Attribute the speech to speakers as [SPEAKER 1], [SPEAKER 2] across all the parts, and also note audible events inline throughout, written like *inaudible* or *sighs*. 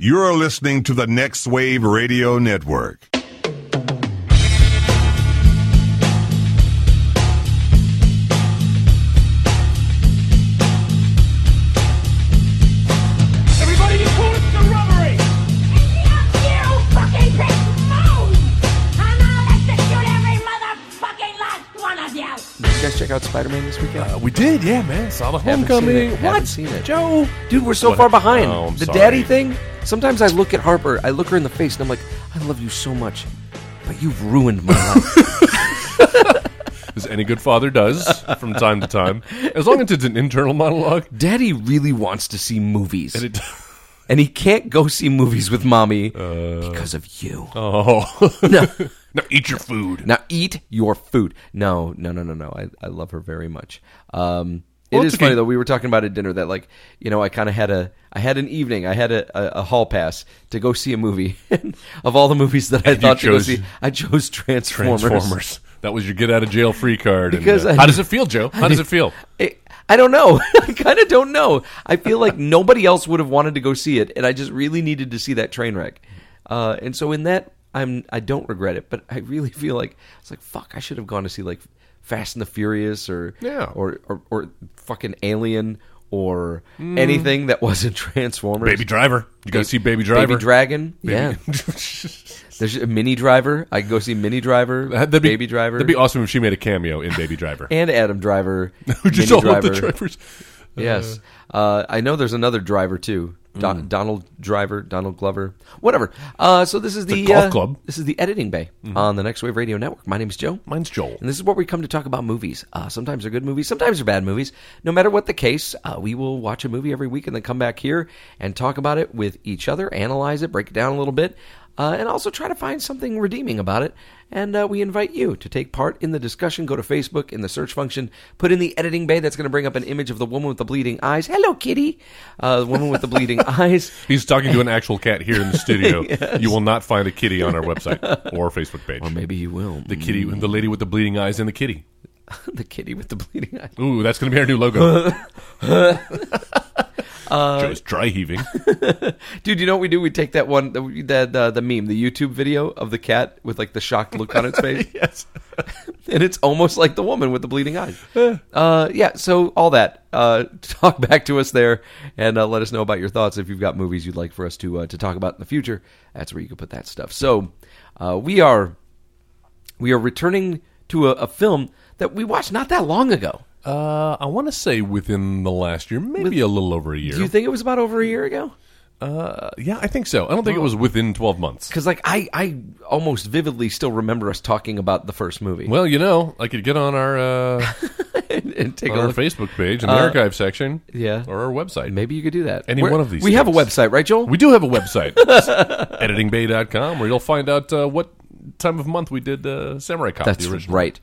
[SPEAKER 1] You're listening to the Next Wave Radio Network.
[SPEAKER 2] Everybody, you call it the robbery!
[SPEAKER 3] Did you guys check out Spider Man this weekend?
[SPEAKER 4] Uh, we did, yeah, man. Saw the
[SPEAKER 3] Haven't seen
[SPEAKER 4] homecoming.
[SPEAKER 3] it. Haven't
[SPEAKER 4] What?
[SPEAKER 3] seen it.
[SPEAKER 4] Joe?
[SPEAKER 3] Dude, we're so
[SPEAKER 4] What?
[SPEAKER 3] far behind.
[SPEAKER 4] Oh, I'm
[SPEAKER 3] the
[SPEAKER 4] sorry.
[SPEAKER 3] daddy thing. Sometimes I look at Harper, I look her in the face, and I'm like, I love you so much, but you've ruined my
[SPEAKER 4] *laughs*
[SPEAKER 3] life.
[SPEAKER 4] As any good father does from time to time. As long as it's an internal monologue.
[SPEAKER 3] daddy really wants to see movies,
[SPEAKER 4] And it,
[SPEAKER 3] and he can't go see movies with mommy because of you.
[SPEAKER 4] Uh. oh. *laughs*
[SPEAKER 3] No.
[SPEAKER 4] now eat your food.
[SPEAKER 3] Now eat your food. No, no, no, no, no. I, I love her very much. Um, it is
[SPEAKER 4] Well, it's okay.
[SPEAKER 3] funny though. We were talking about at dinner that like you know I kind of had a I had an evening. I had a, a, a hall pass to go see a movie. *laughs* of all the movies that I
[SPEAKER 4] And you
[SPEAKER 3] thought to go
[SPEAKER 4] chose
[SPEAKER 3] see, I chose Transformers.
[SPEAKER 4] Transformers. That was your get out of jail free card.
[SPEAKER 3] Because
[SPEAKER 4] and,
[SPEAKER 3] I-
[SPEAKER 4] uh, how does it feel, Joe? How does it feel?
[SPEAKER 3] *laughs* I, I don't know. *laughs* I kind of don't know. I feel like *laughs* nobody else would have wanted to go see it, and I just really needed to see that train wreck. Uh, and so in that, I'm I don't regret it, but I really *laughs* feel like it's like fuck. I should have gone to see like Fast and the Furious or
[SPEAKER 4] Yeah.
[SPEAKER 3] or, or or fucking Alien or anything that *laughs* wasn't Transformers.
[SPEAKER 4] Mm. Baby Driver. You got to see Baby Driver.
[SPEAKER 3] Baby Dragon.
[SPEAKER 4] *laughs*
[SPEAKER 3] Yeah. There's a Mini Driver. I could go see Mini Driver.
[SPEAKER 4] That'd be-
[SPEAKER 3] Baby Driver.
[SPEAKER 4] That'd be awesome if she made a cameo in Baby Driver. *laughs*
[SPEAKER 3] and Adam Driver.
[SPEAKER 4] We just
[SPEAKER 3] Mini
[SPEAKER 4] all love the drivers.
[SPEAKER 3] Yes. Uh, I know there's another driver too. Don-
[SPEAKER 4] Hmm.
[SPEAKER 3] Donald Driver, Donald Glover, whatever. Uh, so this is the,
[SPEAKER 4] golf
[SPEAKER 3] uh,
[SPEAKER 4] club. Mm-hmm.
[SPEAKER 3] This is the editing bay on the Next Wave Radio Network. My name is Joe,
[SPEAKER 4] Mine's Joel.
[SPEAKER 3] and this is where we come to talk about movies. Uh, sometimes they're good movies, sometimes they're bad movies. No matter what the case, uh, we will watch a movie every week and then come back here and talk about it with each other, analyze it, break it down a little bit. Uh, and also try to find something redeeming about it. And uh, we invite you to take part in the discussion. Go to Facebook in the search function, put in the editing bay. That's going to bring up an image of the woman with the bleeding eyes. Hello, kitty. Uh, the woman with the bleeding *laughs* eyes.
[SPEAKER 4] He's talking to an actual cat
[SPEAKER 3] *laughs*
[SPEAKER 4] here in the studio. You will not find a kitty on our website or Facebook page.
[SPEAKER 3] Or maybe you will.
[SPEAKER 4] the kitty, the lady with the bleeding eyes, and the kitty.
[SPEAKER 3] *laughs* the kitty with the bleeding eyes.
[SPEAKER 4] Ooh, that's going to be our new *laughs* logo. Joe's dry *laughs* heaving.
[SPEAKER 3] Dude, you know what we do? We take that one, that uh, the meme, the YouTube video of the cat with like the shocked look on its face,
[SPEAKER 4] yes.
[SPEAKER 3] and it's almost like the woman with the bleeding eyes. uh, yeah. So all that. Uh, *laughs* talk back to us there, and uh, let us know about your thoughts. If you've got movies you'd like for us to uh, to talk about in the future, that's where you can put that stuff. So uh, we are we are returning to a, a film that we watched not that long ago.
[SPEAKER 4] Uh, I want to say within the last year, maybe a little over a year.
[SPEAKER 3] Do you think it was about over a year ago?
[SPEAKER 4] uh, yeah, I think so. I don't think it was within 12 months.
[SPEAKER 3] Because like I I almost vividly still remember us talking about the first movie.
[SPEAKER 4] Well, you know, I could get on our uh, *laughs*
[SPEAKER 3] and take
[SPEAKER 4] on
[SPEAKER 3] a
[SPEAKER 4] our
[SPEAKER 3] look.
[SPEAKER 4] Facebook page in the archive section,
[SPEAKER 3] yeah.
[SPEAKER 4] or our website.
[SPEAKER 3] Maybe you could do that.
[SPEAKER 4] Any
[SPEAKER 3] We're-
[SPEAKER 4] one of these
[SPEAKER 3] We have a
[SPEAKER 4] things.
[SPEAKER 3] website, right, Joel?
[SPEAKER 4] We do have a *laughs* website, It's editingbay.com, where you'll find out uh, what time of month we did uh, Samurai Cop.
[SPEAKER 3] That's
[SPEAKER 4] the original.
[SPEAKER 3] right.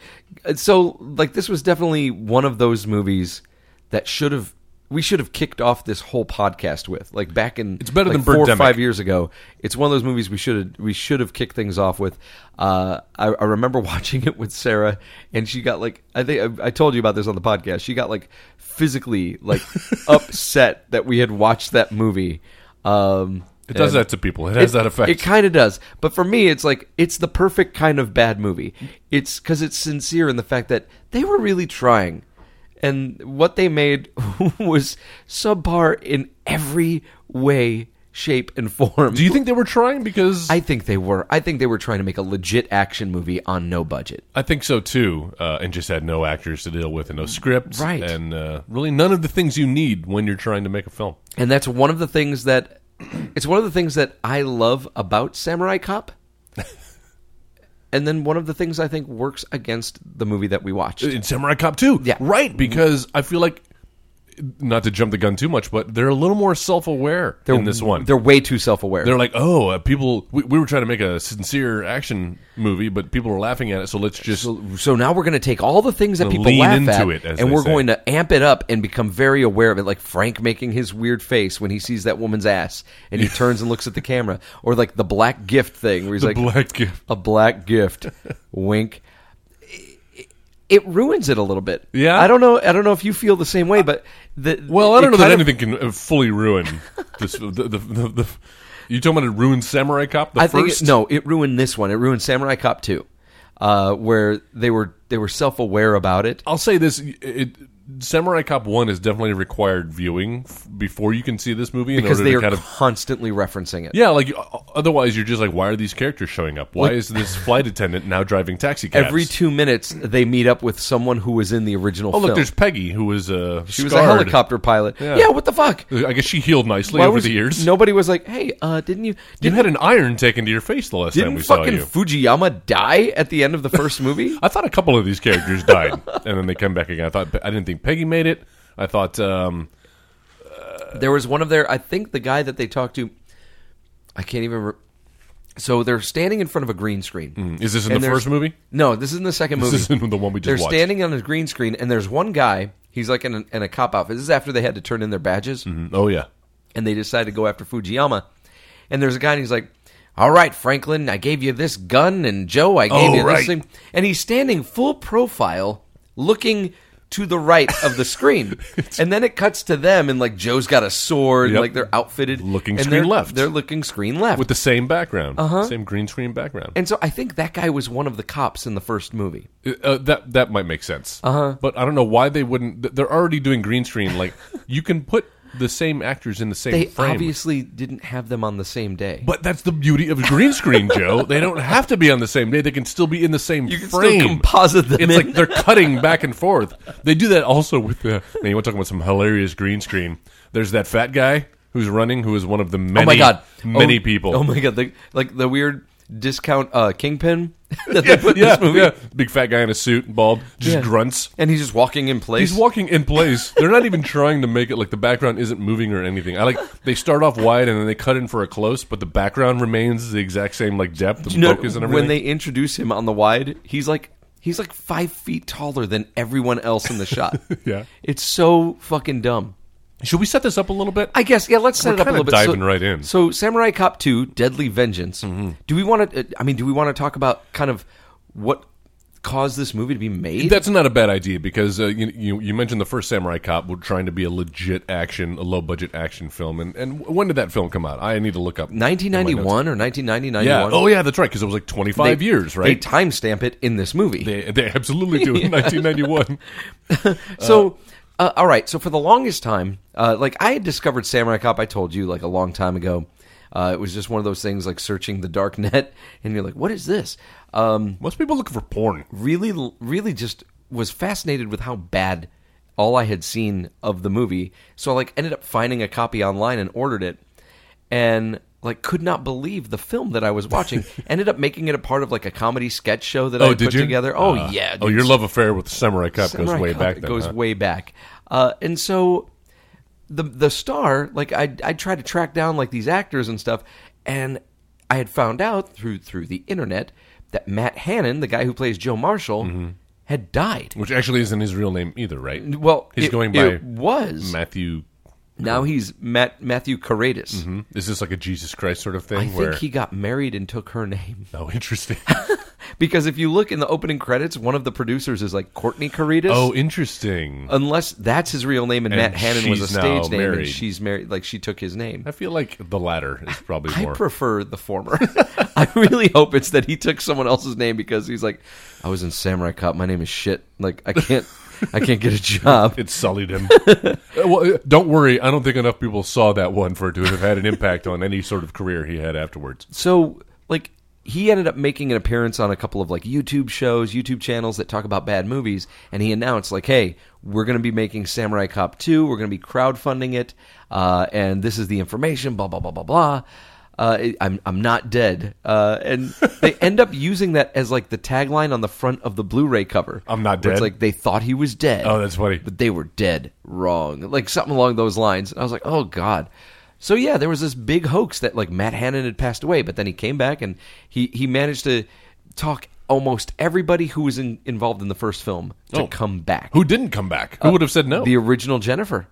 [SPEAKER 3] Uh, So, like, this was definitely one of those movies that should have we should have kicked off this whole podcast with. Like back in
[SPEAKER 4] It's better
[SPEAKER 3] like,
[SPEAKER 4] than
[SPEAKER 3] four or
[SPEAKER 4] Birdemic.
[SPEAKER 3] five years ago. It's one of those movies we should have we should have kicked things off with. Uh, I, I remember *laughs* watching it with Sarah, and she got like I think I, I told you about this on the podcast. She got like physically
[SPEAKER 4] *laughs*
[SPEAKER 3] like upset that we had watched that movie. Um,
[SPEAKER 4] It does
[SPEAKER 3] and-
[SPEAKER 4] that to people. It has
[SPEAKER 3] it-
[SPEAKER 4] that effect.
[SPEAKER 3] It kind of does, but for me, it's like it's the perfect kind of bad movie. It's because it's sincere in the fact that they were really trying, and what they made *laughs* was subpar in every way, shape, and form.
[SPEAKER 4] do you think they were trying? Because
[SPEAKER 3] I think they were. I think they were trying to make a legit action movie on no budget.
[SPEAKER 4] I think so too, uh, and just had no actors to deal with and no scripts,
[SPEAKER 3] Right.
[SPEAKER 4] And uh, really, none of the things you need when you're trying to make a film.
[SPEAKER 3] and that's one of the things that *clears throat* it's one of the things that I love about Samurai
[SPEAKER 4] *laughs*
[SPEAKER 3] Cop. And then one of the things I think works against the movie that we watched.
[SPEAKER 4] Uh, In Samurai Cop too,
[SPEAKER 3] Yeah.
[SPEAKER 4] right. Because I feel like, not to jump the gun too much, but they're a little more self-aware in this one.
[SPEAKER 3] They're way too self-aware.
[SPEAKER 4] They're like, oh, uh, people. We, we were trying to make a sincere action movie, but people are laughing at it, so let's just
[SPEAKER 3] so now we're going to take all the things that
[SPEAKER 4] Gonna
[SPEAKER 3] people
[SPEAKER 4] lean
[SPEAKER 3] laugh
[SPEAKER 4] into
[SPEAKER 3] at,
[SPEAKER 4] it, as
[SPEAKER 3] and
[SPEAKER 4] they
[SPEAKER 3] we're
[SPEAKER 4] say.
[SPEAKER 3] going to amp it up and become very aware of it. Like Frank making his weird face when he sees that woman's ass, and he turns and looks at the camera, or like the black gift thing, where he's like
[SPEAKER 4] black gift.
[SPEAKER 3] a black gift, wink. It- It ruins it a little bit.
[SPEAKER 4] Yeah?
[SPEAKER 3] I don't know. I don't know if you feel the same way, but the
[SPEAKER 4] Well, I
[SPEAKER 3] it
[SPEAKER 4] don't know that
[SPEAKER 3] kind of-
[SPEAKER 4] *laughs* anything can uh, fully ruin this. The, the, the, the, You talking about it ruined Samurai Cop? The
[SPEAKER 3] I think
[SPEAKER 4] first?
[SPEAKER 3] it, no, it ruined this one. It ruined Samurai Cop 2, uh, where they were they were self aware about it.
[SPEAKER 4] I'll say this: it, Samurai Cop One is definitely required viewing f- before you can see this movie in
[SPEAKER 3] because
[SPEAKER 4] order
[SPEAKER 3] they
[SPEAKER 4] to
[SPEAKER 3] are
[SPEAKER 4] kind of
[SPEAKER 3] constantly referencing it.
[SPEAKER 4] yeah, like you- o- otherwise you're just like, why are these characters showing up? Why
[SPEAKER 3] Like-
[SPEAKER 4] is this flight attendant now driving taxi cabs?
[SPEAKER 3] Every two minutes, they meet up with someone who was in the original.
[SPEAKER 4] oh look,
[SPEAKER 3] film.
[SPEAKER 4] there's Peggy who was uh,
[SPEAKER 3] she was a helicopter pilot. Yeah, what the fuck?
[SPEAKER 4] I guess she healed nicely
[SPEAKER 3] Why
[SPEAKER 4] over
[SPEAKER 3] was-
[SPEAKER 4] the years.
[SPEAKER 3] nobody was like, "Hey, uh, didn't you?
[SPEAKER 4] you
[SPEAKER 3] Didn't,
[SPEAKER 4] had an iron taken to your face the last time
[SPEAKER 3] didn't
[SPEAKER 4] we saw
[SPEAKER 3] fucking
[SPEAKER 4] you.
[SPEAKER 3] Fujiyama die at the end of the first
[SPEAKER 4] *laughs*
[SPEAKER 3] movie?"
[SPEAKER 4] I thought a couple of these characters died, and then they come back again. I thought I didn't think Peggy made it. I thought um, Uh,
[SPEAKER 3] there was one of their i think the guy that they talked to i can't even re- so they're standing in front of a green screen
[SPEAKER 4] Is this in
[SPEAKER 3] And
[SPEAKER 4] the
[SPEAKER 3] there's-
[SPEAKER 4] first movie?
[SPEAKER 3] no this is in the second movie
[SPEAKER 4] is in the one we just
[SPEAKER 3] they're
[SPEAKER 4] watched.
[SPEAKER 3] standing on a green screen and there's one guy he's like in a, in a cop outfit this is after they had to turn in their badges
[SPEAKER 4] Oh yeah.
[SPEAKER 3] and they decide to go after Fujiyama. And there's a guy, and he's like, "All right, Franklin, I gave you this gun, and Joe, I gave
[SPEAKER 4] Oh,
[SPEAKER 3] you this
[SPEAKER 4] right.
[SPEAKER 3] thing." And he's standing full profile, looking to the right of the
[SPEAKER 4] *laughs*
[SPEAKER 3] screen, and then it cuts to them, and like Joe's got a sword, and,
[SPEAKER 4] Yep.
[SPEAKER 3] like they're outfitted,
[SPEAKER 4] Looking
[SPEAKER 3] and
[SPEAKER 4] screen
[SPEAKER 3] they're-
[SPEAKER 4] left.
[SPEAKER 3] They're looking screen left.
[SPEAKER 4] With the same background,
[SPEAKER 3] Uh-huh.
[SPEAKER 4] same green screen background.
[SPEAKER 3] and so I think that guy was one of the cops in the first movie.
[SPEAKER 4] Uh, that that might make sense. Uh-huh. But I don't know why they wouldn't. th- They're already doing green screen. Like you can put the same actors in the same
[SPEAKER 3] They
[SPEAKER 4] frame.
[SPEAKER 3] obviously didn't have them on the same day.
[SPEAKER 4] but that's the beauty of green screen, Joe. They don't have to be on the same day. They can still be in the same
[SPEAKER 3] you can
[SPEAKER 4] frame.
[SPEAKER 3] still composite them
[SPEAKER 4] it's
[SPEAKER 3] in.
[SPEAKER 4] like they're
[SPEAKER 3] *laughs*
[SPEAKER 4] cutting back and forth. They do that also with the. Man, you want to talk about some hilarious green screen? There's that fat guy who's running, who is one of the many,
[SPEAKER 3] oh my god,
[SPEAKER 4] many
[SPEAKER 3] Oh-
[SPEAKER 4] people.
[SPEAKER 3] Oh my god, the, like the weird discount uh, kingpin *laughs* that they put in this movie,
[SPEAKER 4] Big fat guy in a suit, bald, just
[SPEAKER 3] Yeah.
[SPEAKER 4] grunts.
[SPEAKER 3] and he's just walking in place.
[SPEAKER 4] He's walking in place. They're not even trying to make it like the background isn't moving or anything. I like they start off wide and then they cut in for a close, but the background remains the exact same like depth and
[SPEAKER 3] You know,
[SPEAKER 4] focus and everything.
[SPEAKER 3] when they introduce him on the wide, he's like he's like five feet taller than everyone else in the shot.
[SPEAKER 4] *laughs* Yeah.
[SPEAKER 3] it's so fucking dumb.
[SPEAKER 4] Should we set this up a little bit?
[SPEAKER 3] I guess yeah. Let's set
[SPEAKER 4] We're
[SPEAKER 3] it up a
[SPEAKER 4] kinda
[SPEAKER 3] little bit.
[SPEAKER 4] diving
[SPEAKER 3] so,
[SPEAKER 4] right in. Mm-hmm.
[SPEAKER 3] So, Samurai Cop Two: Deadly Vengeance. Do we want to? I mean, do we want to talk about kind of what caused this movie to be made?
[SPEAKER 4] That's not a bad idea because uh, you, you you mentioned the first Samurai Cop were trying to be a legit action, a low budget action film. And and when did that film come out? I need to look up.
[SPEAKER 3] 1991 or 1990,
[SPEAKER 4] Yeah.
[SPEAKER 3] 91?
[SPEAKER 4] Oh yeah, that's right. Because it was like twenty
[SPEAKER 3] They-
[SPEAKER 4] five years, right?
[SPEAKER 3] They timestamp it in this movie.
[SPEAKER 4] they, they
[SPEAKER 3] *laughs*
[SPEAKER 4] absolutely do. Nineteen ninety one.
[SPEAKER 3] so, uh, all right. So for the longest time, uh, like I had discovered Samurai Cop, I told you like a long time ago. Uh, it was just one of those things like searching the dark net, *laughs* and you're like, "What is this?" Um,
[SPEAKER 4] Most people looking for porn.
[SPEAKER 3] really, really just was fascinated with how bad all I had seen of the movie. So I like ended up finding a copy online and ordered it, and like could not believe the film that I was
[SPEAKER 4] *laughs*
[SPEAKER 3] watching. ended up making it a part of like a comedy sketch show that I
[SPEAKER 4] Oh,
[SPEAKER 3] had
[SPEAKER 4] did
[SPEAKER 3] put
[SPEAKER 4] you
[SPEAKER 3] together. Oh
[SPEAKER 4] Uh,
[SPEAKER 3] yeah.
[SPEAKER 4] Oh,
[SPEAKER 3] dude,
[SPEAKER 4] your love affair with Samurai Cop
[SPEAKER 3] Samurai
[SPEAKER 4] goes way
[SPEAKER 3] Cop,
[SPEAKER 4] back.
[SPEAKER 3] it
[SPEAKER 4] Then,
[SPEAKER 3] goes
[SPEAKER 4] huh?
[SPEAKER 3] way back. Uh, and so the the star, like I I tried to track down like these actors and stuff, and I had found out through through the internet that Matt Hannon, the guy who plays Joe Marshall,
[SPEAKER 4] Mm-hmm.
[SPEAKER 3] had died.
[SPEAKER 4] which actually isn't his real name either, right?
[SPEAKER 3] Well,
[SPEAKER 4] he's
[SPEAKER 3] it-
[SPEAKER 4] going by
[SPEAKER 3] it was
[SPEAKER 4] Matthew.
[SPEAKER 3] now he's Matt Matthew Caratus.
[SPEAKER 4] Hmm? Is this like a Jesus Christ sort of thing?
[SPEAKER 3] I
[SPEAKER 4] where
[SPEAKER 3] think he got married and took her name
[SPEAKER 4] *laughs*
[SPEAKER 3] *laughs*
[SPEAKER 4] oh, interesting.
[SPEAKER 3] because if you look in the opening credits, one of the producers is like Courtney Caratus.
[SPEAKER 4] oh, interesting.
[SPEAKER 3] Unless that's his real name, and,
[SPEAKER 4] And
[SPEAKER 3] Matt Hannon was a
[SPEAKER 4] she's now
[SPEAKER 3] stage name, and
[SPEAKER 4] married.
[SPEAKER 3] she's married. Like she took his name.
[SPEAKER 4] I feel like the latter is probably
[SPEAKER 3] I
[SPEAKER 4] more.
[SPEAKER 3] prefer the former. *laughs* I really hope it's that he took someone else's name because he's like, I was in Samurai Cop. My name is shit. Like I can't, I can't get a job.
[SPEAKER 4] it
[SPEAKER 3] *laughs*
[SPEAKER 4] sullied him. Uh, well, uh, don't worry. I don't think enough people saw that one for it to have had an impact on any sort of career he had afterwards.
[SPEAKER 3] So like he ended up making an appearance on a couple of like YouTube shows, YouTube channels that talk about bad movies, and he announced like, Hey, we're going to be making Samurai Cop two. We're going to be crowdfunding it, uh, and this is the information. Blah blah blah blah blah. Uh, it- I'm I'm not dead, uh,
[SPEAKER 4] *laughs*
[SPEAKER 3] and they end up using that as like the tagline on the front of the Blu-ray cover.
[SPEAKER 4] I'm not
[SPEAKER 3] Where It's
[SPEAKER 4] dead.
[SPEAKER 3] like they thought he was dead.
[SPEAKER 4] Oh, that's funny.
[SPEAKER 3] But they were dead wrong. Like something along those lines. And I was like, oh, God. So, yeah, there was this big hoax that, like, Matt Hannon had passed away, but then he came back and he, he managed to talk almost everybody who was in, involved in the first film to
[SPEAKER 4] Oh.
[SPEAKER 3] come back.
[SPEAKER 4] Who didn't come back? Who would have said no?
[SPEAKER 3] Uh, The original Jennifer.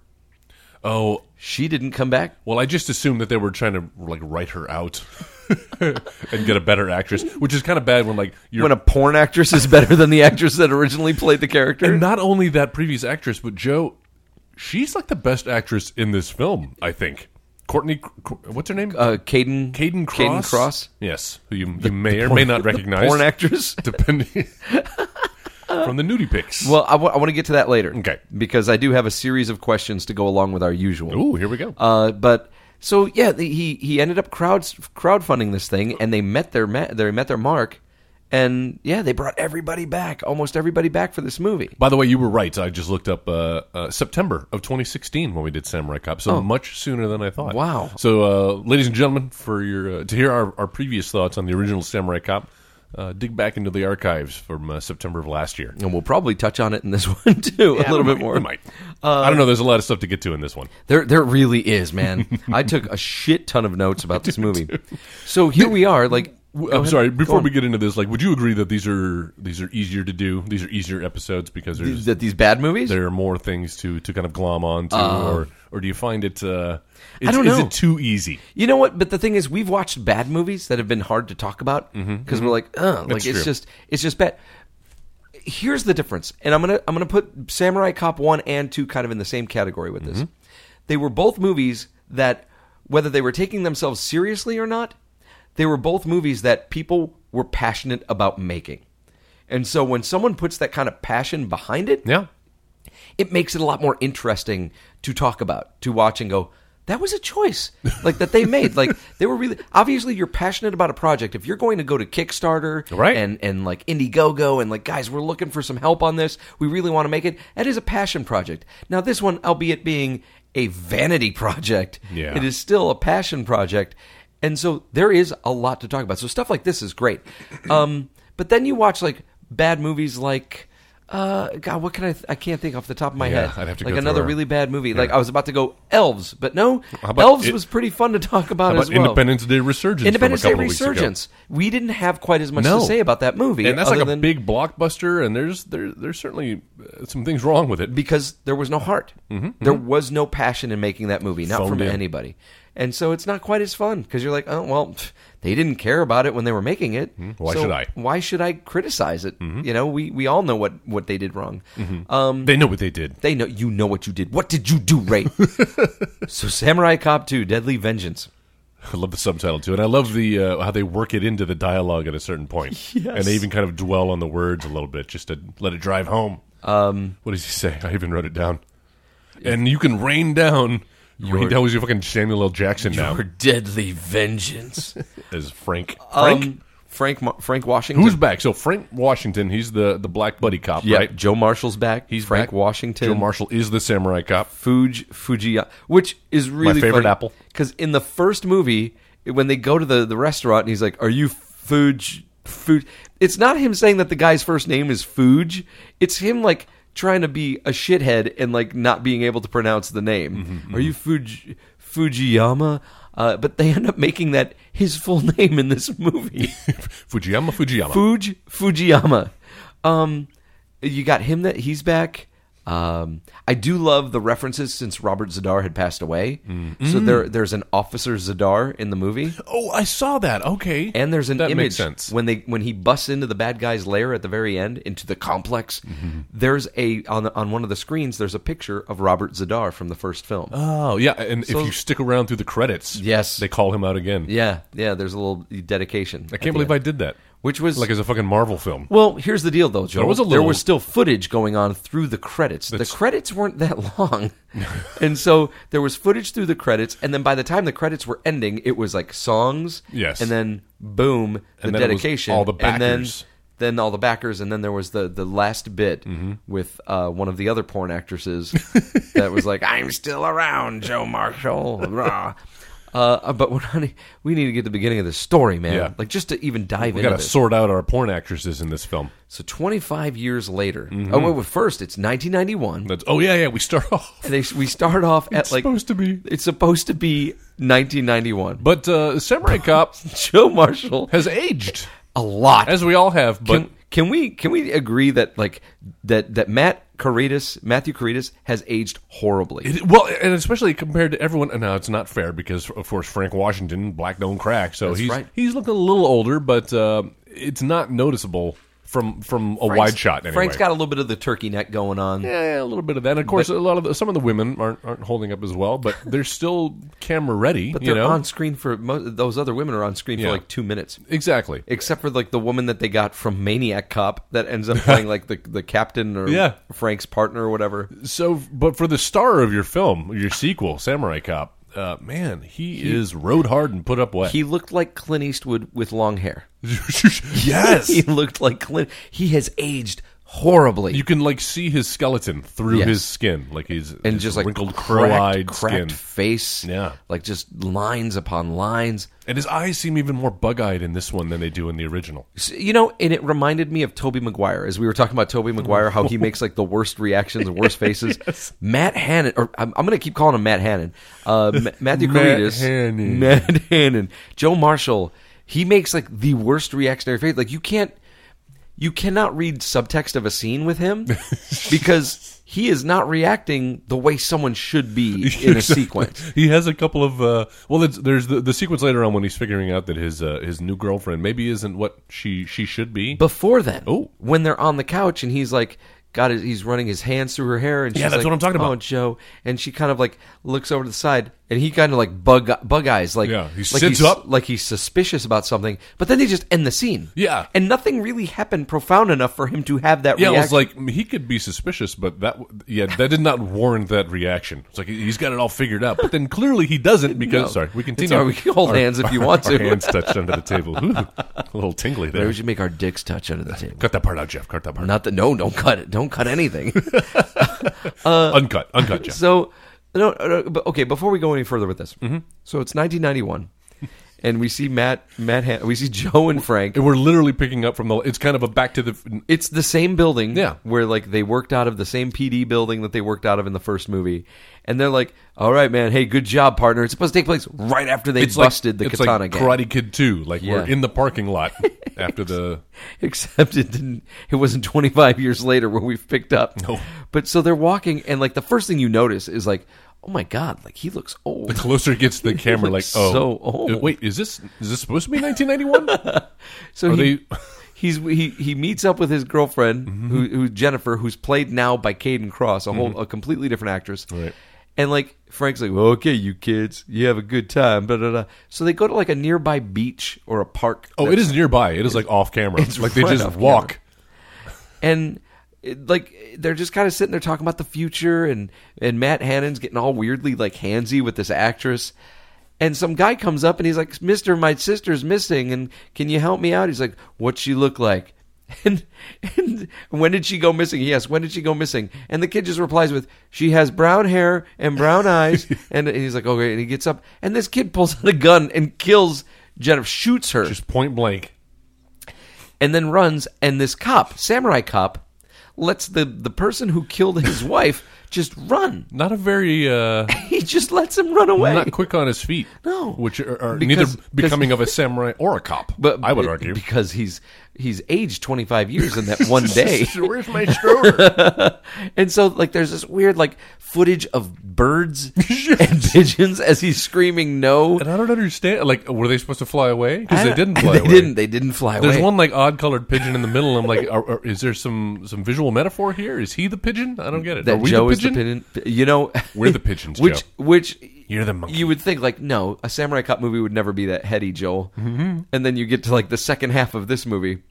[SPEAKER 4] oh,
[SPEAKER 3] She didn't come back.
[SPEAKER 4] Well, I just assumed that they were trying to like write her out *laughs* and get a better actress, which is kind of bad when like you're
[SPEAKER 3] When a porn actress is better than the actress that originally played the character.
[SPEAKER 4] and not only that previous actress, but Joe, she's like the best actress in this film, I think. Courtney, Cor- what's her name?
[SPEAKER 3] Uh, Caden
[SPEAKER 4] Caden Cross.
[SPEAKER 3] Caden Cross.
[SPEAKER 4] Yes, who you, you may or may not recognize.
[SPEAKER 3] Porn actress.
[SPEAKER 4] depending
[SPEAKER 3] *laughs*
[SPEAKER 4] *laughs* from the nudie pics.
[SPEAKER 3] Well, I want to get to that later.
[SPEAKER 4] Okay.
[SPEAKER 3] Because I do have a series of questions to go along with our usual.
[SPEAKER 4] Ooh, here we go.
[SPEAKER 3] Uh, but so yeah, the, he he ended up crowds crowdfunding this thing, and they met their ma- they met their mark, and yeah, they brought everybody back, almost everybody back for this movie.
[SPEAKER 4] By the way, you were right. I just looked up uh, uh, September of 2016 when we did Samurai Cop, so much sooner than I thought.
[SPEAKER 3] Oh. Wow.
[SPEAKER 4] So, uh, ladies and gentlemen, for your uh, to hear our, our previous thoughts on the original Samurai Cop, uh, dig back into the archives from uh, September of last year.
[SPEAKER 3] And we'll probably touch on it in this *laughs* one too, a little
[SPEAKER 4] We
[SPEAKER 3] bit
[SPEAKER 4] might-
[SPEAKER 3] more. Uh,
[SPEAKER 4] we might. I don't know. There's a lot of stuff to get to in this one.
[SPEAKER 3] There, there really is, man. I took a shit ton of notes
[SPEAKER 4] *laughs*
[SPEAKER 3] about this movie. So here we are. Like,
[SPEAKER 4] W-
[SPEAKER 3] go
[SPEAKER 4] I'm
[SPEAKER 3] ahead.
[SPEAKER 4] Oh, sorry.
[SPEAKER 3] Go
[SPEAKER 4] Before
[SPEAKER 3] on.
[SPEAKER 4] we get into this, like, would you agree that these are these are easier to do? These are easier episodes because there's
[SPEAKER 3] that these bad movies.
[SPEAKER 4] there are more things to to kind of glom onto, or or do you find it? Uh, it's,
[SPEAKER 3] Uh, don't
[SPEAKER 4] Is
[SPEAKER 3] know.
[SPEAKER 4] it too easy?
[SPEAKER 3] You know what? But the thing is, we've watched bad movies that have been hard to talk about because we're like, Ugh, like
[SPEAKER 4] Mm-hmm, That's
[SPEAKER 3] it's
[SPEAKER 4] true.
[SPEAKER 3] just it's just bad. Here's the difference, and I'm gonna I'm gonna put Samurai Cop one and two kind of in the same category with
[SPEAKER 4] Mm-hmm.
[SPEAKER 3] this. They were both movies that, whether they were taking themselves seriously or not, they were both movies that people were passionate about making. And so when someone puts that kind of passion behind it,
[SPEAKER 4] Yeah.
[SPEAKER 3] it makes it a lot more interesting to talk about, to watch and go, that was a choice like that they made. like they were really obviously you're passionate about a project. If you're going to go to Kickstarter
[SPEAKER 4] Right.
[SPEAKER 3] and and like Indiegogo and like guys, we're looking for some help on this. We really want to make it. That is a passion project. Now this one, albeit being a vanity *laughs* project,
[SPEAKER 4] Yeah.
[SPEAKER 3] it is still a passion project. And so there is a lot to talk about. So stuff like this is
[SPEAKER 4] *clears throat*
[SPEAKER 3] great. Um, but then you watch like bad movies like uh, God, what can I? Th- I can't think off the top of my
[SPEAKER 4] Yeah,
[SPEAKER 3] head.
[SPEAKER 4] I'd have to
[SPEAKER 3] like
[SPEAKER 4] go through
[SPEAKER 3] another
[SPEAKER 4] our-
[SPEAKER 3] really bad movie. Like I was about to go Elves, but no,
[SPEAKER 4] about
[SPEAKER 3] Elves
[SPEAKER 4] it-
[SPEAKER 3] was pretty fun to talk about,
[SPEAKER 4] How about
[SPEAKER 3] as well.
[SPEAKER 4] Independence Day Resurgence? from a
[SPEAKER 3] Independence Day
[SPEAKER 4] couple of weeks ago?
[SPEAKER 3] Resurgence. We didn't have quite as much
[SPEAKER 4] No.
[SPEAKER 3] to say about that movie,
[SPEAKER 4] and that's like
[SPEAKER 3] other
[SPEAKER 4] a
[SPEAKER 3] than
[SPEAKER 4] big blockbuster, and there's there there's certainly uh, some things wrong with it.
[SPEAKER 3] because there was no heart.
[SPEAKER 4] Mm-hmm,
[SPEAKER 3] There was no passion in making that movie, not
[SPEAKER 4] Phoned
[SPEAKER 3] from
[SPEAKER 4] in.
[SPEAKER 3] anybody. And so it's not quite as fun because you're like, oh well, pff, they didn't care about it when they were making it.
[SPEAKER 4] Mm-hmm. Why
[SPEAKER 3] so
[SPEAKER 4] should I?" Mm-hmm.
[SPEAKER 3] Why should I criticize it? You know, we we all know what what they did wrong. Um,
[SPEAKER 4] they know what they did.
[SPEAKER 3] They know you know what you did. What did you do,
[SPEAKER 4] *laughs*
[SPEAKER 3] Ray? so Samurai Cop 2, Deadly Vengeance.
[SPEAKER 4] I love the subtitle too, and I love the uh, how they work it into the dialogue at a
[SPEAKER 3] *laughs*
[SPEAKER 4] certain point, and they even kind of dwell on the words a little bit just to let it drive home. Um, what does he say? I even wrote it down. And you can rain down. Rain down was your fucking Samuel L. Jackson now
[SPEAKER 3] *laughs* Deadly Vengeance.
[SPEAKER 4] as Frank. *laughs*
[SPEAKER 3] Um,
[SPEAKER 4] Frank,
[SPEAKER 3] Frank Ma- Frank Washington.
[SPEAKER 4] who's back? So Frank Washington, he's the the black buddy cop,
[SPEAKER 3] yeah,
[SPEAKER 4] right?
[SPEAKER 3] Joe Marshall's back.
[SPEAKER 4] He's
[SPEAKER 3] Frank
[SPEAKER 4] back.
[SPEAKER 3] Washington.
[SPEAKER 4] Joe Marshall is the samurai cop. *laughs*
[SPEAKER 3] Fuji Fuji, which is really
[SPEAKER 4] favorite apple.
[SPEAKER 3] Because in the first movie, when they go to the, the restaurant, and he's like, "Are you Fuji Fuji?" It's not him saying that the guy's first name is Fuji. It's him like trying to be a shithead and like not being able to pronounce the name.
[SPEAKER 4] Mm-hmm,
[SPEAKER 3] Are you Fuji Fujiyama? Uh, but they end up making that his full *laughs* name in this movie.
[SPEAKER 4] Fujiyama Fujiyama.
[SPEAKER 3] Fuj Fujiyama. Um, you got him that he's back. Um, I do love the references since Robert Zadar had passed away.
[SPEAKER 4] Mm.
[SPEAKER 3] So there, there's an Officer Zadar in the movie,
[SPEAKER 4] oh, I saw that. Okay.
[SPEAKER 3] and there's an
[SPEAKER 4] that
[SPEAKER 3] image
[SPEAKER 4] makes sense.
[SPEAKER 3] when they when he busts into the bad guy's lair at the very end into the complex.
[SPEAKER 4] Mm-hmm.
[SPEAKER 3] There's a on the, on one of the screens. There's a picture of Robert Zadar from the first film.
[SPEAKER 4] oh, yeah, and
[SPEAKER 3] So-
[SPEAKER 4] if you stick around through the credits,
[SPEAKER 3] Yes.
[SPEAKER 4] they call him out again.
[SPEAKER 3] yeah, yeah. There's a little dedication.
[SPEAKER 4] I can't believe I did that.
[SPEAKER 3] Which was
[SPEAKER 4] Like as a fucking Marvel film.
[SPEAKER 3] Well, here's the deal, though, Joel. There was,
[SPEAKER 4] was a little-
[SPEAKER 3] still footage going on through the credits. The
[SPEAKER 4] That's-
[SPEAKER 3] credits weren't that
[SPEAKER 4] *laughs*
[SPEAKER 3] long, and so there was footage through the credits. And then by the time the credits were ending, it was like songs,
[SPEAKER 4] Yes.
[SPEAKER 3] and then boom, the
[SPEAKER 4] And then it was
[SPEAKER 3] dedication,
[SPEAKER 4] all the
[SPEAKER 3] and then
[SPEAKER 4] backers.
[SPEAKER 3] then all the backers, and then there was the the last bit
[SPEAKER 4] Mm-hmm.
[SPEAKER 3] with uh, one of the other porn actresses *laughs* that was like, "I'm still around, Joe Marshall."
[SPEAKER 4] *laughs*
[SPEAKER 3] Rah. Uh, but we're not, we need to get to the beginning of the story, man.
[SPEAKER 4] Yeah.
[SPEAKER 3] Like just to even dive
[SPEAKER 4] We
[SPEAKER 3] into
[SPEAKER 4] got to
[SPEAKER 3] this.
[SPEAKER 4] sort out our porn actresses in this film.
[SPEAKER 3] So 25 years later.
[SPEAKER 4] Mm-hmm.
[SPEAKER 3] Oh, wait, well, first, it's 1991.
[SPEAKER 4] That's oh yeah, yeah. We start *laughs* off.
[SPEAKER 3] and they, we start off at
[SPEAKER 4] It's
[SPEAKER 3] like.
[SPEAKER 4] supposed to be.
[SPEAKER 3] It's supposed to be 1991.
[SPEAKER 4] But uh, Samurai Cop
[SPEAKER 3] Joe Marshall
[SPEAKER 4] has aged,
[SPEAKER 3] a lot.
[SPEAKER 4] as we all have. But
[SPEAKER 3] can, can we can we agree that like that that Matt Caritas Matthew Caritas has aged horribly?
[SPEAKER 4] It- well, and especially compared to everyone. and Now it's not fair because, of course, Frank Washington, black don't crack, so he's
[SPEAKER 3] right.
[SPEAKER 4] he's looking a little older, but uh, it's not noticeable from from a
[SPEAKER 3] Frank's-
[SPEAKER 4] wide shot. Anyway.
[SPEAKER 3] Frank's got a little bit of the turkey neck going on.
[SPEAKER 4] yeah, a little bit of that. And of course, a lot of the, some of the women aren't aren't holding up as well, but they're still camera ready.
[SPEAKER 3] But
[SPEAKER 4] you
[SPEAKER 3] they're
[SPEAKER 4] know?
[SPEAKER 3] on screen for mo- those other women are on screen
[SPEAKER 4] Yeah.
[SPEAKER 3] for like two minutes,
[SPEAKER 4] exactly.
[SPEAKER 3] except for like the woman that they got from Maniac Cop that ends up
[SPEAKER 4] *laughs*
[SPEAKER 3] playing like the the captain or
[SPEAKER 4] Yeah.
[SPEAKER 3] Frank's partner or whatever.
[SPEAKER 4] So, but for the star of your film, your sequel, Samurai Cop, uh, man, he, is road hard and put up wet.
[SPEAKER 3] He looked like Clint Eastwood with long hair.
[SPEAKER 4] *laughs*
[SPEAKER 3] *laughs*
[SPEAKER 4] yes,
[SPEAKER 3] he looked like Clint. He has aged horribly.
[SPEAKER 4] you can like see his skeleton through
[SPEAKER 3] Yes.
[SPEAKER 4] his skin, like he's
[SPEAKER 3] and just like
[SPEAKER 4] wrinkled,
[SPEAKER 3] cracked-
[SPEAKER 4] crow-eyed
[SPEAKER 3] cracked
[SPEAKER 4] skin,
[SPEAKER 3] face,
[SPEAKER 4] Yeah.
[SPEAKER 3] like just lines upon lines.
[SPEAKER 4] and his eyes seem even more bug-eyed in this one than they do in the original.
[SPEAKER 3] So, you know, and it reminded me of Toby Maguire as we were talking about Toby Maguire, how he
[SPEAKER 4] Oh.
[SPEAKER 3] makes like the worst reactions and
[SPEAKER 4] *laughs*
[SPEAKER 3] worst faces. Matt Hannon, or I'm, I'm going to keep calling him Matt Hannon, uh, M- Matthew
[SPEAKER 4] *laughs* Matt
[SPEAKER 3] Caritas,
[SPEAKER 4] Hannon.
[SPEAKER 3] Matt Hannon, Joe Marshall. He makes like the worst reactionary face. Like you can't, you cannot read subtext of a scene with
[SPEAKER 4] *laughs*
[SPEAKER 3] him because he is not reacting the way someone should
[SPEAKER 4] *laughs*
[SPEAKER 3] be in a sequence.
[SPEAKER 4] He has a couple of uh, well, it's, there's the, the sequence later on when he's figuring out that his uh, his new girlfriend maybe isn't what she she should be.
[SPEAKER 3] before then.
[SPEAKER 4] Oh.
[SPEAKER 3] when they're on the couch and he's like, got his, he's running his hands through her hair, and she's
[SPEAKER 4] Yeah, that's
[SPEAKER 3] like,
[SPEAKER 4] what I'm talking about.
[SPEAKER 3] Oh, Joe, and she kind of like looks over to the side, and he kind of like bug bug eyes, like
[SPEAKER 4] Yeah, he
[SPEAKER 3] like
[SPEAKER 4] sits
[SPEAKER 3] he's,
[SPEAKER 4] up.
[SPEAKER 3] like he's suspicious about something. But then they just end the scene.
[SPEAKER 4] Yeah.
[SPEAKER 3] and nothing really happened profound enough for him to have that.
[SPEAKER 4] Yeah, I was
[SPEAKER 3] reaction.
[SPEAKER 4] like, he could be suspicious, but that, yeah, that did not warrant that reaction. It's like he's got it all figured out, but then clearly
[SPEAKER 3] *laughs*
[SPEAKER 4] he doesn't because. Sorry, we continue.
[SPEAKER 3] all right, we can hold hands if you want
[SPEAKER 4] our
[SPEAKER 3] to.
[SPEAKER 4] hands touched under the table. Ooh, a little tingly
[SPEAKER 3] Maybe
[SPEAKER 4] there.
[SPEAKER 3] we should make our dicks touch under the table.
[SPEAKER 4] Cut that part out, Jeff. Cut that part.
[SPEAKER 3] Not that no, don't cut it. Don't cut
[SPEAKER 4] *laughs*
[SPEAKER 3] anything.
[SPEAKER 4] out. uncut, uncut, Jeff.
[SPEAKER 3] So, no, no, but okay. Before we go any further with this,
[SPEAKER 4] Mm-hmm.
[SPEAKER 3] so it's 1991, and we see Matt, Matt, Han- we see Joe and Frank.
[SPEAKER 4] And we're literally picking up from the. It's kind of a back to the.
[SPEAKER 3] It's the same building,
[SPEAKER 4] Yeah.
[SPEAKER 3] where like they worked out of the same PD building that they worked out of in the first movie, and they're like, "All right, man, hey, good job, partner." It's supposed to take place right after they
[SPEAKER 4] It's
[SPEAKER 3] busted
[SPEAKER 4] like,
[SPEAKER 3] the
[SPEAKER 4] it's
[SPEAKER 3] katana
[SPEAKER 4] like
[SPEAKER 3] gang.
[SPEAKER 4] Karate Kid Two. Like
[SPEAKER 3] Yeah.
[SPEAKER 4] we're in the parking lot after the.
[SPEAKER 3] *laughs* except it didn't it wasn't 25 years later where we've picked up
[SPEAKER 4] No.
[SPEAKER 3] but so they're walking and like the first thing you notice is like oh my god like he looks
[SPEAKER 4] The
[SPEAKER 3] old
[SPEAKER 4] closer
[SPEAKER 3] *laughs*
[SPEAKER 4] it gets to the camera, like
[SPEAKER 3] looks
[SPEAKER 4] oh,
[SPEAKER 3] so old.
[SPEAKER 4] wait, is this is this supposed to
[SPEAKER 3] *laughs*
[SPEAKER 4] be 1991?
[SPEAKER 3] So
[SPEAKER 4] Are
[SPEAKER 3] he,
[SPEAKER 4] they- Mm-hmm.
[SPEAKER 3] he's he he meets up with his girlfriend, who, who's Jennifer, who's played now by Caden Cross, a whole a completely different actress.
[SPEAKER 4] Right.
[SPEAKER 3] And like Frank's like, well, okay, you kids, you have a good time. Blah, blah, blah. So they go to like a nearby beach or a park.
[SPEAKER 4] oh, it is nearby. It is like off camera.
[SPEAKER 3] It's
[SPEAKER 4] like they
[SPEAKER 3] right
[SPEAKER 4] just
[SPEAKER 3] off
[SPEAKER 4] walk.
[SPEAKER 3] camera. and it, like they're just kind of sitting there talking about the future and and Matt Hannon's getting all weirdly like handsy with this actress and some guy comes up and he's like mister my sister's missing and can you help me out he's like what's she look like *laughs* and, and when did she go missing yes when did she go missing and the kid just replies with she has brown hair and brown eyes and, and he's like okay and he gets up and this kid pulls out a gun and kills Jennifer shoots her
[SPEAKER 4] Just point blank.
[SPEAKER 3] and then runs and this cop samurai cop lets the the person who killed
[SPEAKER 4] *laughs*
[SPEAKER 3] his wife just run
[SPEAKER 4] Not a very uh
[SPEAKER 3] he just lets him run away
[SPEAKER 4] not quick on his feet.
[SPEAKER 3] No.
[SPEAKER 4] Which are, are
[SPEAKER 3] Because-
[SPEAKER 4] neither becoming of a samurai or a cop.
[SPEAKER 3] but
[SPEAKER 4] I would
[SPEAKER 3] be-
[SPEAKER 4] argue.
[SPEAKER 3] because he's he's aged 25 years in
[SPEAKER 4] *laughs*
[SPEAKER 3] that one day
[SPEAKER 4] Where's
[SPEAKER 3] *laughs*
[SPEAKER 4] my stroller?
[SPEAKER 3] and so like there's this weird like footage of
[SPEAKER 4] *laughs*
[SPEAKER 3] birds and pigeons as he's screaming no
[SPEAKER 4] and I don't understand. Like, were they supposed to fly away? Because they didn't
[SPEAKER 3] *laughs*
[SPEAKER 4] fly
[SPEAKER 3] they
[SPEAKER 4] away.
[SPEAKER 3] didn't they didn't fly
[SPEAKER 4] There's
[SPEAKER 3] away
[SPEAKER 4] one like odd colored pigeon in the middle. I'm like, are, are, is there some some visual metaphor here? Is he the pigeon? I don't get it.
[SPEAKER 3] that
[SPEAKER 4] are we
[SPEAKER 3] Joe
[SPEAKER 4] the
[SPEAKER 3] is the
[SPEAKER 4] pigeon?
[SPEAKER 3] pigeon. You know,
[SPEAKER 4] We're the pigeons,
[SPEAKER 3] *laughs* Which,
[SPEAKER 4] Joe.
[SPEAKER 3] which
[SPEAKER 4] You're the monkey.
[SPEAKER 3] You would think like, no, a samurai cop movie would never be that heady, Joel. Mm-hmm. And then you get to like the second half of this movie.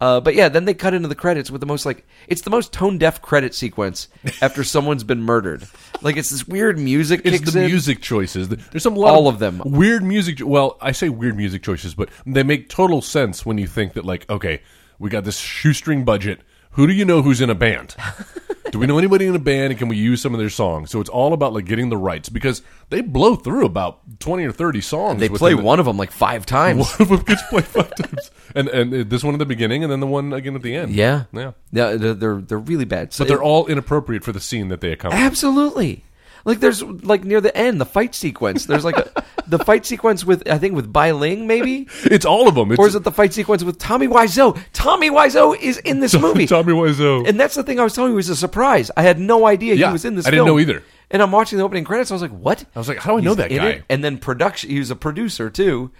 [SPEAKER 3] Uh, but yeah, then they cut into the credits with the most like it's the most tone deaf credit sequence
[SPEAKER 4] *laughs*
[SPEAKER 3] after someone's been murdered. Like it's this weird music.
[SPEAKER 4] It's
[SPEAKER 3] kicks
[SPEAKER 4] the
[SPEAKER 3] in.
[SPEAKER 4] music choices. There's some lot
[SPEAKER 3] All of them.
[SPEAKER 4] weird music. Well, I say weird music choices, but they make total sense when you think that like, okay, we got this shoestring budget. Who do you know who's in
[SPEAKER 3] *laughs*
[SPEAKER 4] a band? do we know anybody in a band, and can we use some of their songs? So it's all about like getting the rights because they blow through about twenty or thirty songs.
[SPEAKER 3] They
[SPEAKER 4] within
[SPEAKER 3] play
[SPEAKER 4] the-
[SPEAKER 3] one of them like five times.
[SPEAKER 4] *laughs* One of them gets played five times, and and uh, this one at the beginning, and then the one again at the end.
[SPEAKER 3] Yeah,
[SPEAKER 4] yeah.
[SPEAKER 3] yeah. They're they're, they're really bad. So
[SPEAKER 4] But they're all inappropriate for the scene that they accompany.
[SPEAKER 3] Absolutely. Like there's like near the end, the fight sequence. There's like
[SPEAKER 4] *laughs*
[SPEAKER 3] a, the fight sequence with I think with Bai Ling maybe,
[SPEAKER 4] It's all of them. It's,
[SPEAKER 3] or is it the fight sequence with Tommy Wiseau? Tommy Wiseau is in this movie.
[SPEAKER 4] *laughs* Tommy Wiseau?
[SPEAKER 3] and that's the thing I was telling you was a surprise. I had no idea
[SPEAKER 4] Yeah,
[SPEAKER 3] he was in this.
[SPEAKER 4] I didn't
[SPEAKER 3] film.
[SPEAKER 4] know either.
[SPEAKER 3] And I'm watching the opening credits. I was like, what?
[SPEAKER 4] I was like, how do I know that
[SPEAKER 3] in
[SPEAKER 4] guy?
[SPEAKER 3] it? And then production. He was a producer too.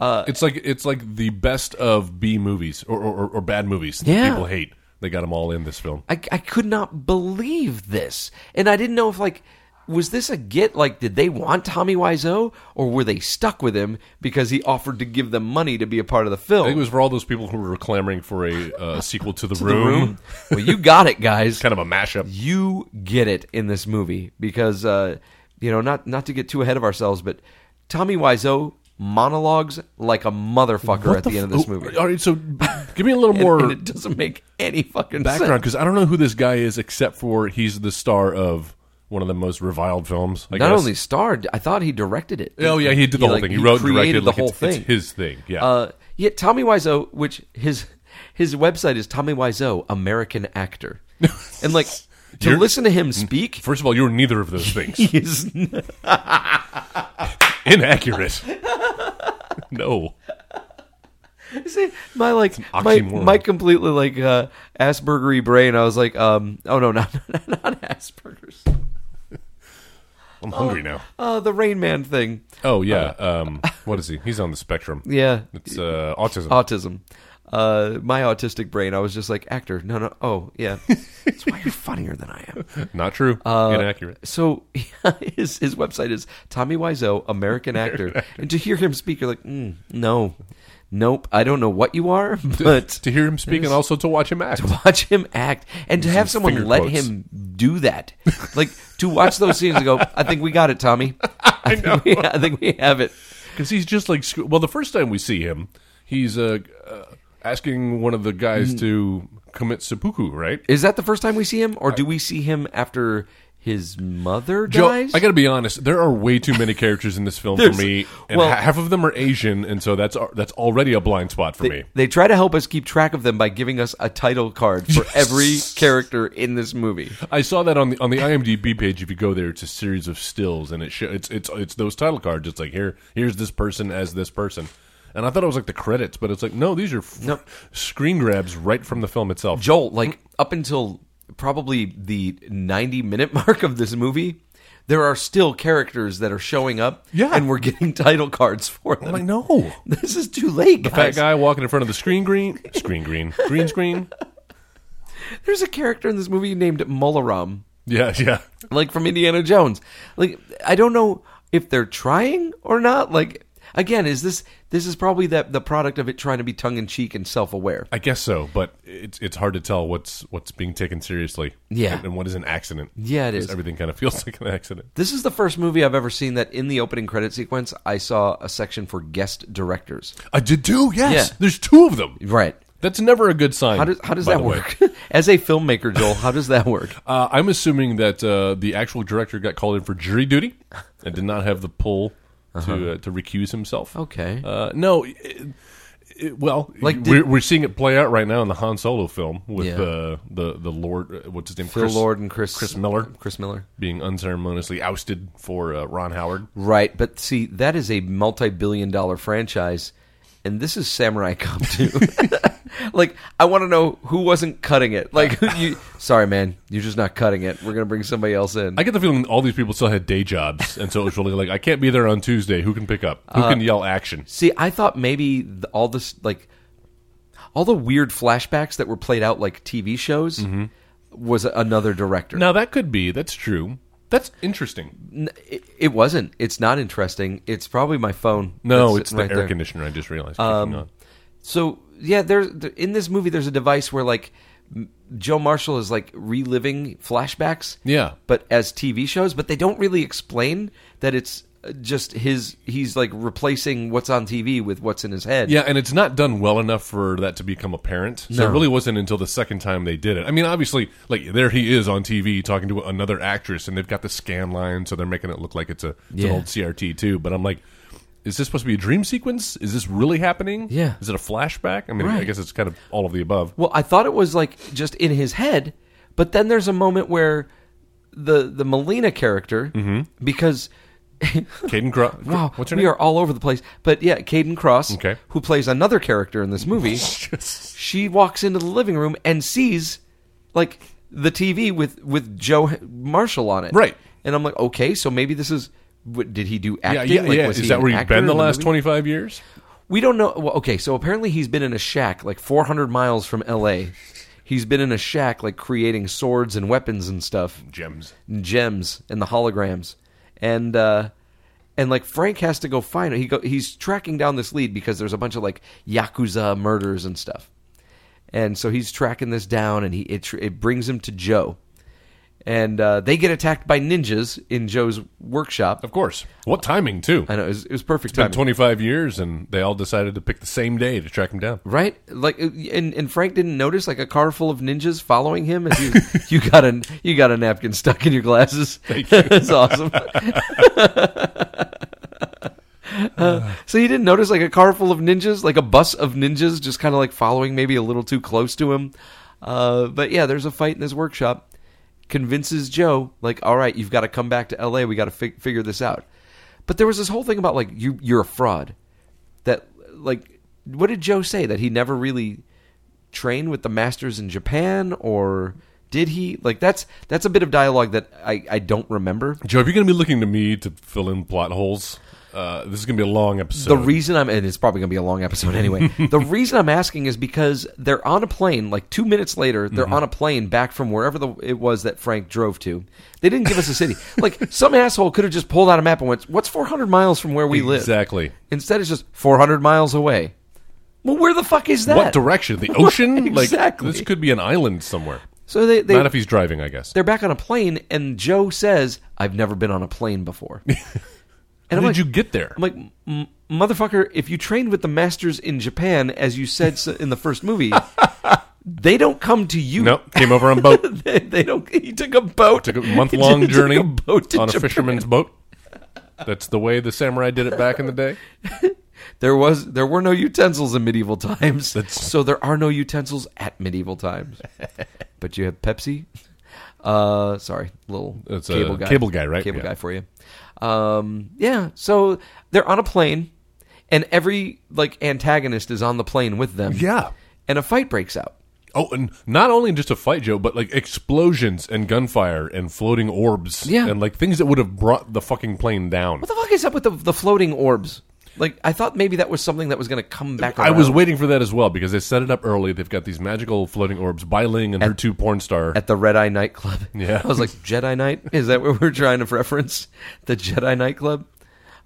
[SPEAKER 4] it's like it's like the best of B movies or or, or bad movies that
[SPEAKER 3] Yeah.
[SPEAKER 4] people hate. They got them all in this film.
[SPEAKER 3] I, I could not believe this, and I didn't know if like was this a get? Like, did they want Tommy Wiseau, or were they stuck with him because he offered to give them money to be a part of the film?
[SPEAKER 4] I think it was for all those people who were clamoring for a
[SPEAKER 3] *laughs*
[SPEAKER 4] uh, sequel to, the,
[SPEAKER 3] The
[SPEAKER 4] room.
[SPEAKER 3] Room? *laughs* well, you got it,
[SPEAKER 4] *laughs*
[SPEAKER 3] guys.
[SPEAKER 4] Kind of a mashup.
[SPEAKER 3] you get it in this movie because uh, you know not not to get too ahead of ourselves, but Tommy Wiseau monologues like a motherfucker at the end of this movie,
[SPEAKER 4] All right, so give me a
[SPEAKER 3] *laughs*
[SPEAKER 4] little
[SPEAKER 3] And-
[SPEAKER 4] more
[SPEAKER 3] and, it doesn't make any fucking
[SPEAKER 4] background
[SPEAKER 3] sense.
[SPEAKER 4] because I don't know who this guy is except for he's the star of one of the most reviled films. I
[SPEAKER 3] Not
[SPEAKER 4] guess.
[SPEAKER 3] only starred, I thought he directed it.
[SPEAKER 4] Oh yeah, he did the whole
[SPEAKER 3] like,
[SPEAKER 4] thing. He, wrote, and
[SPEAKER 3] created
[SPEAKER 4] directed
[SPEAKER 3] the
[SPEAKER 4] like,
[SPEAKER 3] whole
[SPEAKER 4] it's,
[SPEAKER 3] thing.
[SPEAKER 4] It's his thing. Yeah.
[SPEAKER 3] Uh, yet Tommy Wiseau, which his his website is Tommy Wiseau, American
[SPEAKER 4] *laughs*
[SPEAKER 3] actor, and like to
[SPEAKER 4] You're-
[SPEAKER 3] listen to him speak.
[SPEAKER 4] First of all, you're neither of those
[SPEAKER 3] *laughs*
[SPEAKER 4] things.
[SPEAKER 3] he is
[SPEAKER 4] Inaccurate. *laughs* no.
[SPEAKER 3] See, my like
[SPEAKER 4] an
[SPEAKER 3] my,
[SPEAKER 4] oxymoron.
[SPEAKER 3] my completely like uh Aspergery brain. I was like, um, oh no, *laughs* not not, not Asperger's.
[SPEAKER 4] I'm hungry now.
[SPEAKER 3] Uh, the Rain Man thing.
[SPEAKER 4] Oh yeah. Um, what is he? He's on the spectrum.
[SPEAKER 3] Uh, Yeah,
[SPEAKER 4] It's uh, autism.
[SPEAKER 3] autism. Uh, my autistic brain. I was just like actor. No, no. Oh,
[SPEAKER 4] *laughs*
[SPEAKER 3] yeah. That's why you're funnier than I am.
[SPEAKER 4] Not true.
[SPEAKER 3] uh,
[SPEAKER 4] Inaccurate.
[SPEAKER 3] So *laughs* his his website is Tommy Wiseau, American actor.
[SPEAKER 4] *laughs*
[SPEAKER 3] And to hear him speak, you're like, mm, no, nope. I don't know what you
[SPEAKER 4] *laughs*
[SPEAKER 3] are, *laughs* but
[SPEAKER 4] To hear him speak and also to watch
[SPEAKER 3] *laughs*
[SPEAKER 4] him act.
[SPEAKER 3] watch him act and to have
[SPEAKER 4] some
[SPEAKER 3] someone
[SPEAKER 4] finger
[SPEAKER 3] let
[SPEAKER 4] quotes.
[SPEAKER 3] him do that like to watch those scenes
[SPEAKER 4] *laughs*
[SPEAKER 3] and go i think we got it tommy i, think, we, *laughs* I think we have it
[SPEAKER 4] Because he's just like sc- well, the first time we see him, he's uh, uh, asking one of the
[SPEAKER 3] Mm.
[SPEAKER 4] guys to commit seppuku, right?
[SPEAKER 3] is that the first time we see him or do we see him after his mother
[SPEAKER 4] Joe,
[SPEAKER 3] dies
[SPEAKER 4] I got to be honest. There are way too many characters in this film for
[SPEAKER 3] There's-
[SPEAKER 4] me, and
[SPEAKER 3] well-
[SPEAKER 4] ha- half of them are Asian, and so that's al- that's already a blind spot for me.
[SPEAKER 3] they try to help us keep track of them by giving us a title card
[SPEAKER 4] *laughs*
[SPEAKER 3] for every character in this movie
[SPEAKER 4] I saw that on the on the IMDb page. If you go there, it's a series of stills, and it sho it's it's it's those title cards. It's like here here's this person as this person, and I thought it was like the credits, but it's like no, these are f-
[SPEAKER 3] Nope.
[SPEAKER 4] screen grabs right from the film itself.
[SPEAKER 3] Joel, like up until probably the 90 minute *laughs* mark of this movie, there are still characters that are showing up
[SPEAKER 4] Yeah.
[SPEAKER 3] and we're getting *laughs* title cards for them.
[SPEAKER 4] like, no.
[SPEAKER 3] *laughs* This is too late,
[SPEAKER 4] Fat
[SPEAKER 3] guys.
[SPEAKER 4] guy walking in front of the screen green, screen green, green
[SPEAKER 3] *laughs*
[SPEAKER 4] screen.
[SPEAKER 3] There's a character in this movie named Molaram,
[SPEAKER 4] Yeah, yeah.
[SPEAKER 3] like from Indiana Jones. Like I don't know if they're trying or not. Like again, is this this is probably that the product of it trying to be tongue in cheek and self aware.
[SPEAKER 4] I guess so, but it's it's hard to tell what's what's being taken seriously.
[SPEAKER 3] Yeah.
[SPEAKER 4] and, and what is an accident.
[SPEAKER 3] Yeah, it
[SPEAKER 4] 'Cause
[SPEAKER 3] is.
[SPEAKER 4] Everything kind of *laughs* feels like an accident.
[SPEAKER 3] This is the first movie I've ever seen that in the opening credit sequence I saw a section for guest directors.
[SPEAKER 4] I did too. Yes,
[SPEAKER 3] Yeah.
[SPEAKER 4] there's two of them.
[SPEAKER 3] Right.
[SPEAKER 4] That's never a good sign.
[SPEAKER 3] How does how does
[SPEAKER 4] by
[SPEAKER 3] that
[SPEAKER 4] the way.
[SPEAKER 3] work? *laughs* As a filmmaker, Joel, how does that work?
[SPEAKER 4] Uh, I'm assuming that uh, the actual director got called in for jury duty and did not have the pull to uh, to recuse himself.
[SPEAKER 3] Uh-huh. Okay.
[SPEAKER 4] Uh, no. It, it- well,
[SPEAKER 3] Like,
[SPEAKER 4] like
[SPEAKER 3] did-
[SPEAKER 4] we're, we're seeing it play out right now in the Han Solo film with
[SPEAKER 3] Yeah.
[SPEAKER 4] uh, the the Lord, uh, what's his name,
[SPEAKER 3] Phil Lord and Chris
[SPEAKER 4] Chris Miller
[SPEAKER 3] Chris Miller.
[SPEAKER 4] being unceremoniously ousted for uh, Ron Howard.
[SPEAKER 3] Right, but see, that is a multi-billion-dollar franchise, and this is Samurai Cop Two. *laughs* like, I want to know who wasn't cutting it. Like, who you, sorry, man, you're just not cutting it. We're gonna bring somebody else in.
[SPEAKER 4] I get the feeling all these people still had day jobs, and so it was really like, I can't be there on Tuesday. Who can pick up? Who
[SPEAKER 3] Uh,
[SPEAKER 4] can yell action?
[SPEAKER 3] see, I thought maybe the, all this, like, all the weird flashbacks that were played out like TV shows, was another director.
[SPEAKER 4] Now that could be. That's true. That's interesting.
[SPEAKER 3] N- it, it wasn't. It's not interesting. It's probably my phone.
[SPEAKER 4] No,
[SPEAKER 3] that's
[SPEAKER 4] it's the
[SPEAKER 3] sitting right
[SPEAKER 4] air
[SPEAKER 3] there. Um,
[SPEAKER 4] conditioner. I just realized. Keeping on.
[SPEAKER 3] So yeah, there's th- in this movie there's a device where like m- Joe Marshall is like reliving flashbacks.
[SPEAKER 4] Yeah.
[SPEAKER 3] but as TV shows, but they don't really explain that it's uh, just his. He's like replacing what's on TV with what's in his head.
[SPEAKER 4] Yeah, and it's not done well enough for that to become apparent. So
[SPEAKER 3] No.
[SPEAKER 4] it really wasn't until the second time they did it. I mean, obviously, like there he is on TV talking to another actress, and they've got the scan line, so they're making it look like it's a it's
[SPEAKER 3] Yeah.
[SPEAKER 4] an old CRT too. But I'm like, is this supposed to be a dream sequence? Is this really happening?
[SPEAKER 3] Yeah.
[SPEAKER 4] Is it a flashback? I mean, I
[SPEAKER 3] Right.
[SPEAKER 4] guess it's kind of all of the above.
[SPEAKER 3] Well, I thought it was like just in his head, but then there's a moment where the the Melina character
[SPEAKER 4] Mm-hmm.
[SPEAKER 3] because. *laughs*
[SPEAKER 4] Caden Crow.
[SPEAKER 3] Wow,
[SPEAKER 4] What's her
[SPEAKER 3] we
[SPEAKER 4] name?
[SPEAKER 3] are all over the place. But yeah, Caden Cross,
[SPEAKER 4] Okay.
[SPEAKER 3] who plays another character in this
[SPEAKER 4] *laughs*
[SPEAKER 3] movie, she walks into the living room and sees like the TV with with Joe H- Marshall on it.
[SPEAKER 4] Right.
[SPEAKER 3] And I'm like, okay, so maybe this is. What, did he do
[SPEAKER 4] yeah,
[SPEAKER 3] acting?
[SPEAKER 4] yeah,
[SPEAKER 3] Like,
[SPEAKER 4] yeah.
[SPEAKER 3] was
[SPEAKER 4] Is
[SPEAKER 3] he
[SPEAKER 4] that
[SPEAKER 3] an
[SPEAKER 4] where you've
[SPEAKER 3] actor in
[SPEAKER 4] been the last
[SPEAKER 3] movie?
[SPEAKER 4] 25 years?
[SPEAKER 3] we don't know. Well, okay, so apparently he's been in a shack like 400 miles from L.A. He's been in a shack like creating swords and weapons and stuff,
[SPEAKER 4] Gems.
[SPEAKER 3] and gems, and the holograms, and uh, and like Frank has to go find it. He go, he's tracking down this lead because there's a bunch of like yakuza murders and stuff, and so he's tracking this down, and he it, tr- it brings him to Joe, and uh, they get attacked by ninjas in Joe's workshop.
[SPEAKER 4] Of course. What timing too?
[SPEAKER 3] I know it was, it was perfect
[SPEAKER 4] It's been
[SPEAKER 3] timing.
[SPEAKER 4] 25 years, and they all decided to pick the same day to track him down.
[SPEAKER 3] Right, like, uh, and, and Frank didn't notice like a car full of ninjas following him, and you, *laughs* you got a you got a napkin stuck in your glasses. *laughs* That's awesome. Uh, *laughs* so he didn't notice like a car full of ninjas, like a bus of ninjas, just kind of like following maybe a little too close to him. Uh, but yeah, there's a fight in this workshop. Convinces Joe, like, all right, you've got to come back to L.A. We got to fig- figure this out. But there was this whole thing about like you you're a fraud that like what did Joe say that he never really trained with the masters in Japan or did he like that's that's a bit of dialogue that I, I don't remember.
[SPEAKER 4] Joe, if you're going to be looking to me to fill in plot holes, uh, this is going to be a long episode.
[SPEAKER 3] The reason I'm and it's probably going to be a long episode
[SPEAKER 4] *laughs*
[SPEAKER 3] anyway. the reason I'm asking is because they're on a plane. Like two minutes later, they're
[SPEAKER 4] Mm-hmm.
[SPEAKER 3] on a plane back from wherever the, it was that Frank drove to. They didn't give us a
[SPEAKER 4] *laughs*
[SPEAKER 3] city. like some asshole could have just pulled out a map and went, "What's 400 miles from where we live?"
[SPEAKER 4] exactly.
[SPEAKER 3] Instead, it's just 400 miles away. Well, where the fuck is that?
[SPEAKER 4] What direction? The ocean?
[SPEAKER 3] *laughs* exactly.
[SPEAKER 4] Like this could be an island somewhere.
[SPEAKER 3] So they, they
[SPEAKER 4] Not if he's driving, I guess.
[SPEAKER 3] they're back on a plane, and Joe says, "I've never been on a plane
[SPEAKER 4] *laughs*
[SPEAKER 3] before." and
[SPEAKER 4] How
[SPEAKER 3] I'm
[SPEAKER 4] did
[SPEAKER 3] like,
[SPEAKER 4] you get there?
[SPEAKER 3] I'm like, "M- motherfucker, if you trained with the masters in Japan, as you said so- in the first movie,
[SPEAKER 4] *laughs*
[SPEAKER 3] they don't come to you.
[SPEAKER 4] nope, came over on boat.
[SPEAKER 3] *laughs*
[SPEAKER 4] *laughs*
[SPEAKER 3] they, they don't. He took a boat.
[SPEAKER 4] Took a month
[SPEAKER 3] *laughs*
[SPEAKER 4] long
[SPEAKER 3] Took a
[SPEAKER 4] journey
[SPEAKER 3] boat to
[SPEAKER 4] on a
[SPEAKER 3] Japan.
[SPEAKER 4] fisherman's boat. That's the way the samurai did it back in the day.
[SPEAKER 3] There was there were no utensils in medieval times,
[SPEAKER 4] That's-
[SPEAKER 3] so there are no utensils at medieval
[SPEAKER 4] *laughs*
[SPEAKER 3] times. but you have Pepsi. Uh, sorry, little
[SPEAKER 4] It's a
[SPEAKER 3] cable guy.
[SPEAKER 4] cable guy, right?
[SPEAKER 3] Cable
[SPEAKER 4] Yeah.
[SPEAKER 3] guy for you. Um, yeah. So they're on a plane, and every like antagonist is on the plane with them.
[SPEAKER 4] Yeah.
[SPEAKER 3] and a fight breaks out.
[SPEAKER 4] Oh, and not only just a fight, Joe, but like explosions and gunfire and floating orbs.
[SPEAKER 3] Yeah.
[SPEAKER 4] And like things that would have brought the fucking plane down.
[SPEAKER 3] What the fuck is up with the the floating orbs? Like I thought maybe that was something that was going to come back.
[SPEAKER 4] I was
[SPEAKER 3] around.
[SPEAKER 4] waiting for that as well because they set it up early. They've got these magical floating orbs. Bai Ling and her two porn star.
[SPEAKER 3] at the Red Eye nightclub.
[SPEAKER 4] *laughs* Yeah.
[SPEAKER 3] I was like, Jedi Knight? Is that what we're trying to reference? The Jedi nightclub?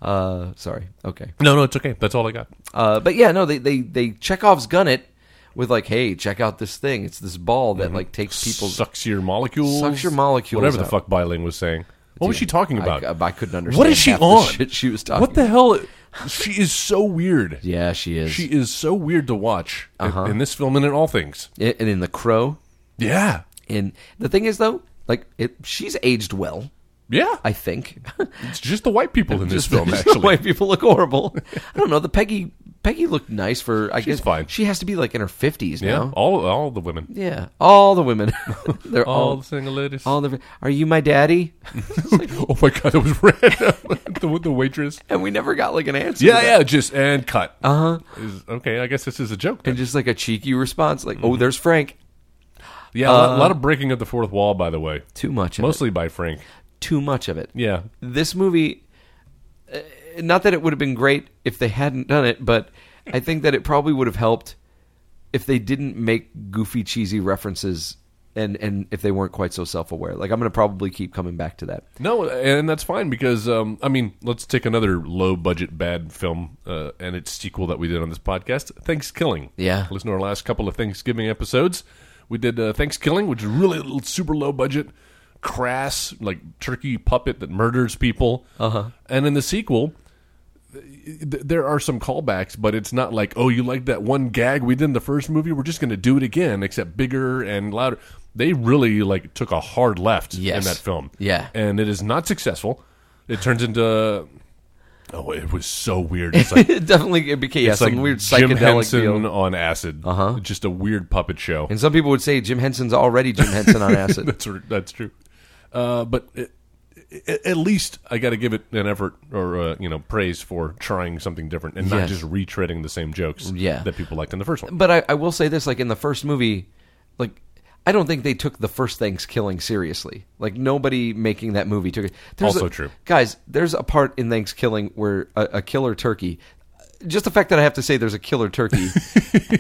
[SPEAKER 3] Uh, sorry. Okay.
[SPEAKER 4] no, no, it's okay. That's all I got.
[SPEAKER 3] Uh, but yeah, no, they, they, they Chekhov's gun it with like, hey, check out this thing. It's this ball that like takes people.
[SPEAKER 4] Mm-hmm. sucks your molecules.
[SPEAKER 3] Sucks your molecules
[SPEAKER 4] Whatever the
[SPEAKER 3] out.
[SPEAKER 4] fuck Bai Ling was saying. What was she talking about?
[SPEAKER 3] I, I couldn't understand.
[SPEAKER 4] what is she
[SPEAKER 3] half the
[SPEAKER 4] on?
[SPEAKER 3] shit she was talking.
[SPEAKER 4] What the hell? She is so weird.
[SPEAKER 3] Yeah, she is.
[SPEAKER 4] She is so weird to watch in-
[SPEAKER 3] Uh-huh.
[SPEAKER 4] in, this film and in all things.
[SPEAKER 3] I- and in the Crow.
[SPEAKER 4] Yeah.
[SPEAKER 3] And the thing is though, like it, she's aged well.
[SPEAKER 4] Yeah.
[SPEAKER 3] I think. *laughs*
[SPEAKER 4] it's just the white people in this
[SPEAKER 3] Just- *laughs*
[SPEAKER 4] film,
[SPEAKER 3] just the
[SPEAKER 4] actually.
[SPEAKER 3] White people look horrible. I don't know. The Peggy Peggy looked nice for. I guess
[SPEAKER 4] fine.
[SPEAKER 3] She has to be like in her fifties
[SPEAKER 4] yeah.
[SPEAKER 3] now.
[SPEAKER 4] All, all the women.
[SPEAKER 3] yeah, all the women. *laughs* They're all
[SPEAKER 4] All
[SPEAKER 3] all
[SPEAKER 4] the
[SPEAKER 3] the,
[SPEAKER 4] single ladies.
[SPEAKER 3] Are you my
[SPEAKER 4] *laughs*
[SPEAKER 3] daddy?
[SPEAKER 4] oh my God, that was *laughs* red. the, the waitress.
[SPEAKER 3] And we never got like an answer. to
[SPEAKER 4] Yeah,
[SPEAKER 3] that. Uh-huh.
[SPEAKER 4] yeah, just and cut. Uh huh. Okay, I guess this is a joke. then.
[SPEAKER 3] And just like a cheeky response, like,
[SPEAKER 4] Mm-hmm.
[SPEAKER 3] "Oh, there's Frank."
[SPEAKER 4] yeah, a lot, lot of breaking of the fourth wall, by the way.
[SPEAKER 3] uh, Too much. Of
[SPEAKER 4] Mostly by Frank.
[SPEAKER 3] it. Too much of it.
[SPEAKER 4] Yeah.
[SPEAKER 3] This movie. uh, Not that it would have been great if they hadn't done it, but I think that it probably would have helped if they didn't make goofy, cheesy references, and and if they weren't quite so self aware. Like I'm going to probably keep coming back to that. *laughs*
[SPEAKER 4] No, and that's fine because um, I mean, let's take another low-budget bad film uh, and its sequel that we did on this podcast, Thanksgiving.
[SPEAKER 3] Yeah.
[SPEAKER 4] listen to our last couple of Thanksgiving episodes. We did uh, Thanksgiving, which is really l- super low-budget, crass, like turkey puppet that murders people. Uh
[SPEAKER 3] Uh-huh.
[SPEAKER 4] huh. And in the sequel, th- there are some callbacks, but it's not like, oh, you like that one gag we did in the first movie? We're just going to do it again, except bigger and louder. They really like took a hard left
[SPEAKER 3] Yes.
[SPEAKER 4] in that film.
[SPEAKER 3] Yeah.
[SPEAKER 4] and it is not successful. It turns into oh, it was so weird. It's like
[SPEAKER 3] it definitely it became *laughs* yeah,
[SPEAKER 4] it's like
[SPEAKER 3] some weird
[SPEAKER 4] Jim
[SPEAKER 3] psychedelic
[SPEAKER 4] Henson
[SPEAKER 3] deal. Uh-huh.
[SPEAKER 4] on acid. Uh huh. Just a weird puppet show.
[SPEAKER 3] And some people would say Jim Henson's already Jim Henson on acid.
[SPEAKER 4] *laughs* that's r- that's true. Uh, but it, it, at least I got to give it an effort or uh, you know praise for trying something different and not
[SPEAKER 3] Yes.
[SPEAKER 4] just retreading the same jokes
[SPEAKER 3] Yeah.
[SPEAKER 4] that people liked in the first one.
[SPEAKER 3] but I, I will say this: like in the first movie, like I don't think they took the first Thanks killing seriously. Like nobody making that movie took it. There's
[SPEAKER 4] Also
[SPEAKER 3] a-
[SPEAKER 4] true.
[SPEAKER 3] guys. There's a part in Thanks killing where a, a killer turkey. just the fact that I have to say there's a killer
[SPEAKER 4] *laughs*
[SPEAKER 3] turkey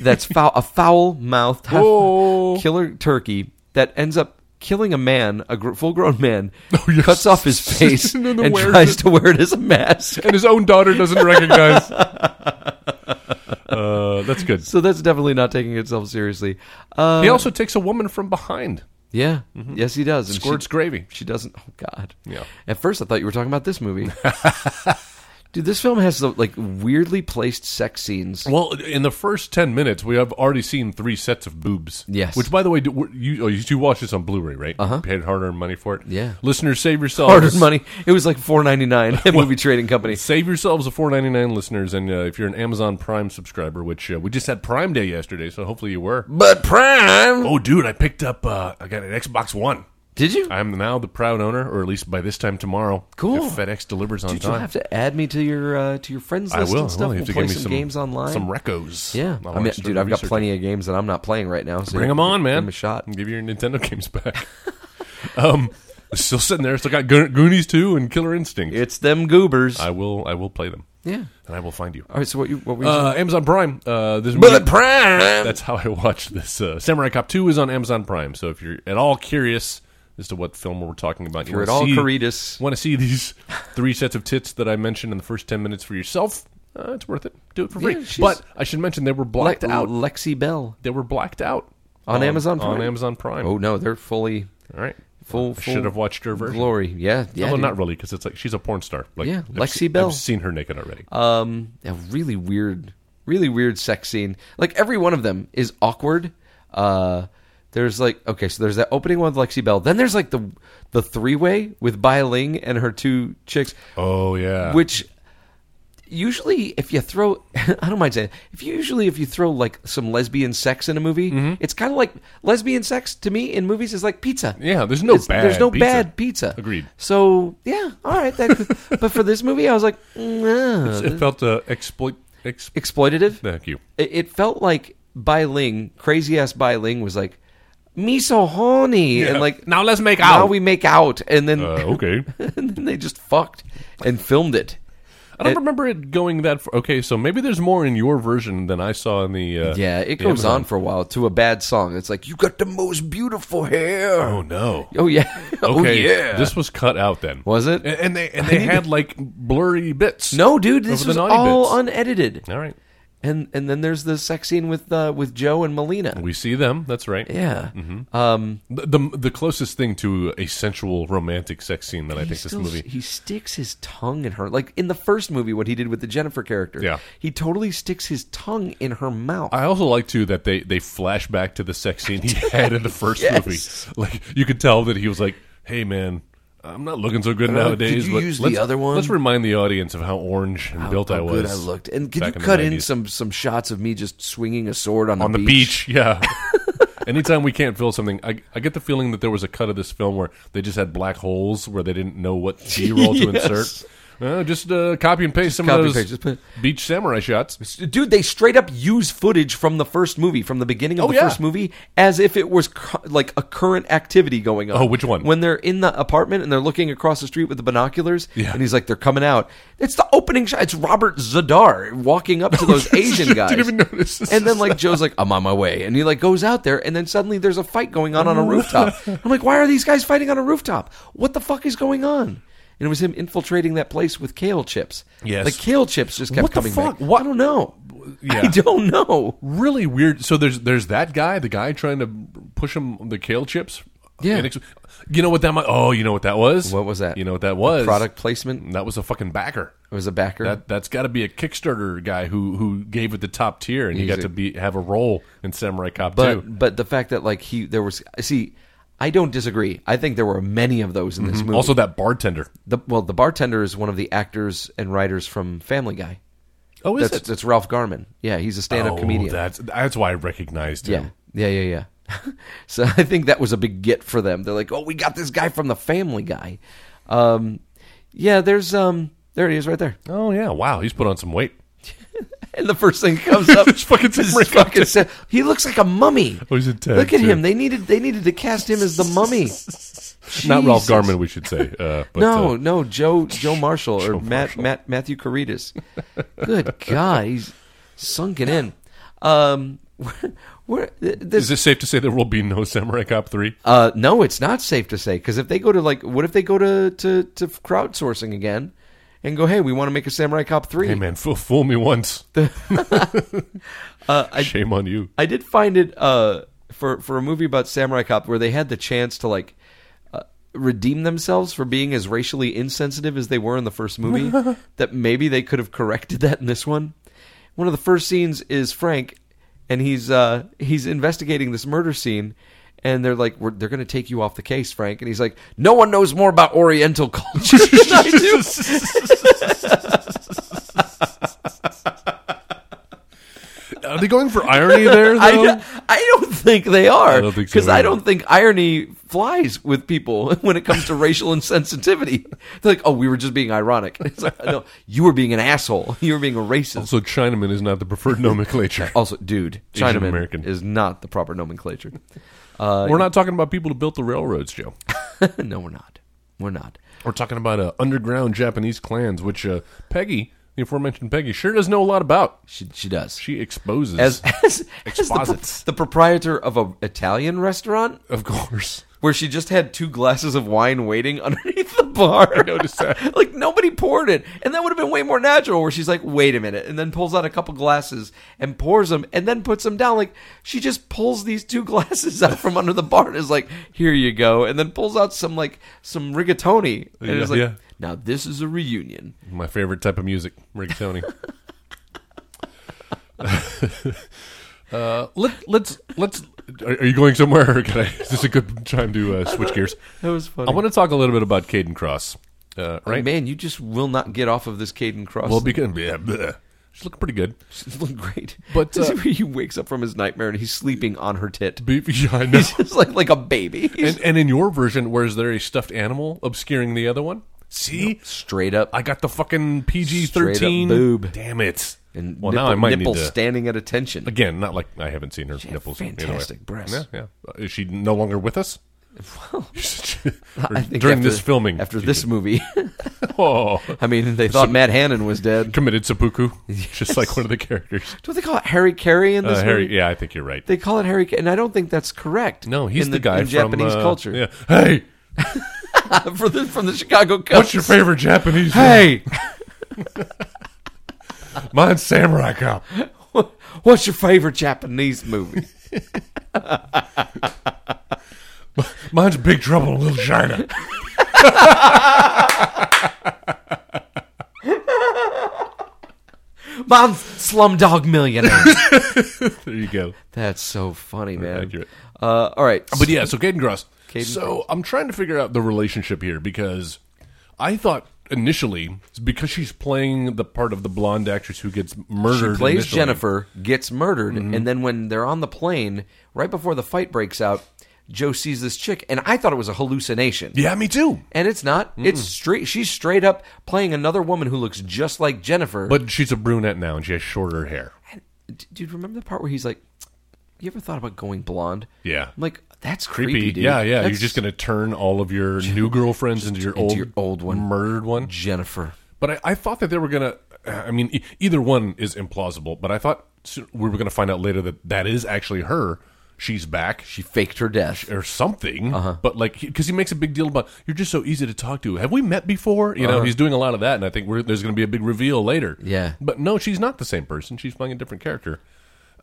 [SPEAKER 3] that's foul, a foul mouthed
[SPEAKER 4] Whoa.
[SPEAKER 3] killer turkey that ends up killing a man, a gr- full grown
[SPEAKER 4] *laughs*
[SPEAKER 3] man,
[SPEAKER 4] Oh, yes.
[SPEAKER 3] cuts off
[SPEAKER 4] *laughs*
[SPEAKER 3] his face
[SPEAKER 4] And
[SPEAKER 3] and,
[SPEAKER 4] then wears
[SPEAKER 3] tries
[SPEAKER 4] it.
[SPEAKER 3] to wear it as a mask.
[SPEAKER 4] and his own daughter
[SPEAKER 3] *laughs*
[SPEAKER 4] doesn't recognize. uh, that's good.
[SPEAKER 3] So that's definitely not taking itself seriously. Uh,
[SPEAKER 4] He also takes a woman from behind,
[SPEAKER 3] yeah, yes, he does. And she-
[SPEAKER 4] Mm-hmm. squirts gravy.
[SPEAKER 3] She doesn't. Oh God.
[SPEAKER 4] Yeah.
[SPEAKER 3] At first, I thought you were talking about this
[SPEAKER 4] *laughs*
[SPEAKER 3] movie. Dude, this film has the, like weirdly placed sex scenes.
[SPEAKER 4] Well, in the first ten minutes, we have already seen three sets of boobs.
[SPEAKER 3] Yes. Uh-huh.
[SPEAKER 4] Which, by the way, do, were- you oh, you do watch this on Blu-ray, right? Uh huh. Paid hard-earned money for it.
[SPEAKER 3] Yeah.
[SPEAKER 4] Listeners, save yourselves
[SPEAKER 3] Hard earned money. It was like four ninety
[SPEAKER 4] *laughs*
[SPEAKER 3] nine at movie trading company.
[SPEAKER 4] Save yourselves a four ninety nine, listeners, and uh, if you're an Amazon Prime subscriber, which uh, we just had Prime Day yesterday, so hopefully you were.
[SPEAKER 3] But Prime,
[SPEAKER 4] Oh, dude, I picked up. Uh, I got an Xbox One.
[SPEAKER 3] did you?
[SPEAKER 4] I'm now the proud owner, or at least by this time tomorrow.
[SPEAKER 3] Cool.
[SPEAKER 4] If FedEx delivers on
[SPEAKER 3] Dude,
[SPEAKER 4] time,
[SPEAKER 3] you'll have to add me to your uh, to your friends
[SPEAKER 4] I
[SPEAKER 3] list
[SPEAKER 4] will.
[SPEAKER 3] and stuff.
[SPEAKER 4] I will.
[SPEAKER 3] We'll
[SPEAKER 4] You have to
[SPEAKER 3] play
[SPEAKER 4] give me
[SPEAKER 3] some, games online.
[SPEAKER 4] Some recos.
[SPEAKER 3] yeah,
[SPEAKER 4] I'll
[SPEAKER 3] I mean,
[SPEAKER 4] watch
[SPEAKER 3] dude,
[SPEAKER 4] the
[SPEAKER 3] I've got
[SPEAKER 4] research.
[SPEAKER 3] plenty of games that I'm not playing right now. So
[SPEAKER 4] Bring them on, man.
[SPEAKER 3] Give 'em a shot.
[SPEAKER 4] Give your Nintendo *laughs* games back. um, still sitting there. Still got Go- Goonies two and Killer Instinct.
[SPEAKER 3] It's them goobers.
[SPEAKER 4] I will. I will play them,
[SPEAKER 3] yeah.
[SPEAKER 4] and I will find you.
[SPEAKER 3] All right. So what you what were you saying?
[SPEAKER 4] Uh, Amazon Prime. Uh, this movie-
[SPEAKER 3] Prime.
[SPEAKER 4] That's how I *laughs* watched this. Uh, Samurai Cop two is on Amazon Prime. So if you're at all curious as to what film we're talking about,
[SPEAKER 3] We're at all Caritas.
[SPEAKER 4] want to see these *laughs* three sets of tits that I mentioned in the first 10 minutes for yourself, uh, it's worth it. Do it for free.
[SPEAKER 3] Yeah, she's-
[SPEAKER 4] but I should mention they were blacked
[SPEAKER 3] Le-
[SPEAKER 4] out.
[SPEAKER 3] Lexi Bell
[SPEAKER 4] They were blacked out.
[SPEAKER 3] on, Amazon. Prime?
[SPEAKER 4] On Amazon Prime.
[SPEAKER 3] Oh no, they're fully
[SPEAKER 4] All right.
[SPEAKER 3] full. full
[SPEAKER 4] Should have watched her version.
[SPEAKER 3] Glory. Yeah. Yeah.
[SPEAKER 4] Although
[SPEAKER 3] dude.
[SPEAKER 4] not really, because it's like she's a porn star. Like,
[SPEAKER 3] Yeah,
[SPEAKER 4] I've
[SPEAKER 3] Lexi
[SPEAKER 4] se-
[SPEAKER 3] Bell.
[SPEAKER 4] I've seen her naked already.
[SPEAKER 3] um a really weird really weird sex scene like every one of them is awkward uh there's like okay so there's that opening one with lexi bell then there's like the the three-way with bai ling and her two chicks
[SPEAKER 4] oh yeah.
[SPEAKER 3] which usually if you throw *laughs* i don't mind saying if you usually if you throw like some lesbian sex in a movie
[SPEAKER 4] Mm-hmm.
[SPEAKER 3] it's kind of like lesbian sex to me in movies is like pizza
[SPEAKER 4] Yeah, there's no
[SPEAKER 3] It's-
[SPEAKER 4] bad
[SPEAKER 3] there's no
[SPEAKER 4] pizza.
[SPEAKER 3] bad pizza
[SPEAKER 4] Agreed.
[SPEAKER 3] so yeah all right that, *laughs* but for this movie i was like nah,
[SPEAKER 4] *laughs* it felt uh, exploit. Ex-
[SPEAKER 3] exploitative
[SPEAKER 4] thank you.
[SPEAKER 3] it, it felt like Bai Ling, crazy ass Bai Ling, was like, "Me so horny," and like,
[SPEAKER 4] now let's make
[SPEAKER 3] now
[SPEAKER 4] out.
[SPEAKER 3] we make out," and then,
[SPEAKER 4] uh, okay.
[SPEAKER 3] *laughs* and then they just fucked and filmed it.
[SPEAKER 4] I don't
[SPEAKER 3] It-
[SPEAKER 4] remember it going that far. Okay, so maybe there's more in your version than I saw in the. Uh,
[SPEAKER 3] Yeah, it
[SPEAKER 4] the
[SPEAKER 3] goes
[SPEAKER 4] Amazon.
[SPEAKER 3] on for a while to a bad song. It's like, "You got the most beautiful hair."
[SPEAKER 4] Oh no.
[SPEAKER 3] Oh yeah, *laughs* oh
[SPEAKER 4] Okay,
[SPEAKER 3] yeah.
[SPEAKER 4] This was cut out then.
[SPEAKER 3] Was it?
[SPEAKER 4] And, and they and they
[SPEAKER 3] need
[SPEAKER 4] had like blurry bits.
[SPEAKER 3] no, dude, this
[SPEAKER 4] Over
[SPEAKER 3] was
[SPEAKER 4] the naughty
[SPEAKER 3] all
[SPEAKER 4] bits.
[SPEAKER 3] unedited.
[SPEAKER 4] All right.
[SPEAKER 3] And and then there's the sex scene with uh, with Joe and Melina.
[SPEAKER 4] We Mm-hmm. see them. That's right.
[SPEAKER 3] Yeah. Um,
[SPEAKER 4] The, the the closest thing to a sensual romantic sex scene that I
[SPEAKER 3] He
[SPEAKER 4] think this
[SPEAKER 3] still-
[SPEAKER 4] movie.
[SPEAKER 3] He sticks his tongue in her, like in the first movie, what he did with the Jennifer character.
[SPEAKER 4] Yeah.
[SPEAKER 3] he totally sticks his tongue in her mouth.
[SPEAKER 4] I also like too that they they flash back to the sex
[SPEAKER 3] *laughs*
[SPEAKER 4] scene he had in the first
[SPEAKER 3] Yes.
[SPEAKER 4] movie. Like you could tell that he was like, "Hey man, I'm not looking so good
[SPEAKER 3] know,
[SPEAKER 4] nowadays."
[SPEAKER 3] did Uh, you
[SPEAKER 4] but
[SPEAKER 3] use the
[SPEAKER 4] let's-
[SPEAKER 3] other one?
[SPEAKER 4] Let's remind the audience of how orange and built
[SPEAKER 3] How
[SPEAKER 4] I was.
[SPEAKER 3] good I looked. And could you
[SPEAKER 4] back in the
[SPEAKER 3] cut in
[SPEAKER 4] 90s.
[SPEAKER 3] some some shots of me just swinging a sword on the
[SPEAKER 4] on the beach.
[SPEAKER 3] *laughs*
[SPEAKER 4] Yeah. Anytime we can't fill something, I, I get the feeling that there was a cut of this film where they just had black holes where they didn't
[SPEAKER 3] *laughs*
[SPEAKER 4] know what G roll to
[SPEAKER 3] Yes.
[SPEAKER 4] insert. Uh, just uh, copy and paste some
[SPEAKER 3] copy
[SPEAKER 4] of
[SPEAKER 3] and
[SPEAKER 4] those
[SPEAKER 3] paste. Just put-
[SPEAKER 4] beach samurai shots.
[SPEAKER 3] Dude, they straight up use footage from the first movie, from the beginning of
[SPEAKER 4] Oh,
[SPEAKER 3] the
[SPEAKER 4] yeah.
[SPEAKER 3] first movie, as if it was cu- like a current activity going on.
[SPEAKER 4] Oh, which one?
[SPEAKER 3] When they're in the apartment and they're looking across the street with the binoculars,
[SPEAKER 4] Yeah.
[SPEAKER 3] and he's like, "They're coming out." It's the opening shot. It's Robert Zadar walking up
[SPEAKER 4] *laughs*
[SPEAKER 3] to those Asian guys.
[SPEAKER 4] Didn't even notice.
[SPEAKER 3] And then like Joe's like, "I'm on my way," and he like goes out there, and then suddenly there's a fight going on on a rooftop. I'm like, "Why are these guys fighting on a rooftop? What the fuck is going on?" And it was him infiltrating that place with kale chips.
[SPEAKER 4] Yes.
[SPEAKER 3] the kale chips just kept
[SPEAKER 4] What the
[SPEAKER 3] coming
[SPEAKER 4] fuck?
[SPEAKER 3] back.
[SPEAKER 4] What-
[SPEAKER 3] I don't know.
[SPEAKER 4] Yeah.
[SPEAKER 3] I don't know.
[SPEAKER 4] really weird. So there's there's that guy, the guy trying to push him the kale chips.
[SPEAKER 3] Yeah.
[SPEAKER 4] And ex- you know what that? mi- Oh, you know what that was?
[SPEAKER 3] What was that?
[SPEAKER 4] You know what
[SPEAKER 3] The
[SPEAKER 4] that was?
[SPEAKER 3] product placement.
[SPEAKER 4] That was a fucking backer.
[SPEAKER 3] It was a backer.
[SPEAKER 4] That that's got to be a Kickstarter guy who who gave it the top tier, and he got
[SPEAKER 3] He's a-
[SPEAKER 4] to be have a role in Samurai Cop
[SPEAKER 3] but
[SPEAKER 4] too.
[SPEAKER 3] but the fact that like he there was see. I don't disagree. I think there were many of those in this movie.
[SPEAKER 4] Mm-hmm. Also, that bartender.
[SPEAKER 3] the, well, the bartender is one of the actors and writers from Family Guy.
[SPEAKER 4] Oh,
[SPEAKER 3] that's, that's Ralph Garman. Yeah, he's a stand-up
[SPEAKER 4] oh,
[SPEAKER 3] comedian.
[SPEAKER 4] That's that's why I recognized
[SPEAKER 3] Yeah,
[SPEAKER 4] him.
[SPEAKER 3] yeah, yeah, yeah. *laughs* so I think that was a big get for them. They're like, "Oh, we got this guy from the Family Guy." Um, yeah, there's um, there *laughs* he is right there.
[SPEAKER 4] Oh yeah, wow, he's put on some weight.
[SPEAKER 3] and the first thing that
[SPEAKER 4] *laughs*
[SPEAKER 3] comes up
[SPEAKER 4] It's fucking Tim
[SPEAKER 3] is
[SPEAKER 4] Ricketts.
[SPEAKER 3] fucking Sam- He looks like a mummy.
[SPEAKER 4] Oh, he's in tag,
[SPEAKER 3] Look at
[SPEAKER 4] too.
[SPEAKER 3] him. They needed they needed to cast him as the mummy.
[SPEAKER 4] Not Ralph
[SPEAKER 3] Jesus.
[SPEAKER 4] Garman, we should say. Uh, but,
[SPEAKER 3] no,
[SPEAKER 4] uh,
[SPEAKER 3] no, Joe *laughs* Joe Marshall or
[SPEAKER 4] Joe
[SPEAKER 3] Matt,
[SPEAKER 4] Marshall.
[SPEAKER 3] Matt Matthew Caritas. *laughs* Good God, he's sunken in. Um, *laughs* where, where th-
[SPEAKER 4] is
[SPEAKER 3] this?
[SPEAKER 4] it safe to say there will be no Samurai Cop three?
[SPEAKER 3] Uh, no, it's not safe to say because if they go to like, what if they go to to to crowdsourcing again and go, hey, we want to make a Samurai Cop three?
[SPEAKER 4] Hey man, fool, fool me
[SPEAKER 3] *laughs*
[SPEAKER 4] once. Shame on you.
[SPEAKER 3] Uh, I did find it uh, for for a movie about Samurai Cop where they had the chance to like uh, redeem themselves for being as racially insensitive as they were in the first movie. that maybe they could have corrected that in this one. One of the first scenes is Frank, and he's uh, he's investigating this murder scene. And they're like, We're, they're going to take you off the case, Frank. And he's like, no one knows more about Oriental culture than I do.
[SPEAKER 4] Are they going for irony there?
[SPEAKER 3] *laughs* I,
[SPEAKER 4] Though?
[SPEAKER 3] I don't think they are
[SPEAKER 4] I don't think so
[SPEAKER 3] because I
[SPEAKER 4] either.
[SPEAKER 3] don't think irony flies with people *laughs* when it comes to racial insensitivity. They're like, "Oh, we were just being ironic." *laughs* It's like, no, you were being an asshole. *laughs* You were being a racist.
[SPEAKER 4] So Chinaman is not the preferred nomenclature.
[SPEAKER 3] *laughs* Also, dude,
[SPEAKER 4] Asian
[SPEAKER 3] Chinaman
[SPEAKER 4] American.
[SPEAKER 3] is not the proper nomenclature. *laughs*
[SPEAKER 4] We're not talking about people who built the railroads, Joe.
[SPEAKER 3] no, we're not. We're not.
[SPEAKER 4] We're talking about uh, underground Japanese clans, which uh, Peggy, the aforementioned Peggy, sure does know a lot about.
[SPEAKER 3] She, she does.
[SPEAKER 4] She exposes,
[SPEAKER 3] as as, as the,
[SPEAKER 4] Exposits.
[SPEAKER 3] pro- the proprietor of a Italian restaurant
[SPEAKER 4] of course.
[SPEAKER 3] where she just had two glasses of wine waiting *laughs* underneath the bar. I
[SPEAKER 4] noticed that.
[SPEAKER 3] *laughs* like nobody poured it, and that would have been way more natural. Where she's like, "Wait a minute," and then pulls out a couple glasses and pours them, and then puts them down. Like she just pulls these two *laughs* glasses out from under the bar and is like, "Here you go," and then pulls out some like some rigatoni, and
[SPEAKER 4] Yeah,
[SPEAKER 3] is like,
[SPEAKER 4] yeah.
[SPEAKER 3] "Now this is a reunion."
[SPEAKER 4] My favorite type of music,
[SPEAKER 3] *laughs*
[SPEAKER 4] rigatoni. *laughs* uh, let, let's let's. Are, are you going somewhere? Or can I, is this a good time to uh, switch gears?
[SPEAKER 3] That was funny.
[SPEAKER 4] I want to talk a little bit about Caden Cross, uh, right?
[SPEAKER 3] Man, you just will not get off of this Caden Cross. *laughs*
[SPEAKER 4] well, because yeah, bleh. she's looking pretty good.
[SPEAKER 3] She's looking great. *laughs*
[SPEAKER 4] But, uh,
[SPEAKER 3] he wakes up from his nightmare and he's sleeping on her tit.
[SPEAKER 4] Be- yeah, *laughs* I know.
[SPEAKER 3] *laughs* It's like like a baby.
[SPEAKER 4] and, and in your version, where is there a stuffed animal obscuring the other one? See,
[SPEAKER 3] Straight up
[SPEAKER 4] I got the fucking PG
[SPEAKER 3] Straight
[SPEAKER 4] thirteen
[SPEAKER 3] up boob.
[SPEAKER 4] Damn it!
[SPEAKER 3] and
[SPEAKER 4] well,
[SPEAKER 3] nipple,
[SPEAKER 4] now I might
[SPEAKER 3] nipple
[SPEAKER 4] need to.
[SPEAKER 3] standing at attention.
[SPEAKER 4] Again, not like I haven't seen her nipples. in a way.
[SPEAKER 3] fantastic breasts.
[SPEAKER 4] Yeah, yeah. Uh, Is she no longer with us? *laughs* Well,
[SPEAKER 3] *laughs* I think
[SPEAKER 4] during
[SPEAKER 3] after-
[SPEAKER 4] this filming,
[SPEAKER 3] after
[SPEAKER 4] she
[SPEAKER 3] this movie, *laughs*
[SPEAKER 4] did- *laughs* oh,
[SPEAKER 3] I mean, they thought Matt Hannon was dead.
[SPEAKER 4] *laughs*
[SPEAKER 3] *laughs*
[SPEAKER 4] committed seppuku, just like one of the characters.
[SPEAKER 3] Do they call it Harry Carey in
[SPEAKER 4] Uh,
[SPEAKER 3] this
[SPEAKER 4] Harry,
[SPEAKER 3] movie?
[SPEAKER 4] yeah, I think you're right.
[SPEAKER 3] They call it Harry, Ca- and I don't think that's correct.
[SPEAKER 4] no, he's
[SPEAKER 3] in
[SPEAKER 4] the, guy
[SPEAKER 3] in
[SPEAKER 4] from
[SPEAKER 3] Japanese
[SPEAKER 4] uh,
[SPEAKER 3] culture *laughs*
[SPEAKER 4] Yeah. Hey,
[SPEAKER 3] from the from the Chicago Cubs.
[SPEAKER 4] what's your favorite Japanese?
[SPEAKER 3] Hey, *laughs*
[SPEAKER 4] movie? mine's Samurai Cop.
[SPEAKER 3] what's your favorite Japanese
[SPEAKER 4] *laughs*
[SPEAKER 3] movie?
[SPEAKER 4] Mine's Big Trouble in
[SPEAKER 3] *laughs*
[SPEAKER 4] Little China.
[SPEAKER 3] Mom's Slumdog
[SPEAKER 4] *laughs*
[SPEAKER 3] Millionaire.
[SPEAKER 4] there you go.
[SPEAKER 3] that's so funny, man.
[SPEAKER 4] Accurate.
[SPEAKER 3] Uh, all right,
[SPEAKER 4] But yeah, so Caden Gross.
[SPEAKER 3] Caden
[SPEAKER 4] so I'm trying to figure out the relationship here because I thought initially it's because she's playing the part of the blonde actress who gets murdered.
[SPEAKER 3] She plays
[SPEAKER 4] initially. Mm-hmm.
[SPEAKER 3] Jennifer, gets murdered, and then when they're on the plane, right before the fight breaks out, Joe sees this chick, and I thought it was a hallucination.
[SPEAKER 4] Yeah, me too.
[SPEAKER 3] And it's not. It's straight. She's straight up playing another woman who looks just like Jennifer.
[SPEAKER 4] But she's a brunette now and she has shorter hair.
[SPEAKER 3] D- dude, remember the part where he's like, "You ever thought about going blonde?"
[SPEAKER 4] Yeah.
[SPEAKER 3] I'm like that's creepy.
[SPEAKER 4] Creepy.
[SPEAKER 3] dude.
[SPEAKER 4] Yeah, yeah.
[SPEAKER 3] That's
[SPEAKER 4] You're just gonna turn all of your new girlfriends into your
[SPEAKER 3] into
[SPEAKER 4] old,
[SPEAKER 3] your old one.
[SPEAKER 4] murdered one.
[SPEAKER 3] Jennifer.
[SPEAKER 4] But I, I thought that they were gonna. I mean, e- either one is implausible. But I thought so- we were gonna find out later that that is actually her. She's back.
[SPEAKER 3] She faked her death.
[SPEAKER 4] or something.
[SPEAKER 3] Uh-huh.
[SPEAKER 4] But like, because he, makes a big deal about you're just so easy to talk to. Have we met before? You know, he's doing a lot of that, and I think we're, there's going to be a big reveal later.
[SPEAKER 3] Uh-huh. Yeah.
[SPEAKER 4] But no, she's not the same person. She's playing a different character.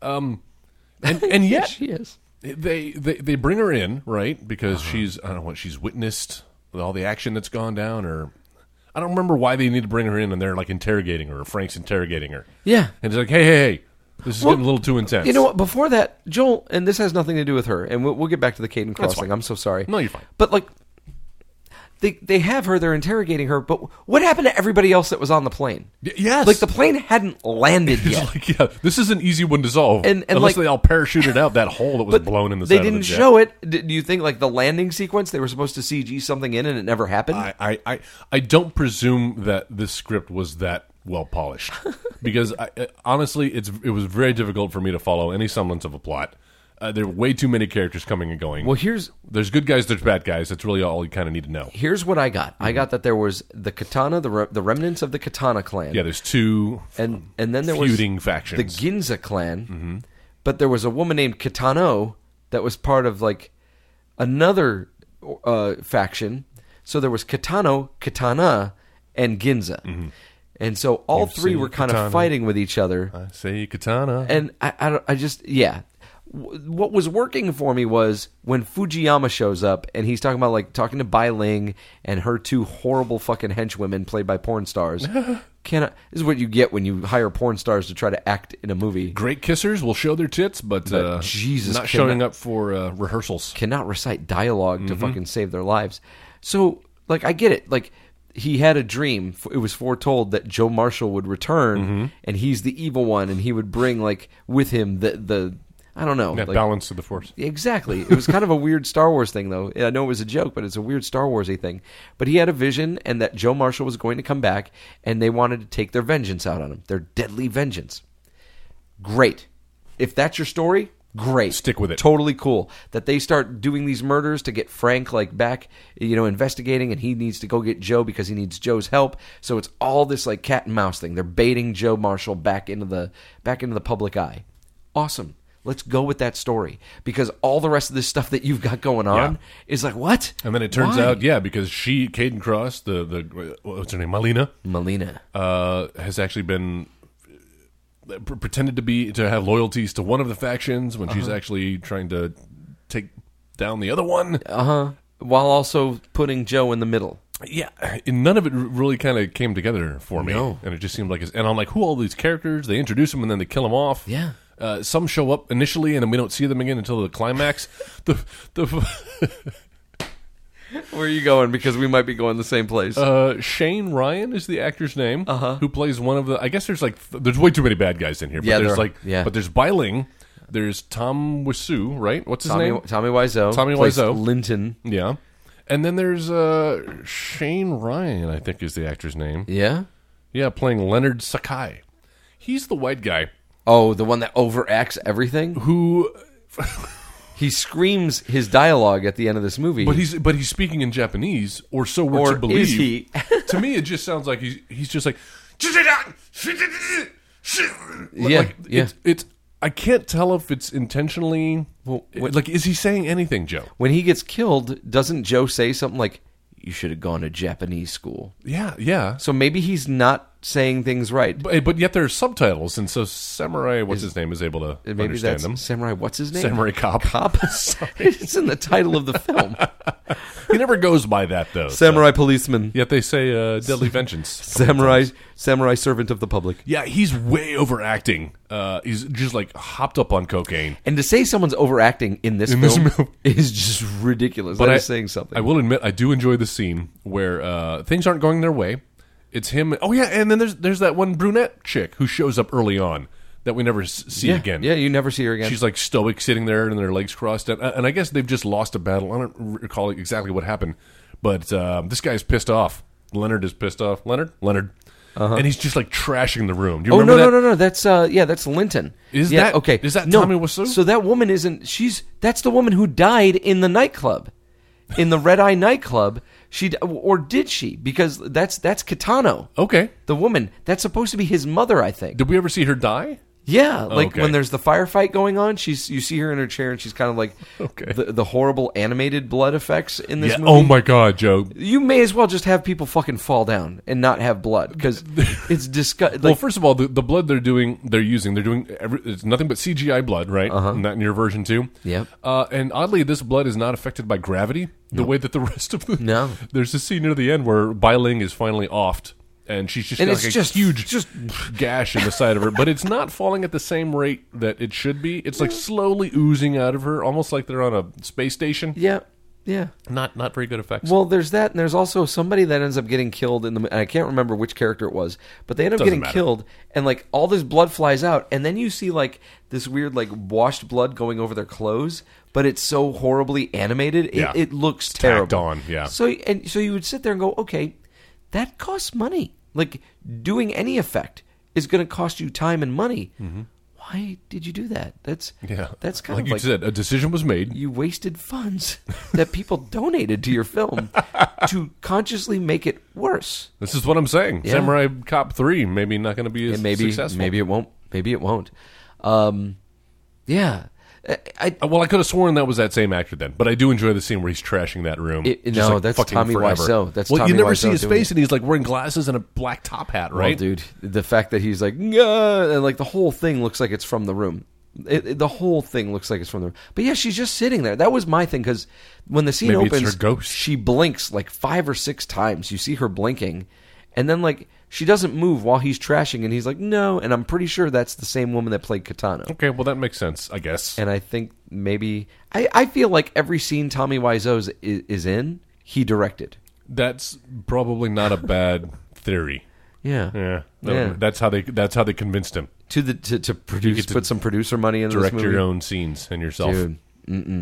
[SPEAKER 4] Um, and
[SPEAKER 3] *laughs*
[SPEAKER 4] and yet
[SPEAKER 3] she is.
[SPEAKER 4] they, they they bring her in right because
[SPEAKER 3] Uh-huh.
[SPEAKER 4] she's I don't know what she's witnessed with all the action that's gone down or. I don't remember why they need to bring her in, and they're like interrogating her. Or Frank's interrogating her.
[SPEAKER 3] Yeah.
[SPEAKER 4] and he's like, "Hey, hey, hey, this is getting a little too intense."
[SPEAKER 3] You know what? Before that, Joel, and this has nothing to do with her, and we'll, we'll get back to the Caden Cross
[SPEAKER 4] fine.
[SPEAKER 3] thing. I'm so sorry.
[SPEAKER 4] No, you're fine.
[SPEAKER 3] But like, they they have her. They're interrogating her. But what happened to everybody else that was on the plane?
[SPEAKER 4] Y- yes.
[SPEAKER 3] Like the plane hadn't
[SPEAKER 4] *laughs*
[SPEAKER 3] landed
[SPEAKER 4] It's
[SPEAKER 3] yet.
[SPEAKER 4] like, yeah, this is an easy one to solve.
[SPEAKER 3] And- and,
[SPEAKER 4] Unless
[SPEAKER 3] like-
[SPEAKER 4] they all parachuted out that hole that was blown in the
[SPEAKER 3] they
[SPEAKER 4] side
[SPEAKER 3] didn't
[SPEAKER 4] of the jet.
[SPEAKER 3] show it. D- Do you think like the landing sequence they were supposed to CG something in and it never happened?
[SPEAKER 4] I, I, I, I don't presume that this script was that
[SPEAKER 3] *laughs*
[SPEAKER 4] well polished because I, I- honestly, it's it was very difficult for me to follow any semblance of a plot. Uh, there were way too many characters coming and going.
[SPEAKER 3] Well, here's
[SPEAKER 4] there's good guys, there's bad guys. That's really all you kind of need to know.
[SPEAKER 3] here's what I got. I
[SPEAKER 4] Mm-hmm.
[SPEAKER 3] got that there was the katana, the re- the remnants of the katana clan.
[SPEAKER 4] Yeah, there's two
[SPEAKER 3] and and then there
[SPEAKER 4] feuding
[SPEAKER 3] was
[SPEAKER 4] factions.
[SPEAKER 3] the Ginza clan,
[SPEAKER 4] Mm-hmm.
[SPEAKER 3] but there was a woman named Kitano that was part of like another uh, faction. So there was Kitano, Kitana, and Ginza, and so all
[SPEAKER 4] Mm-hmm. You've
[SPEAKER 3] three
[SPEAKER 4] seen
[SPEAKER 3] were kind of
[SPEAKER 4] Kitano.
[SPEAKER 3] fighting with each other.
[SPEAKER 4] I say katana.
[SPEAKER 3] And I, I, don't, I just yeah. W- What was working for me was when Fujiyama shows up and he's talking about like talking to Bai Ling and her two horrible fucking henchwomen played by porn
[SPEAKER 4] *laughs*
[SPEAKER 3] stars. Can I, this is what you get when you hire porn stars to try to act in a movie.
[SPEAKER 4] Great kissers will show their tits, but, uh,
[SPEAKER 3] Jesus,
[SPEAKER 4] not
[SPEAKER 3] cannot-
[SPEAKER 4] showing up for uh, rehearsals.
[SPEAKER 3] cannot recite dialog to fucking save their lives. So, like, I get it. Like, he had a dream. F- It was foretold that Joe Marshall would return, and he's the evil one, and he would bring like with him the the I don't know
[SPEAKER 4] Yeah,
[SPEAKER 3] like-
[SPEAKER 4] balance of the force.
[SPEAKER 3] Exactly. It was kind of a weird Star Wars thing, though. I know it was a joke, but it's a weird Star Warsy thing. But he had a vision, and that Joe Marshall was going to come back, and they wanted to take their vengeance out on him, their deadly vengeance. Great. If that's your story, great.
[SPEAKER 4] Stick with it.
[SPEAKER 3] Totally cool that they start doing these murders to get Frank like back, you know, investigating, and he needs to go get Joe because he needs Joe's help. So it's all this like cat and mouse thing. They're baiting Joe Marshall back into the back into the public eye. Awesome. Let's go with that story because all the rest of this stuff that you've got going on
[SPEAKER 4] Yeah.
[SPEAKER 3] is like what?
[SPEAKER 4] And then it turns
[SPEAKER 3] Why?
[SPEAKER 4] out, yeah, because she, Caden Cross, the the what's her name, Malina,
[SPEAKER 3] Melina.
[SPEAKER 4] uh, has actually been uh, pre- pretended to be to have loyalties to one of the factions when
[SPEAKER 3] Uh-huh.
[SPEAKER 4] she's actually trying to take down the other one.
[SPEAKER 3] Uh, While also putting Joe in the middle.
[SPEAKER 4] yeah, and none of it r- really kind of came together for me,
[SPEAKER 3] No.
[SPEAKER 4] and it just seemed like. It's, and I'm like, who are all these characters? They introduce them and then they kill them off.
[SPEAKER 3] Yeah.
[SPEAKER 4] Uh, some show up initially, and then we don't see them again until the climax. *laughs* the the
[SPEAKER 3] Where are you going? Because we might be going the same place.
[SPEAKER 4] Uh, Shane Ryan is the actor's name, uh-huh. who plays one of the. I guess there's like th- there's way too many bad guys in here. But
[SPEAKER 3] Yeah, there
[SPEAKER 4] there's
[SPEAKER 3] are.
[SPEAKER 4] like
[SPEAKER 3] Yeah.
[SPEAKER 4] But there's Biling, there's Tom Wiseau, right? What's his
[SPEAKER 3] Tommy,
[SPEAKER 4] name?
[SPEAKER 3] Tommy Wiseau.
[SPEAKER 4] Tommy
[SPEAKER 3] plays
[SPEAKER 4] Wiseau.
[SPEAKER 3] Linton.
[SPEAKER 4] Yeah, and then there's uh Shane Ryan, I think is the actor's name.
[SPEAKER 3] Yeah.
[SPEAKER 4] Yeah, playing Leonard Sakai. He's the white guy
[SPEAKER 3] Oh, the one that overacts everything.
[SPEAKER 4] who,
[SPEAKER 3] He screams his dialogue at the end of this movie.
[SPEAKER 4] but he's but he's speaking in Japanese, or so we're
[SPEAKER 3] or
[SPEAKER 4] to believe.
[SPEAKER 3] is he?
[SPEAKER 4] to me, it just sounds like he's he's just like,
[SPEAKER 3] Yeah,
[SPEAKER 4] like,
[SPEAKER 3] yeah.
[SPEAKER 4] It's, it's I can't tell if it's intentionally.
[SPEAKER 3] Well,
[SPEAKER 4] Well,
[SPEAKER 3] what-
[SPEAKER 4] like, is he saying anything, Joe?
[SPEAKER 3] when he gets killed, doesn't Joe say something like, "You should have gone to Japanese school"?
[SPEAKER 4] Yeah, yeah.
[SPEAKER 3] So maybe he's not saying things right.
[SPEAKER 4] But, but yet there are subtitles, and so Samurai, what's his name, is able to
[SPEAKER 3] maybe
[SPEAKER 4] understand
[SPEAKER 3] that's
[SPEAKER 4] them.
[SPEAKER 3] Samurai. What's his name? *laughs*
[SPEAKER 4] Samurai *laughs* cop.
[SPEAKER 3] Cop. *laughs* it's in the title of the film.
[SPEAKER 4] *laughs* he never goes by that though. so-
[SPEAKER 3] samurai policeman.
[SPEAKER 4] Yet they say uh, deadly vengeance.
[SPEAKER 3] Samurai. Samurai servant of the public.
[SPEAKER 4] Yeah, he's way overacting. Uh, he's just like hopped up on cocaine.
[SPEAKER 3] And to say someone's overacting in this,
[SPEAKER 4] In this *laughs*
[SPEAKER 3] film,
[SPEAKER 4] film.
[SPEAKER 3] is just ridiculous. That is saying something.
[SPEAKER 4] I will admit, I do enjoy the scene where uh, things aren't going their way. It's him. Oh yeah, and then there's there's that one brunette chick who shows up early on that we never s- see
[SPEAKER 3] yeah,
[SPEAKER 4] again.
[SPEAKER 3] Yeah, you never see her again.
[SPEAKER 4] She's like stoic, sitting there and their legs crossed. And, and I guess they've just lost a battle. I don't recall exactly what happened, but uh, this guy's pissed off. Leonard is pissed off. Leonard, Leonard, and he's just like trashing the room. Do you
[SPEAKER 3] Uh-huh. Oh no
[SPEAKER 4] remember that?
[SPEAKER 3] no no no! That's uh yeah, that's Linton.
[SPEAKER 4] Is
[SPEAKER 3] yeah,
[SPEAKER 4] that-
[SPEAKER 3] okay?
[SPEAKER 4] is that
[SPEAKER 3] no,
[SPEAKER 4] Tommy Wiseau?
[SPEAKER 3] So that woman isn't. She's that's the woman who died in the nightclb, in the Red Eye nightclub. She d- or did she? Because that's that's Kitano,
[SPEAKER 4] Okay,
[SPEAKER 3] the woman that's supposed to be his mother, I think.
[SPEAKER 4] did we ever see her die?
[SPEAKER 3] Yeah, like
[SPEAKER 4] okay.
[SPEAKER 3] when there's the firefight going on, she's you see her in her chair and she's kind of like
[SPEAKER 4] *laughs* Okay.
[SPEAKER 3] the, the horrible animated blood effects in this
[SPEAKER 4] Yeah.
[SPEAKER 3] movie.
[SPEAKER 4] Oh my God, Joe.
[SPEAKER 3] You may as well just have people fucking fall down and not have blood
[SPEAKER 4] *laughs*
[SPEAKER 3] because it's disgusting.
[SPEAKER 4] well, first of all, the, the blood they're doing, they're using, they're doing every, it's nothing but CGI blood, right? Uh-huh. Not in your version two.
[SPEAKER 3] Yep.
[SPEAKER 4] Uh, and oddly, this blood is not affected by gravity the way that the *laughs* rest of the.
[SPEAKER 3] No.
[SPEAKER 4] There's a scene near the end where Biling is finally offed, and she's just
[SPEAKER 3] And
[SPEAKER 4] got
[SPEAKER 3] it's
[SPEAKER 4] like
[SPEAKER 3] just-
[SPEAKER 4] a huge just gash in the side of her, but it's not falling at the same rate that it should be. It's like slowly oozing out of her, almost like they're on a space station.
[SPEAKER 3] yeah, yeah.
[SPEAKER 4] Not not very good effects.
[SPEAKER 3] Well, there's that, and there's also somebody that ends up getting killed in the. And I can't remember which character it was, but they end up
[SPEAKER 4] Doesn't
[SPEAKER 3] getting
[SPEAKER 4] matter.
[SPEAKER 3] killed, and like all this blood flies out, and then you see like this weird like washed blood going over their clothes, but it's so horribly animated, it,
[SPEAKER 4] Yeah.
[SPEAKER 3] it looks
[SPEAKER 4] tacked
[SPEAKER 3] terrible.
[SPEAKER 4] on, yeah.
[SPEAKER 3] So and so you would sit there and go, okay, that costs money. Like doing any effect is going to cost you time and money. Why did you do that? That's
[SPEAKER 4] Mm-hmm. Yeah,
[SPEAKER 3] That's kind
[SPEAKER 4] like
[SPEAKER 3] of
[SPEAKER 4] you
[SPEAKER 3] like
[SPEAKER 4] said. A decision was made.
[SPEAKER 3] you wasted funds *laughs* that people donated to your film to consciously make it worse.
[SPEAKER 4] This is what I'm saying.
[SPEAKER 3] Yeah.
[SPEAKER 4] Samurai Cop Three maybe not going to be as
[SPEAKER 3] And maybe
[SPEAKER 4] successful.
[SPEAKER 3] maybe it won't. Maybe it won't. Um, yeah. I, I,
[SPEAKER 4] Uh, Well, I could have sworn that was that same actor then, but I do enjoy the scene where he's trashing that room.
[SPEAKER 3] It-
[SPEAKER 4] Just,
[SPEAKER 3] no, that's
[SPEAKER 4] fucking
[SPEAKER 3] Tommy
[SPEAKER 4] forever.
[SPEAKER 3] Wiseau. That's
[SPEAKER 4] well,
[SPEAKER 3] Tommy
[SPEAKER 4] you never
[SPEAKER 3] Wiseau
[SPEAKER 4] see his
[SPEAKER 3] doing
[SPEAKER 4] face,
[SPEAKER 3] it.
[SPEAKER 4] and he's like wearing glasses and a black top hat,
[SPEAKER 3] Well,
[SPEAKER 4] right?
[SPEAKER 3] dude, the fact that he's like, "Nyah," and like the whole thing looks like it's from the room. It, it- the whole thing looks like it's from the room. But yeah, she's just sitting there. That was my thing because when the scene
[SPEAKER 4] Maybe it's
[SPEAKER 3] opens,
[SPEAKER 4] her ghost.
[SPEAKER 3] she blinks like five or six times. You see her blinking, and then like she doesn't move while he's trashing, and he's like, "No," and I'm pretty sure that's the same woman that played Katana.
[SPEAKER 4] Okay, well that makes sense, I guess.
[SPEAKER 3] And I think maybe I, I feel like every scene Tommy Wiseau is, is in, he directed.
[SPEAKER 4] that's probably not a bad *laughs* theory.
[SPEAKER 3] Yeah,
[SPEAKER 4] Yeah, That-
[SPEAKER 3] Yeah.
[SPEAKER 4] that's how they that's how they convinced him.
[SPEAKER 3] To the to, to produce,
[SPEAKER 4] get to
[SPEAKER 3] put some producer money into
[SPEAKER 4] Direct
[SPEAKER 3] this movie.
[SPEAKER 4] your own scenes and yourself.
[SPEAKER 3] Dude,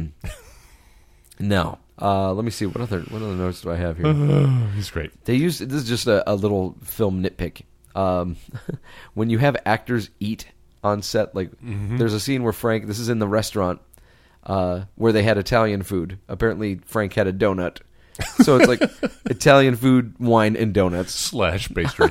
[SPEAKER 3] mm-mm. *laughs* no. Uh, let me see. What other what other notes do I have here?
[SPEAKER 4] *laughs* He's great.
[SPEAKER 3] They use this is just a, a little film nitpick. Um, *laughs* when you have actors eat on set, like
[SPEAKER 4] Mm-hmm.
[SPEAKER 3] there's a scene where Frank. This is in the restaurant uh, where they had Italian food. Apparently, Frank had a donut. So it's
[SPEAKER 4] *laughs*
[SPEAKER 3] like Italian food, wine, and donuts.
[SPEAKER 4] Slash
[SPEAKER 3] *laughs*
[SPEAKER 4] pastry.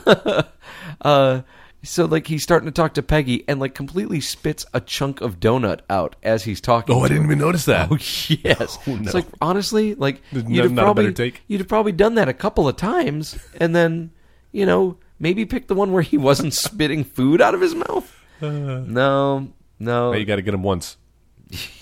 [SPEAKER 3] Uh, so like he's starting to talk to Peggy, and like completely spits a chunk of donut out as he's talking.
[SPEAKER 4] oh, I
[SPEAKER 3] to
[SPEAKER 4] didn't
[SPEAKER 3] her.
[SPEAKER 4] even notice that.
[SPEAKER 3] Oh
[SPEAKER 4] *laughs*
[SPEAKER 3] yes. It's like honestly, like
[SPEAKER 4] There's
[SPEAKER 3] you'd
[SPEAKER 4] no-
[SPEAKER 3] have
[SPEAKER 4] not a
[SPEAKER 3] probably
[SPEAKER 4] better take.
[SPEAKER 3] you'd have probably done that a couple of times, and then you know maybe pick the one where he
[SPEAKER 4] *laughs*
[SPEAKER 3] wasn't spitting food out of his mouth. no, no.
[SPEAKER 4] Now Uh. you got to get them once.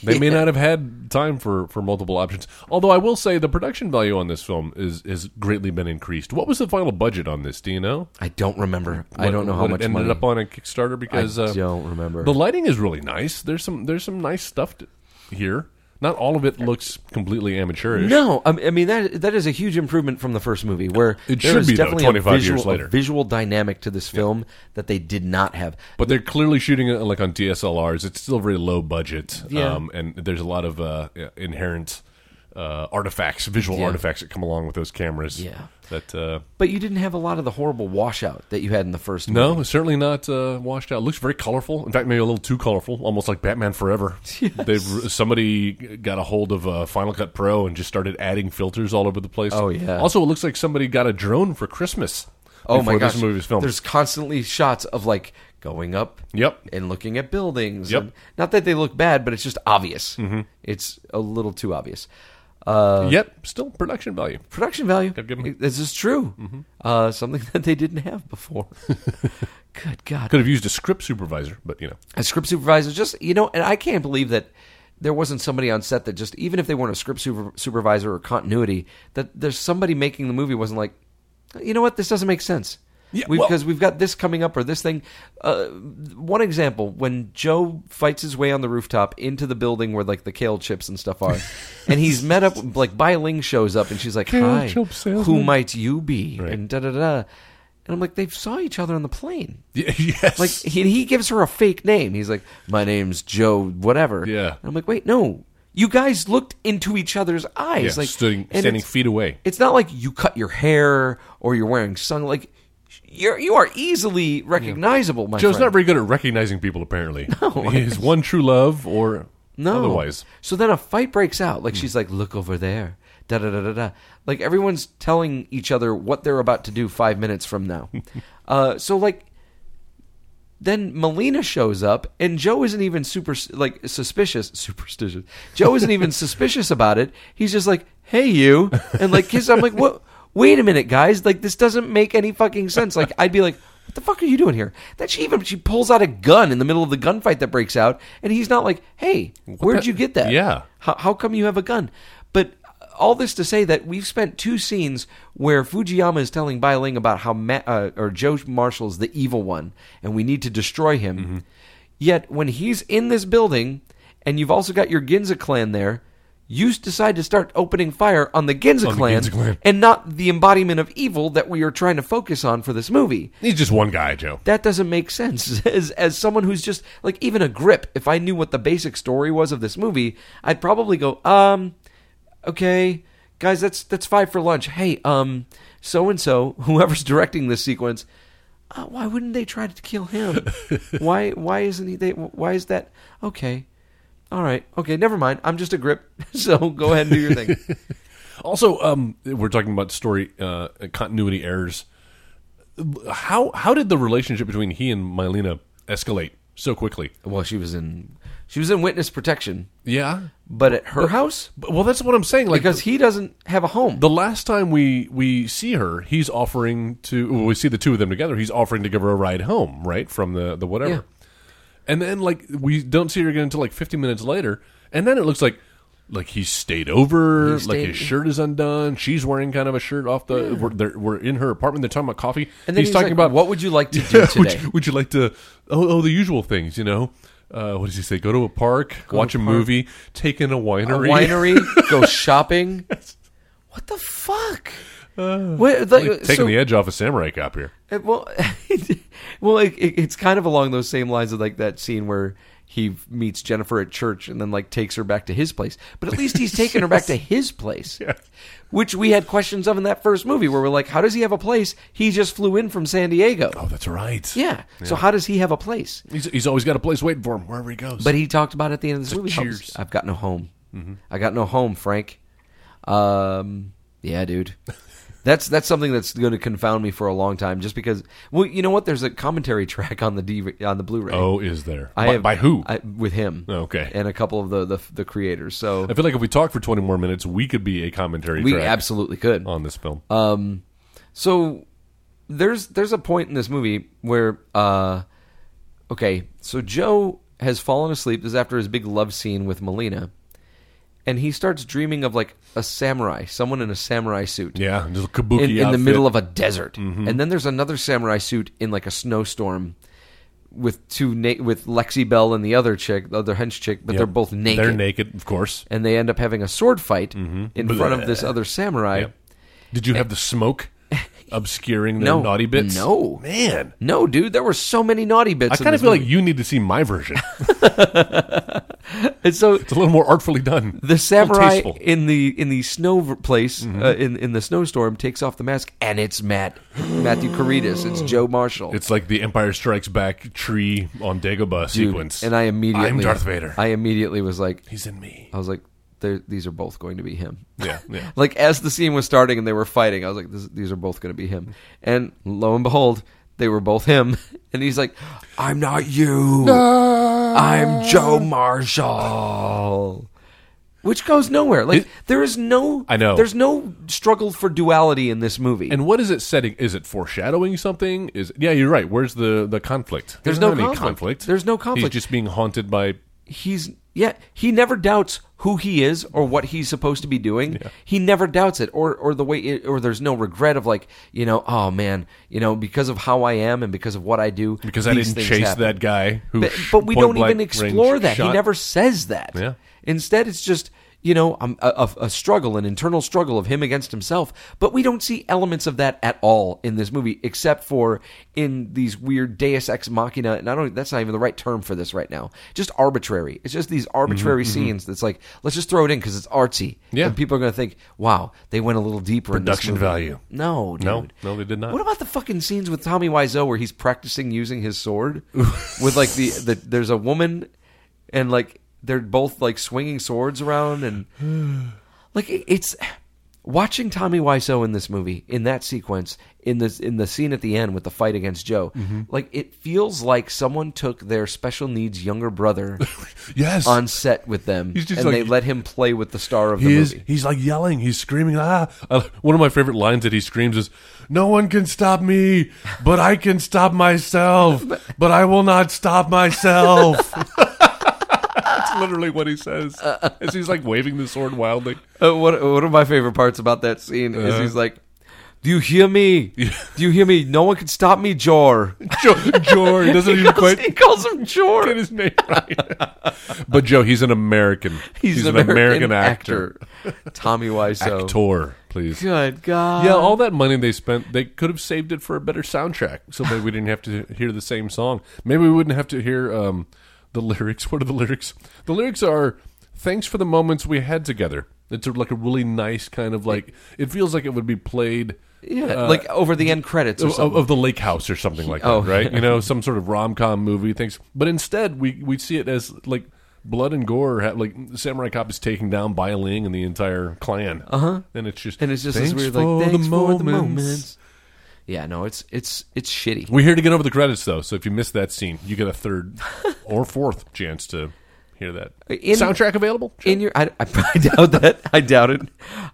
[SPEAKER 4] They
[SPEAKER 3] *laughs*
[SPEAKER 4] may not have had time for, for multiple options. Although I will say the production value on this film is has greatly been increased. What was the final budget on this? Do you know?
[SPEAKER 3] I don't remember. I don't know how
[SPEAKER 4] What
[SPEAKER 3] much
[SPEAKER 4] it ended
[SPEAKER 3] money.
[SPEAKER 4] up on a Kickstarter because
[SPEAKER 3] I
[SPEAKER 4] uh,
[SPEAKER 3] don't remember.
[SPEAKER 4] The lighting is really nice. There's some there's some nice stuff to, here. Not all of it looks completely amateurish.
[SPEAKER 3] no, I mean- I mean that that is a huge improvement from the first movie, where
[SPEAKER 4] It
[SPEAKER 3] there
[SPEAKER 4] should
[SPEAKER 3] is
[SPEAKER 4] be, though,
[SPEAKER 3] definitely a
[SPEAKER 4] 25 years
[SPEAKER 3] visual, a
[SPEAKER 4] later.
[SPEAKER 3] visual dynamic to this film that they did not have.
[SPEAKER 4] But they're clearly shooting it like on DSLRs. It's still very low budget,
[SPEAKER 3] Yeah.
[SPEAKER 4] um, and there's a lot of uh, inherent uh, artifacts, visual
[SPEAKER 3] Yeah.
[SPEAKER 4] artifacts that come along with those cameras.
[SPEAKER 3] Yeah.
[SPEAKER 4] that uh,
[SPEAKER 3] But you didn't have a lot of the horrible washout that you had in the first. movie.
[SPEAKER 4] no, it's certainly not uh, washed out. Looks very colorful. In fact, maybe a little too colorful, almost like Batman
[SPEAKER 3] *laughs*
[SPEAKER 4] Forever. They've somebody got a hold of uh, Final Cut Pro and just started adding filters all over the place.
[SPEAKER 3] Oh, yeah.
[SPEAKER 4] Also, it looks like somebody got a drone for Christmas.
[SPEAKER 3] Oh my
[SPEAKER 4] before
[SPEAKER 3] gosh!
[SPEAKER 4] This movie was filmed.
[SPEAKER 3] There's constantly shots of like going up,
[SPEAKER 4] Yep.
[SPEAKER 3] and looking at buildings.
[SPEAKER 4] Yep. Mm-hmm.
[SPEAKER 3] and- not that they look bad, but it's just obvious. It's a little too obvious. Uh,
[SPEAKER 4] Yet, still production value.
[SPEAKER 3] production value.
[SPEAKER 4] Gotta give 'em- Mm-hmm.
[SPEAKER 3] This is true. Uh, something *laughs* that they didn't have before.
[SPEAKER 4] *laughs*
[SPEAKER 3] Good God!
[SPEAKER 4] Could have used a script supervisor, but you know. *laughs*
[SPEAKER 3] A script supervisor, just you know, and I can't believe that there wasn't somebody on set that just, even if they weren't a script super, supervisor or continuity, that there's somebody making the movie wasn't like, you know what, this doesn't make sense.
[SPEAKER 4] Yeah,
[SPEAKER 3] we,
[SPEAKER 4] well-
[SPEAKER 3] because we've got this coming up or this thing. Uh, one example: when Joe fights his way on the rooftop into the building where like the kale chips and stuff
[SPEAKER 4] *laughs*
[SPEAKER 3] are, and he's met up like Bai Ling shows up and she's like,
[SPEAKER 4] Kale
[SPEAKER 3] "Hi,
[SPEAKER 4] chip salesman."
[SPEAKER 3] who might you be?"
[SPEAKER 4] Right.
[SPEAKER 3] And da da da. And I'm like, they saw each other on the plane.
[SPEAKER 4] Y- yes.
[SPEAKER 3] Like he, he gives her a fake name. He's like, "My name's Joe, whatever."
[SPEAKER 4] Yeah.
[SPEAKER 3] And I'm like, "Wait, no, you guys looked into each other's eyes,
[SPEAKER 4] Yeah,
[SPEAKER 3] like
[SPEAKER 4] stood-
[SPEAKER 3] and
[SPEAKER 4] standing
[SPEAKER 3] it's-
[SPEAKER 4] feet away.
[SPEAKER 3] It's not like you cut your hair or you're wearing sun. Like you're you are easily recognizable, my
[SPEAKER 4] Joe's not
[SPEAKER 3] friend.
[SPEAKER 4] very good at recognizing people, apparently.
[SPEAKER 3] *laughs*
[SPEAKER 4] No. His one true love or
[SPEAKER 3] no.
[SPEAKER 4] otherwise. Hmm.
[SPEAKER 3] So then a fight breaks out. Like she's like, "Look over there." Da da da da da. Like everyone's telling each other what they're about to do five minutes from
[SPEAKER 4] *laughs*
[SPEAKER 3] now. uh, so like then Melina shows up, and Joe isn't even super like suspicious, *laughs* superstitious. Joe isn't even suspicious about it. He's just like, "Hey, you," and like kiss. I'm like, "What? Wait a minute, guys! Like this doesn't make any fucking sense." Like I'd be like, "What the fuck are you doing here?" Then she even she pulls out a gun in the middle of the gunfight that breaks out, and he's not like, "Hey, where'd
[SPEAKER 4] the-
[SPEAKER 3] you get that?
[SPEAKER 4] Yeah.
[SPEAKER 3] how, how come you have a gun?" But all this to say that we've spent two scenes where Fujiyama is telling Bai Ling about how Ma- uh, or Joe Marshall's the evil one and we need to destroy him.
[SPEAKER 4] Mm-hmm.
[SPEAKER 3] Yet when he's in this building and you've also got your Ginza clan there, you s- decide to start opening fire on the Ginza,
[SPEAKER 4] On the
[SPEAKER 3] clan,
[SPEAKER 4] Ginza clan.
[SPEAKER 3] and not the embodiment of evil that we are trying to focus on for this movie.
[SPEAKER 4] He's just one guy, Joe.
[SPEAKER 3] That doesn't make sense *laughs* as as someone who's just like even a grip. If I knew what the basic story was of this movie, I'd probably go, um, okay, guys, that's that's five for lunch. Hey, um, so and so, *laughs* whoever's directing this sequence, uh, why wouldn't they try to kill *laughs* him? why why isn't he? They, why is that? Okay, all right, okay, never mind. I'm just a grip. *laughs* So go ahead and do your thing.
[SPEAKER 4] Also, um, we're talking about story uh, continuity errors. How how did the relationship between he and Mylena escalate so quickly?
[SPEAKER 3] *laughs* well, she was in she was in witness protection,
[SPEAKER 4] Yeah,
[SPEAKER 3] but at her house
[SPEAKER 4] but, well, that's what I'm saying. Like
[SPEAKER 3] because he doesn't have a home.
[SPEAKER 4] the last time we we see her, he's offering to well, we see the two of them together. He's offering to give her a ride home, right from the the whatever.
[SPEAKER 3] Yeah.
[SPEAKER 4] And then like we don't see her again until like 50 minutes later, and then it looks like like he stayed over,
[SPEAKER 3] He
[SPEAKER 4] like
[SPEAKER 3] stayed-
[SPEAKER 4] his shirt is undone. She's wearing kind of a shirt off the. We're, they're, we're in her apartment. They're talking about coffee.
[SPEAKER 3] and then he's,
[SPEAKER 4] talking
[SPEAKER 3] like,
[SPEAKER 4] about
[SPEAKER 3] what would you like
[SPEAKER 4] *laughs*
[SPEAKER 3] to do
[SPEAKER 4] Yeah,
[SPEAKER 3] today?
[SPEAKER 4] would, you, would you like to? Oh, oh, the usual things, you know. Uh, what does he say? Go to a park, watch a
[SPEAKER 3] park.
[SPEAKER 4] movie, take in a winery. *laughs*
[SPEAKER 3] a winery, go shopping. What the fuck? Wait, the-
[SPEAKER 4] Uh, Like, taking
[SPEAKER 3] so-
[SPEAKER 4] the edge off a samurai cop here.
[SPEAKER 3] uh, well, *laughs* well, it, it- it's kind of along those same lines of like that scene where he meets Jennifer at church and then like takes her back to his place. But at least
[SPEAKER 4] *laughs*
[SPEAKER 3] he's taken her back to his place, which we had questions of in that first movie where we're like, how does he have a place? He just flew in from San Diego.
[SPEAKER 4] Oh, that's right.
[SPEAKER 3] Yeah. So how does he have a place?
[SPEAKER 4] He's, he's always got a place waiting for him wherever he goes.
[SPEAKER 3] But he talked about at the end of this movie. how-
[SPEAKER 4] cheers. Mm-hmm.
[SPEAKER 3] I've got no home. I got no home, Frank. Um, yeah,
[SPEAKER 4] *laughs*
[SPEAKER 3] dude. That's that's something that's going to confound me for a long time. Just because, well, you know what? There's a commentary *laughs* track on the DV, on the Blu-ray.
[SPEAKER 4] oh, is there?
[SPEAKER 3] I
[SPEAKER 4] by,
[SPEAKER 3] have-
[SPEAKER 4] by who? I,
[SPEAKER 3] I, with him.
[SPEAKER 4] Okay.
[SPEAKER 3] and a couple of the the, the creators. So
[SPEAKER 4] feel like if we talk for twenty more minutes, we could be a commentary
[SPEAKER 3] we Uh,
[SPEAKER 4] track
[SPEAKER 3] absolutely could.
[SPEAKER 4] on this film.
[SPEAKER 3] So there's there's a point in this movie where uh okay, so Joe has fallen asleep this is after his big love scene with Melina and he starts dreaming of like a samurai, someone in a samurai suit.
[SPEAKER 4] yeah, just a kabuki
[SPEAKER 3] In, in the
[SPEAKER 4] outfit. Mm-hmm.
[SPEAKER 3] middle of a desert. And then there's another samurai suit in like a snowstorm with two na- with Lexi Bell and the other chick, the other hench chick, but
[SPEAKER 4] Yep.
[SPEAKER 3] they're both naked
[SPEAKER 4] They're naked, of course.
[SPEAKER 3] and they end up having a sword fight in front of this other samurai.
[SPEAKER 4] Yep. Did you have
[SPEAKER 3] *laughs*
[SPEAKER 4] the smoke obscuring the
[SPEAKER 3] No.
[SPEAKER 4] naughty bits?
[SPEAKER 3] No.
[SPEAKER 4] man.
[SPEAKER 3] No, dude, there were so many naughty bits.
[SPEAKER 4] I
[SPEAKER 3] in
[SPEAKER 4] kind
[SPEAKER 3] this
[SPEAKER 4] of feel
[SPEAKER 3] movie.
[SPEAKER 4] like you need to see my
[SPEAKER 3] *laughs*
[SPEAKER 4] version.
[SPEAKER 3] And so
[SPEAKER 4] It's a little more artfully done.
[SPEAKER 3] the samurai
[SPEAKER 4] tasteful. Mm-hmm.
[SPEAKER 3] in the in the snow v- place uh, in in the snowstorm takes off the mask, and it's Matt Matthew Caritas. It's
[SPEAKER 4] *gasps*
[SPEAKER 3] Joe Marshall.
[SPEAKER 4] It's like the Empire Strikes Back tree on Dagobah
[SPEAKER 3] Dude,
[SPEAKER 4] sequence.
[SPEAKER 3] And I immediately,
[SPEAKER 4] I'm Darth Vader.
[SPEAKER 3] I Oh. immediately was like,
[SPEAKER 4] He's in me.
[SPEAKER 3] I was like, "They're- these are both going to be him.
[SPEAKER 4] Yeah, yeah.
[SPEAKER 3] like as the scene was starting and they were fighting, I was like, this, these are both going to be him. And lo and behold, they were both him. *laughs* And he's like, I'm not you. I'm Joe Marshall. Which goes nowhere. Like
[SPEAKER 4] It-
[SPEAKER 3] there is no,
[SPEAKER 4] I know.
[SPEAKER 3] There's no struggle for duality in this movie.
[SPEAKER 4] And what is it setting? Is it foreshadowing something? Is yeah, you're right. Where's the the conflict?
[SPEAKER 3] There's
[SPEAKER 4] not
[SPEAKER 3] no conflict. There's no conflict.
[SPEAKER 4] He's just being haunted by.
[SPEAKER 3] he's yeah he never doubts who he is or what he's supposed to be doing he never doubts it or or the way it, or there's no regret of like you know oh man you know because of how i am and because of what i do
[SPEAKER 4] Because I
[SPEAKER 3] these
[SPEAKER 4] didn't
[SPEAKER 3] things
[SPEAKER 4] chase
[SPEAKER 3] happen.
[SPEAKER 4] that guy who
[SPEAKER 3] but,
[SPEAKER 4] sh-
[SPEAKER 3] but we
[SPEAKER 4] point
[SPEAKER 3] don't even
[SPEAKER 4] blank
[SPEAKER 3] explore
[SPEAKER 4] range
[SPEAKER 3] that he
[SPEAKER 4] shot.
[SPEAKER 3] never says that
[SPEAKER 4] Yeah.
[SPEAKER 3] instead it's just you know um, a, a, a struggle an internal struggle of him against himself but we don't see elements of that at all in this movie except for in these weird deus ex machina and i don't that's not even the right term for this right now just arbitrary it's just these arbitrary scenes that's like let's just throw it in because it's artsy
[SPEAKER 4] Mm-hmm, Yeah.
[SPEAKER 3] and people are going to think wow they went a little deeper in
[SPEAKER 4] Production
[SPEAKER 3] this movie.
[SPEAKER 4] value.
[SPEAKER 3] no dude.
[SPEAKER 4] No, no, they did not.
[SPEAKER 3] what about the fucking scenes with Tommy Wiseau where he's practicing using his
[SPEAKER 4] *laughs*
[SPEAKER 3] sword with like the, the there's a woman and like they're both like swinging swords around and
[SPEAKER 4] *sighs*
[SPEAKER 3] like it- it's watching Tommy Wiseau in this movie in that sequence in this in the scene at the end with the fight against Joe
[SPEAKER 4] Mm-hmm.
[SPEAKER 3] like it feels like someone took their special needs younger
[SPEAKER 4] *laughs*
[SPEAKER 3] brother
[SPEAKER 4] Yes,
[SPEAKER 3] on set with them
[SPEAKER 4] He's just
[SPEAKER 3] and
[SPEAKER 4] like-
[SPEAKER 3] they let him play with the star of the
[SPEAKER 4] he is.
[SPEAKER 3] movie
[SPEAKER 4] He's like yelling. He's screaming. Ah! I- one of my favorite lines that he screams is, "No one can stop me, but I can stop
[SPEAKER 3] *laughs*
[SPEAKER 4] myself. but I will not stop myself." That's literally what he says. As he's like waving the sword wildly.
[SPEAKER 3] Uh, what one of my favorite parts about that scene is
[SPEAKER 4] Uh-huh.
[SPEAKER 3] he's like, "Do you hear
[SPEAKER 4] *laughs*
[SPEAKER 3] me? Do you hear me? No one can stop me, Jor."
[SPEAKER 4] Joe, Joe he doesn't even
[SPEAKER 3] Because *laughs*
[SPEAKER 4] quite
[SPEAKER 3] he calls him
[SPEAKER 4] *laughs* get
[SPEAKER 3] Jor.
[SPEAKER 4] his name right. but Joe, he's an American.
[SPEAKER 3] He's, an American, actor. Tommy Wiseau.
[SPEAKER 4] Actor, please.
[SPEAKER 3] Good God.
[SPEAKER 4] Yeah, all that money they spent, they could have saved it for a better soundtrack, so that we didn't have to hear the same song. Maybe we wouldn't have to hear um, the lyrics. What are the lyrics? The lyrics are "Thanks for the moments we had together." It's a, like a really nice kind of like. It feels like it would be played uh,
[SPEAKER 3] Yeah, like over the end credits or
[SPEAKER 4] of,
[SPEAKER 3] something.
[SPEAKER 4] of the Lake House or something like
[SPEAKER 3] Oh,
[SPEAKER 4] that, right?
[SPEAKER 3] *laughs*
[SPEAKER 4] You know, some sort of rom com movie things. But instead, we we see it as like blood and gore. ha- Like Samurai Cop is taking down Bai Ling and the entire clan. Uh huh. And it's just
[SPEAKER 3] Uh-huh. and it's just
[SPEAKER 4] "Thanks
[SPEAKER 3] this weird like
[SPEAKER 4] for
[SPEAKER 3] thanks
[SPEAKER 4] the
[SPEAKER 3] for the
[SPEAKER 4] moments."
[SPEAKER 3] moments. Yeah, no, it's it's it's shitty.
[SPEAKER 4] We're here to get over the credits though, so if you missed that scene, you get
[SPEAKER 3] *laughs*
[SPEAKER 4] a third or fourth chance to hear that
[SPEAKER 3] In-
[SPEAKER 4] soundtrack available. Sure.
[SPEAKER 3] In your, I, *laughs* I probably doubt that. I doubt it.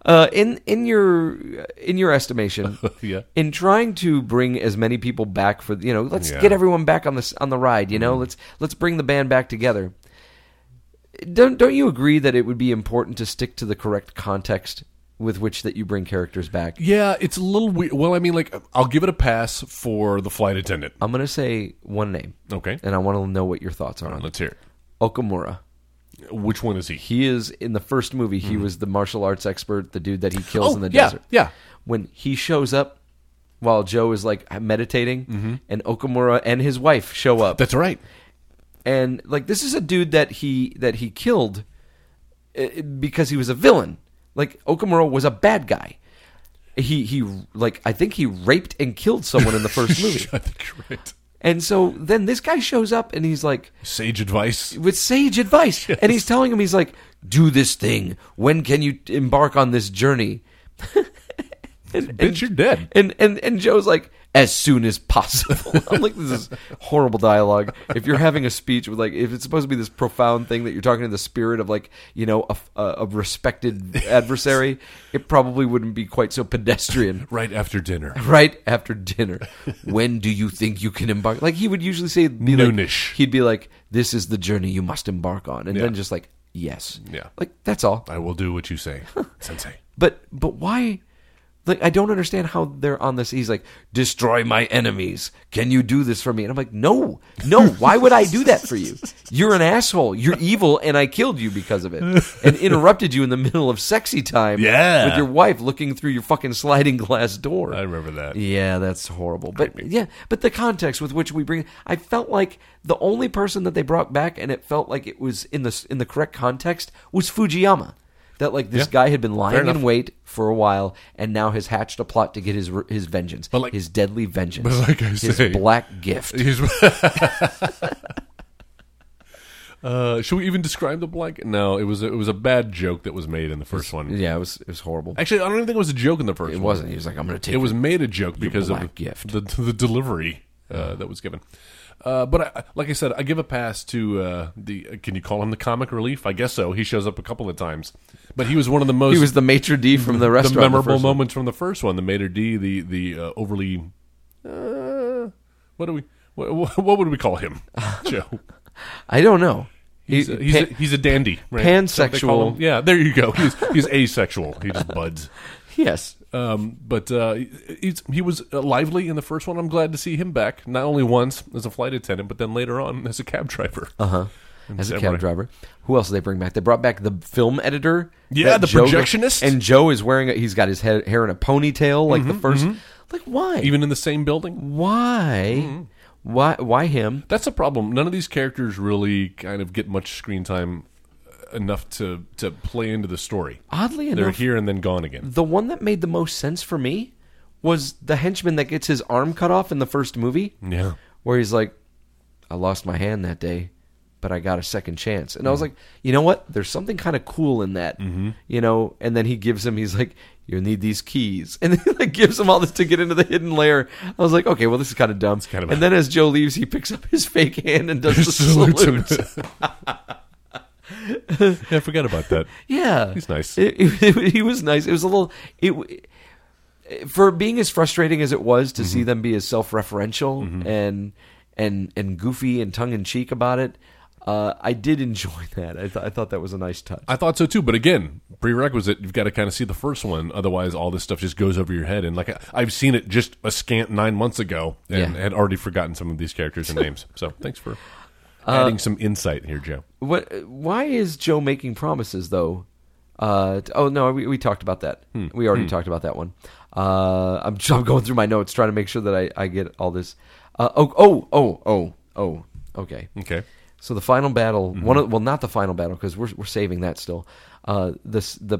[SPEAKER 3] Uh, in in your in your estimation,
[SPEAKER 4] *laughs* Yeah.
[SPEAKER 3] in trying to bring as many people back for you know, let's
[SPEAKER 4] Yeah. Mm-hmm.
[SPEAKER 3] get everyone back on this on the ride. You know, let's let's bring the band back together. Don't don't you agree that it would be important to stick to the correct context with which that you bring characters back?
[SPEAKER 4] yeah, it's a little weird. Well, I mean, like I'll give it a pass for the flight attendant.
[SPEAKER 3] I'm gonna say one name,
[SPEAKER 4] Okay,
[SPEAKER 3] and I want to know what your thoughts are on it.
[SPEAKER 4] let's hear it.
[SPEAKER 3] Okamura.
[SPEAKER 4] Which one is he?
[SPEAKER 3] He is in the first movie. He was the martial arts expert, the dude that he kills
[SPEAKER 4] Mm-hmm. Oh,
[SPEAKER 3] in the
[SPEAKER 4] yeah,
[SPEAKER 3] desert.
[SPEAKER 4] yeah.
[SPEAKER 3] When he shows up, while Joe is like meditating, and Okamura and his wife show up,
[SPEAKER 4] Mm-hmm. That's right. *laughs*
[SPEAKER 3] and like this is a dude that he that he killed uh, because he was a villain. Like Okamura was a bad guy. He he like I think he raped and killed someone in the
[SPEAKER 4] *laughs*
[SPEAKER 3] first movie.
[SPEAKER 4] I think you're right.
[SPEAKER 3] And so then this guy shows up and he's like,
[SPEAKER 4] Sage advice.
[SPEAKER 3] with sage advice. And he's telling him, he's like, do this thing. When can you embark on this
[SPEAKER 4] *laughs*
[SPEAKER 3] journey? and,
[SPEAKER 4] Bitch, you're dead.
[SPEAKER 3] and, and, and Joe's like, as soon as possible. *laughs* I'm like, this is horrible dialogue. If you're having a speech with like, if it's supposed to be this profound thing that you're talking to the spirit of like, you know, a, a, a respected adversary, it probably wouldn't be quite so pedestrian.
[SPEAKER 4] *laughs* Right after dinner.
[SPEAKER 3] Right after dinner, when do you think you can embark? Like he would usually say, it'd be
[SPEAKER 4] Noonish.
[SPEAKER 3] Like, he'd be like, "This is the journey you must embark on," and
[SPEAKER 4] Yeah.
[SPEAKER 3] then just like, "Yes,
[SPEAKER 4] Yeah.
[SPEAKER 3] like that's all."
[SPEAKER 4] I will do what you
[SPEAKER 3] *laughs*
[SPEAKER 4] say, Sensei.
[SPEAKER 3] But but why? Like I don't understand how they're on this. He's like, "Destroy my enemies. Can you do this for me?" And I'm like, "No, no. Why would I do that for you? You're an asshole. You're evil, and I killed you because of it, and interrupted you in the middle of sexy time.
[SPEAKER 4] Yeah.
[SPEAKER 3] with your wife looking through your fucking sliding glass door.
[SPEAKER 4] I remember that.
[SPEAKER 3] Yeah, that's horrible. But yeah, but the context with which we bring, I felt like the only person that they brought back, and it felt like it was in the in the correct context, was Fujiyama. That like this
[SPEAKER 4] Yeah.
[SPEAKER 3] guy had been lying in
[SPEAKER 4] enough.
[SPEAKER 3] wait for a while, and now has hatched a plot to get his his vengeance,
[SPEAKER 4] But like-
[SPEAKER 3] his deadly vengeance,
[SPEAKER 4] but like I
[SPEAKER 3] his
[SPEAKER 4] say-
[SPEAKER 3] black gift.
[SPEAKER 4] He's- *laughs* uh, should we even describe the blanket? No, it was a, it was a bad joke that was made in the first one.
[SPEAKER 3] Yeah, it was it was horrible.
[SPEAKER 4] Actually, I don't even think it was a joke in the first.
[SPEAKER 3] It
[SPEAKER 4] one.
[SPEAKER 3] wasn't. He was like, "I'm gonna take."
[SPEAKER 4] It was made a joke because of
[SPEAKER 3] black gift.
[SPEAKER 4] the *laughs* the delivery uh, that was given. Uh, but I, like I said, I give a pass to uh, the. Can you call him the comic relief? I guess so. He shows up a couple of times, but he was one of the
[SPEAKER 3] *laughs*
[SPEAKER 4] most.
[SPEAKER 3] He was the maitre d from the
[SPEAKER 4] *laughs* the
[SPEAKER 3] restaurant.
[SPEAKER 4] memorable
[SPEAKER 3] first one.
[SPEAKER 4] moments from the first one, the Mater D, the the uh, overly. Uh, what do we? What, what would we
[SPEAKER 3] *laughs*
[SPEAKER 4] call him? Joe.
[SPEAKER 3] I don't know.
[SPEAKER 4] He's,
[SPEAKER 3] He-
[SPEAKER 4] a, he's,
[SPEAKER 3] pa-
[SPEAKER 4] a, he's a dandy. Right?
[SPEAKER 3] pansexual.
[SPEAKER 4] They call him- Yeah, there you go. He's, he's asexual. He just buds.
[SPEAKER 3] yes.
[SPEAKER 4] Um, but uh, he's, he was lively in the first one. I'm glad to see him back. Not only once as a flight attendant, but then later on as a cab driver. Uh
[SPEAKER 3] Uh-huh.
[SPEAKER 4] huh.
[SPEAKER 3] as a
[SPEAKER 4] Samurai.
[SPEAKER 3] cab driver. Who else did they bring back? They brought back the film editor.
[SPEAKER 4] Yeah,
[SPEAKER 3] that
[SPEAKER 4] the projectionist. Mm-hmm,
[SPEAKER 3] and Joe is wearing. A, he's got his head, hair in a ponytail, like the 1st Like why?
[SPEAKER 4] Even Mm-hmm. in the same building.
[SPEAKER 3] why? Why? Why him?
[SPEAKER 4] That's a problem. None of these characters really kind of get much screen time enough to to play into the story.
[SPEAKER 3] Oddly
[SPEAKER 4] They're
[SPEAKER 3] enough,
[SPEAKER 4] here and then gone again. *laughs*
[SPEAKER 3] the one that made the most sense for me was the henchman that gets his arm cut off in the first movie.
[SPEAKER 4] Yeah.
[SPEAKER 3] where he's like, I lost my hand that day, but I got a second chance. And I was like, you know what? There's something kind of cool in that,
[SPEAKER 4] Mm-hmm.
[SPEAKER 3] you know? And then he gives him, he's like, you need these keys. *laughs* And then he like gives him all this to get into the hidden lair. I was like, okay, well, this is kind of dumb.
[SPEAKER 4] kind of-
[SPEAKER 3] and then as Joe leaves, he picks up his fake hand and does the
[SPEAKER 4] Salute him.
[SPEAKER 3] salute.
[SPEAKER 4] *laughs* yeah, I forgot about that.
[SPEAKER 3] Yeah,
[SPEAKER 4] He's nice.
[SPEAKER 3] It- *laughs* it- he was nice. It was a little it w- for being as frustrating as it was to
[SPEAKER 4] Mm-hmm.
[SPEAKER 3] see them be as self-referential and and and goofy and tongue-in-cheek about it. Uh, I did enjoy *laughs* that. I, th- I thought that was a nice touch.
[SPEAKER 4] I thought so too, but again, prerequisite you've got to kind of see the first one, otherwise all this stuff just goes over your head. And like I, I've seen it just a scant nine months ago, and
[SPEAKER 3] Yeah.
[SPEAKER 4] had already forgotten some of these characters and names. So thanks *laughs* for adding some insight here, Joe.
[SPEAKER 3] what? Why is Joe making promises though? Uh, t- oh no, we, we talked about that. We already talked about that one. Uh, I'm, *laughs* j- I'm going through my notes trying to make sure that I, I get all this. Uh, oh oh oh oh oh. Okay.
[SPEAKER 4] Okay,
[SPEAKER 3] So the final battle, one of, well, not the final battle because we're we're saving that still. Uh, this the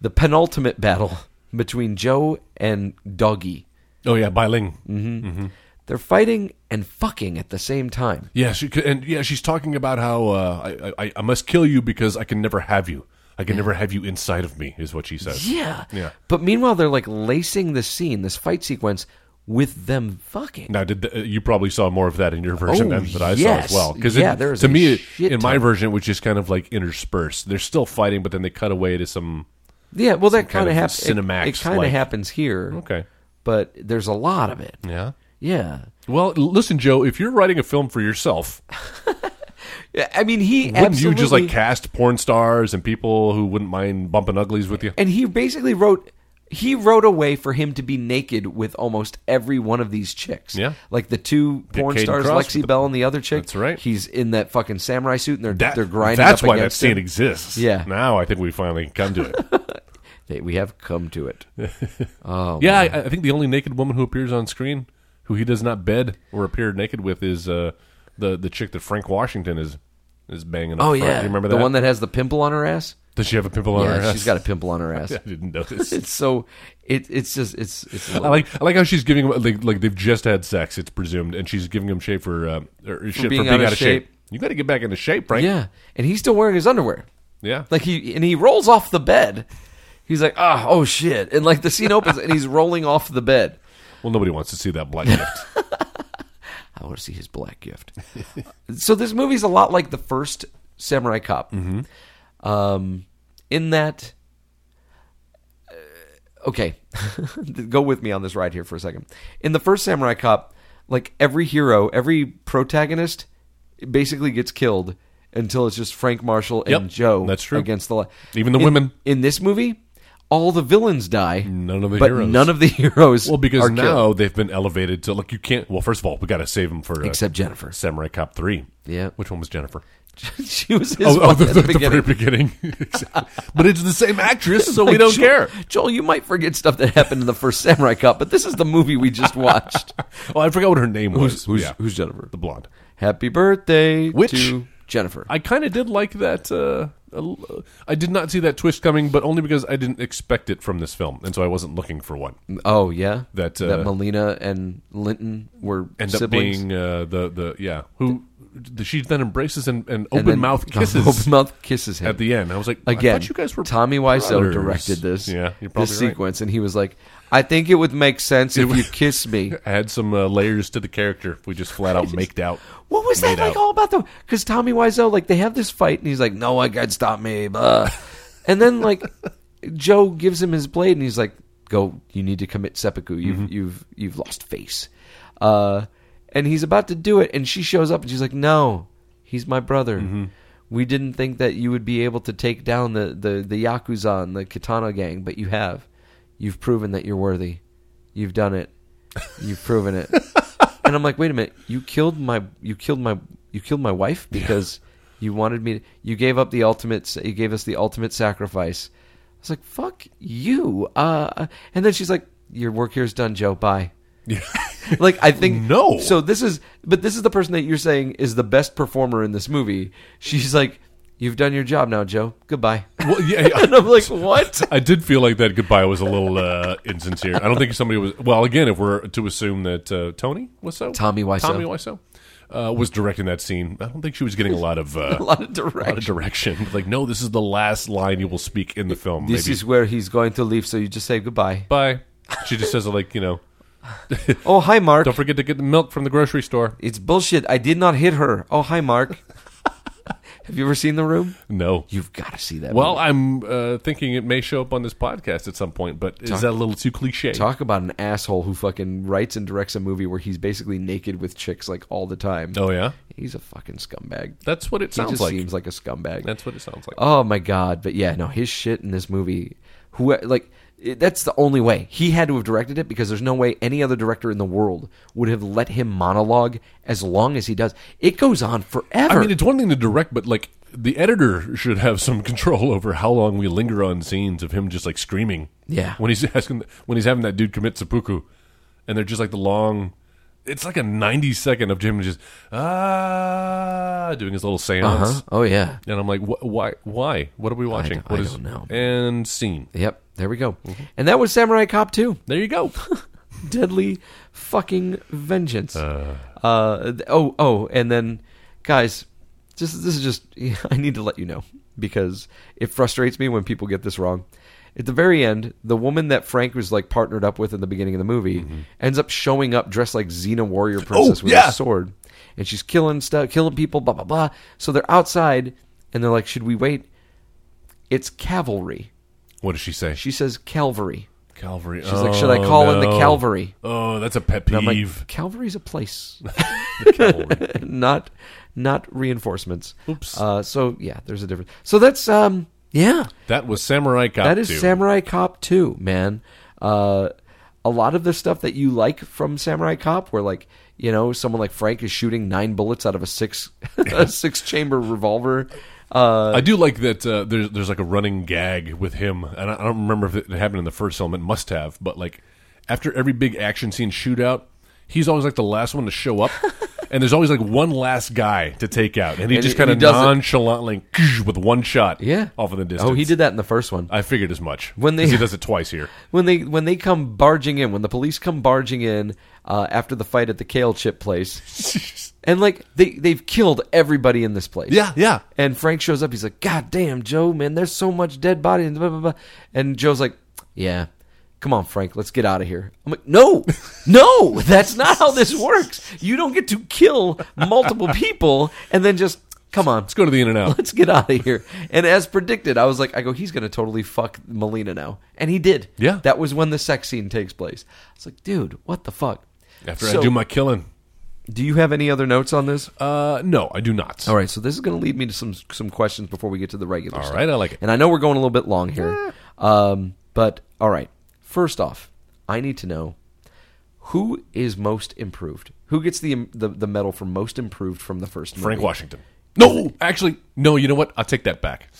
[SPEAKER 3] the penultimate battle *laughs* between Joe and Doggy.
[SPEAKER 4] Oh yeah, biling.
[SPEAKER 3] They're fighting and fucking at the same time.
[SPEAKER 4] Yeah, she could, and yeah, she's talking about how uh, I, I I must kill you because I can never have you. I can never have you inside of me, is what she says.
[SPEAKER 3] Yeah.
[SPEAKER 4] Yeah.
[SPEAKER 3] But meanwhile, they're like lacing the scene, this fight sequence, with them fucking.
[SPEAKER 4] Now, did the, uh, you probably saw more of that in your version
[SPEAKER 3] Oh,
[SPEAKER 4] than that I saw
[SPEAKER 3] yes.
[SPEAKER 4] as well? Because
[SPEAKER 3] Yeah, there is
[SPEAKER 4] to
[SPEAKER 3] a
[SPEAKER 4] me,
[SPEAKER 3] shit
[SPEAKER 4] in my
[SPEAKER 3] ton.
[SPEAKER 4] version, it was just kind of like interspersed. They're still fighting, but then they cut away to some.
[SPEAKER 3] Yeah, well, that
[SPEAKER 4] kind
[SPEAKER 3] kind of
[SPEAKER 4] of
[SPEAKER 3] happens.
[SPEAKER 4] Cinemax
[SPEAKER 3] It, it kind of
[SPEAKER 4] like-
[SPEAKER 3] happens here.
[SPEAKER 4] Okay.
[SPEAKER 3] But there's a lot of it.
[SPEAKER 4] Yeah.
[SPEAKER 3] Yeah.
[SPEAKER 4] Well, l- listen, Joe. If you're writing a film for yourself,
[SPEAKER 3] Yeah, I mean, he
[SPEAKER 4] wouldn't
[SPEAKER 3] absolutely.
[SPEAKER 4] you just like cast porn stars and people who wouldn't mind bumping uglies with you?
[SPEAKER 3] and he basically wrote. He wrote a way for him to be naked with almost every one of these chicks.
[SPEAKER 4] Yeah.
[SPEAKER 3] Like the two
[SPEAKER 4] Get
[SPEAKER 3] porn
[SPEAKER 4] Caden
[SPEAKER 3] stars,
[SPEAKER 4] Cross
[SPEAKER 3] Lexi
[SPEAKER 4] with the-
[SPEAKER 3] Bell and the other chick.
[SPEAKER 4] That's right.
[SPEAKER 3] He's in that fucking samurai suit and they're,
[SPEAKER 4] That-
[SPEAKER 3] they're grinding
[SPEAKER 4] That's
[SPEAKER 3] up
[SPEAKER 4] why that
[SPEAKER 3] against
[SPEAKER 4] scene
[SPEAKER 3] him.
[SPEAKER 4] exists.
[SPEAKER 3] Yeah.
[SPEAKER 4] Now I think we finally come to it.
[SPEAKER 3] They- we have come to it.
[SPEAKER 4] yeah, I, I think the only naked woman who appears on screen who he does not bed or appear naked with is uh, the the chick that Frank Washington is is banging. up
[SPEAKER 3] Oh,
[SPEAKER 4] front.
[SPEAKER 3] yeah.
[SPEAKER 4] you remember
[SPEAKER 3] The
[SPEAKER 4] that?
[SPEAKER 3] one that has the pimple on her ass?
[SPEAKER 4] does she have a pimple on
[SPEAKER 3] yeah,
[SPEAKER 4] her? ass?
[SPEAKER 3] she's
[SPEAKER 4] *laughs*
[SPEAKER 3] got a pimple on her ass.
[SPEAKER 4] I didn't notice.
[SPEAKER 3] *laughs* It's so it it's just it's it's a
[SPEAKER 4] I
[SPEAKER 3] little-
[SPEAKER 4] like I like how she's giving him like, like they've just had sex. It's presumed, and she's giving him shape for, uh, or shit for
[SPEAKER 3] being
[SPEAKER 4] being out, of shape. You got to get back into shape, Frank.
[SPEAKER 3] yeah, and he's still wearing his underwear.
[SPEAKER 4] yeah.
[SPEAKER 3] Like he and he rolls off the bed. He's like, ah, oh shit, and like the scene opens and he's rolling off the bed.
[SPEAKER 4] well, nobody wants to see
[SPEAKER 3] *laughs*
[SPEAKER 4] that black gift.
[SPEAKER 3] I want to see his black gift. *laughs* so this movie's a lot like the first Samurai Cop,
[SPEAKER 4] Mm-hmm.
[SPEAKER 3] um, in that. uh, okay, *laughs* go with me on this ride here for a second. In the first Samurai Cop, like every hero, every protagonist, basically gets killed until it's just Frank Marshall and
[SPEAKER 4] Yep,
[SPEAKER 3] Joe.
[SPEAKER 4] that's true.
[SPEAKER 3] Against the li-
[SPEAKER 4] Even the
[SPEAKER 3] In-
[SPEAKER 4] women.
[SPEAKER 3] in this movie. All the villains die.
[SPEAKER 4] None of the
[SPEAKER 3] but
[SPEAKER 4] heroes.
[SPEAKER 3] None of the heroes.
[SPEAKER 4] Well, because
[SPEAKER 3] are
[SPEAKER 4] now
[SPEAKER 3] killed,
[SPEAKER 4] they've been elevated to like you can't. Well, first of all, we got to save them for uh,
[SPEAKER 3] except Jennifer,
[SPEAKER 4] Samurai Cop Three.
[SPEAKER 3] Yeah.
[SPEAKER 4] which one was Jennifer?
[SPEAKER 3] *laughs* she was his
[SPEAKER 4] Oh, oh,
[SPEAKER 3] wife
[SPEAKER 4] the,
[SPEAKER 3] at
[SPEAKER 4] the-
[SPEAKER 3] the
[SPEAKER 4] the
[SPEAKER 3] beginning.
[SPEAKER 4] very beginning. *laughs* but it's the same actress,
[SPEAKER 3] *laughs*
[SPEAKER 4] so we
[SPEAKER 3] Like,
[SPEAKER 4] don't
[SPEAKER 3] Joel,
[SPEAKER 4] care.
[SPEAKER 3] Joel, you might forget stuff that happened in the first *laughs* Samurai Cup, but this is the movie we just
[SPEAKER 4] *laughs*
[SPEAKER 3] watched.
[SPEAKER 4] Well, Oh, I forgot what her name was.
[SPEAKER 3] who's, who's,
[SPEAKER 4] Yeah.
[SPEAKER 3] who's Jennifer?
[SPEAKER 4] the blonde?
[SPEAKER 3] Happy birthday
[SPEAKER 4] Which-
[SPEAKER 3] to Jennifer.
[SPEAKER 4] I kind of did like that. Uh, uh, I did not see that twist coming, but only because I didn't expect it from this film, and so I wasn't looking for one.
[SPEAKER 3] oh yeah,
[SPEAKER 4] That, uh,
[SPEAKER 3] that Melina and Linton were
[SPEAKER 4] End up
[SPEAKER 3] siblings.
[SPEAKER 4] being uh, the the yeah who the, she then embraces and, and
[SPEAKER 3] And
[SPEAKER 4] open
[SPEAKER 3] then-
[SPEAKER 4] mouth
[SPEAKER 3] *laughs*
[SPEAKER 4] kisses
[SPEAKER 3] Open mouth kisses him
[SPEAKER 4] at the end. I was like,
[SPEAKER 3] Again,
[SPEAKER 4] I thought you guys were
[SPEAKER 3] Tommy Wiseau
[SPEAKER 4] brothers.
[SPEAKER 3] directed this.
[SPEAKER 4] Yeah, you're probably
[SPEAKER 3] this
[SPEAKER 4] right.
[SPEAKER 3] sequence, and he was like, "I think it would make sense if
[SPEAKER 4] was-
[SPEAKER 3] you kiss
[SPEAKER 4] *laughs*
[SPEAKER 3] me."
[SPEAKER 4] Add some uh, layers to the character. We just flat
[SPEAKER 3] *laughs*
[SPEAKER 4] out maked out.
[SPEAKER 3] What was that
[SPEAKER 4] Made
[SPEAKER 3] like
[SPEAKER 4] out.
[SPEAKER 3] all about though? Because Tommy Wiseau, like they have this fight, and he's like, "No one can stop me," blah. and then like Joe gives him his blade, and he's like, "Go, you need to commit seppuku. You've you've you've lost face." Uh, and he's about to do it, and she shows up, and she's like, "No, he's my brother. We didn't think that you would be able to take down the the the yakuza and the katana gang, but you have. You've proven that you're worthy. You've done it. You've proven it." and I'm like, wait a minute, you killed my, you killed my, you killed my wife because you wanted me. To, you gave up the ultimate. You gave us the ultimate sacrifice. I was like, fuck you. Uh, and then she's like, your work here is done, Joe. Bye. *laughs* like I think
[SPEAKER 4] No.
[SPEAKER 3] So this is, but this is the person that you're saying is the best performer in this movie. She's like, you've done your job now, Joe. Goodbye.
[SPEAKER 4] Well, yeah,
[SPEAKER 3] *laughs*
[SPEAKER 4] yeah.
[SPEAKER 3] and I'm like, what?
[SPEAKER 4] I did feel like that goodbye was a little uh, insincere. I don't think somebody was. Well, again, if we're to assume that uh, Tony was so,
[SPEAKER 3] Tommy Wiseau.
[SPEAKER 4] Tommy Wiseau uh, was directing that scene, I don't think she was getting a lot of uh,
[SPEAKER 3] *laughs* A lot of
[SPEAKER 4] a lot of
[SPEAKER 3] direction.
[SPEAKER 4] direction. Like, no, this is the last line you will speak in the
[SPEAKER 3] *laughs*
[SPEAKER 4] film.
[SPEAKER 3] This
[SPEAKER 4] Maybe
[SPEAKER 3] is where he's going to leave, so you just say goodbye.
[SPEAKER 4] bye. She just says like, you know,
[SPEAKER 3] Oh, hi, Mark.
[SPEAKER 4] don't forget to get the milk from the grocery store.
[SPEAKER 3] It's bullshit. I did not hit her. Oh, hi,
[SPEAKER 4] *laughs*
[SPEAKER 3] Mark. Have you ever seen The Room?
[SPEAKER 4] No.
[SPEAKER 3] You've got to see that.
[SPEAKER 4] Well,
[SPEAKER 3] movie.
[SPEAKER 4] I'm uh, thinking it may show up on this podcast at some point, but is that a little too cliche?
[SPEAKER 3] talk about an asshole who fucking writes and directs a movie where he's basically naked with chicks like all the time.
[SPEAKER 4] Oh yeah,
[SPEAKER 3] He's a fucking scumbag.
[SPEAKER 4] that's what it
[SPEAKER 3] he
[SPEAKER 4] sounds
[SPEAKER 3] just
[SPEAKER 4] like.
[SPEAKER 3] seems like a scumbag.
[SPEAKER 4] That's what it sounds like.
[SPEAKER 3] oh my god! But yeah, no, his shit in this movie. Who like? It, that's the only way he had to have directed it because there's no way any other director in the world would have let him monologue as long as he does. It goes on forever.
[SPEAKER 4] I mean, it's one thing to direct, but like the editor should have some *laughs* control over how long we linger on scenes of him just like screaming.
[SPEAKER 3] Yeah.
[SPEAKER 4] *laughs* When he's asking, when he's having that dude commit seppuku, and they're just like the long. it's like a 90 second of Jim just ah doing his little seance.
[SPEAKER 3] Uh-huh. Oh yeah.
[SPEAKER 4] And I'm like, wh- why? Why? What are we watching?
[SPEAKER 3] don't-
[SPEAKER 4] What
[SPEAKER 3] I
[SPEAKER 4] is-
[SPEAKER 3] don't know.
[SPEAKER 4] And scene.
[SPEAKER 3] Yep. There we go. And that was Samurai Cop 2.
[SPEAKER 4] There
[SPEAKER 3] *laughs*
[SPEAKER 4] you go.
[SPEAKER 3] Deadly fucking vengeance. Uh, th- oh, oh, and then guys, just this is just *laughs* I need to let you know because it frustrates me when people get this wrong. At the very end, the woman that Frank was like partnered up with in the beginning of the movie ends up showing up dressed like Xena warrior princess with
[SPEAKER 4] yeah.
[SPEAKER 3] a sword, and she's killing stuff, killing people, blah blah blah. So they're outside, and they're like, "Should we wait?" It's cavalry.
[SPEAKER 4] what does she say?
[SPEAKER 3] She says Calvary.
[SPEAKER 4] Calvary.
[SPEAKER 3] She's like, "Should I call in the Calvary?"
[SPEAKER 4] Oh, that's a pet
[SPEAKER 3] I'm like,
[SPEAKER 4] peeve.
[SPEAKER 3] Calvary's a *laughs* place,
[SPEAKER 4] Cavalry.
[SPEAKER 3] not not reinforcements.
[SPEAKER 4] Oops.
[SPEAKER 3] Uh, so yeah, there's a difference. So that's um yeah,
[SPEAKER 4] that was Samurai Cop.
[SPEAKER 3] that is
[SPEAKER 4] 2.
[SPEAKER 3] Samurai Cop 2, man. Uh, a lot of the stuff that you like from Samurai Cop, where like you know someone like Frank is shooting nine bullets out of a six *laughs* a six chamber revolver. Uh,
[SPEAKER 4] I do like that. Uh, there's there's like a running gag with him, and I, I don't remember if it happened in the first film. It must have, but like after every big action scene shootout, he's always like the last one to
[SPEAKER 3] *laughs*
[SPEAKER 4] show up, and there's always like one last guy to take out, and he
[SPEAKER 3] And
[SPEAKER 4] just
[SPEAKER 3] he-
[SPEAKER 4] kind
[SPEAKER 3] and
[SPEAKER 4] of
[SPEAKER 3] he does it.
[SPEAKER 4] nonchalantly with one shot,
[SPEAKER 3] yeah,
[SPEAKER 4] off in the distance.
[SPEAKER 3] Oh, he did that in the first one.
[SPEAKER 4] I figured as much
[SPEAKER 3] When they-
[SPEAKER 4] 'cause he does it twice here.
[SPEAKER 3] when they when they come barging in, when the police come barging in uh, after the fight at the kale chip
[SPEAKER 4] *laughs*
[SPEAKER 3] place, and like they they've killed everybody in this place.
[SPEAKER 4] Yeah, yeah.
[SPEAKER 3] And Frank shows up. He's like, "God damn, Joe, man, there's so much dead body." And blah blah blah. And Joe's like, "Yeah." Come on, Frank. Let's get out of here. I'm like,
[SPEAKER 4] *laughs*
[SPEAKER 3] no, no, that's not how this works. You don't get to kill multiple people and then just come on
[SPEAKER 4] Let's go to the in and
[SPEAKER 3] *laughs*
[SPEAKER 4] out.
[SPEAKER 3] let's get out of here. And as predicted, I was like, I go, he's going to totally fuck Melina now. And he did.
[SPEAKER 4] Yeah.
[SPEAKER 3] That was when the sex scene takes place. I was like, dude, what the fuck?
[SPEAKER 4] After
[SPEAKER 3] So,
[SPEAKER 4] I do my killing,
[SPEAKER 3] Do you have any other notes on this?
[SPEAKER 4] uh, no, I do not.
[SPEAKER 3] All right, so this is going to lead me to some some questions before we get to the regular
[SPEAKER 4] All
[SPEAKER 3] stuff.
[SPEAKER 4] right, I like it.
[SPEAKER 3] And I know we're going a little bit long here. Um, but all right. First off, I need to know who is most improved? Who gets the the, the medal for most improved from the first movie?
[SPEAKER 4] Frank Washington. No, actually, no. You know what? I'll take that back.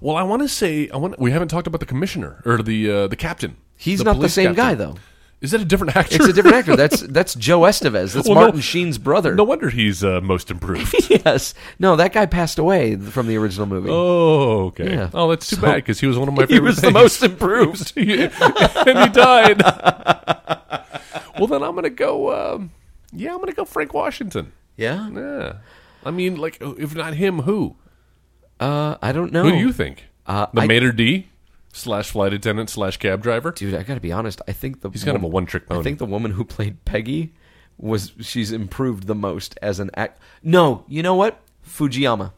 [SPEAKER 4] Well, I want to say I want. We haven't talked about the commissioner or the uh, the captain.
[SPEAKER 3] He's not the
[SPEAKER 4] police
[SPEAKER 3] same guy, though.
[SPEAKER 4] Is that a different *laughs* actor?
[SPEAKER 3] It's a different actor. That's that's Joe Estevez. That's
[SPEAKER 4] Well, no-
[SPEAKER 3] Martin Sheen's brother.
[SPEAKER 4] No wonder he's uh,
[SPEAKER 3] *laughs*
[SPEAKER 4] most improved.
[SPEAKER 3] yes. No, that guy passed away th- from the original movie.
[SPEAKER 4] oh, okay.
[SPEAKER 3] Yeah.
[SPEAKER 4] Oh, that's too
[SPEAKER 3] So-
[SPEAKER 4] bad because he was one of
[SPEAKER 3] *laughs*
[SPEAKER 4] my.
[SPEAKER 3] He
[SPEAKER 4] favorite
[SPEAKER 3] was the
[SPEAKER 4] things. *laughs*
[SPEAKER 3] most improved.
[SPEAKER 4] He was- *laughs* and he died. well, then I'm gonna go. Um, yeah, I'm gonna go Frank Washington.
[SPEAKER 3] Yeah.
[SPEAKER 4] Yeah. I mean, like, if not him, who?
[SPEAKER 3] Uh, I don't know.
[SPEAKER 4] Who do you think?
[SPEAKER 3] Uh,
[SPEAKER 4] the
[SPEAKER 3] I-
[SPEAKER 4] maitre d slash flight attendant slash cab driver.
[SPEAKER 3] Dude, I got to be honest. I think the
[SPEAKER 4] He's kind of a one-trick
[SPEAKER 3] I
[SPEAKER 4] pony.
[SPEAKER 3] think the woman who played Peggy was she's improved the most as an act. No, you know what? Fujiyama.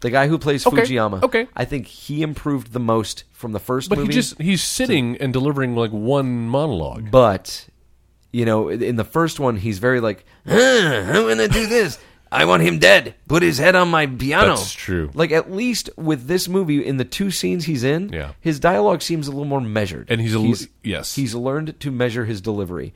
[SPEAKER 3] The guy who plays
[SPEAKER 4] Okay,
[SPEAKER 3] Fujiyama.
[SPEAKER 4] okay.
[SPEAKER 3] I think he improved the most from the first
[SPEAKER 4] But
[SPEAKER 3] movie.
[SPEAKER 4] he just he's sitting and delivering like one monologue.
[SPEAKER 3] But you know, in in the first one, he's very like, "Huh, "I'm gonna do this. I want him dead. Put his head on my piano."
[SPEAKER 4] That's true.
[SPEAKER 3] Like at least with this movie, in the two scenes he's in,
[SPEAKER 4] Yeah.
[SPEAKER 3] his dialogue seems a little more measured,
[SPEAKER 4] And he's a l- yes.
[SPEAKER 3] he's learned to measure his delivery.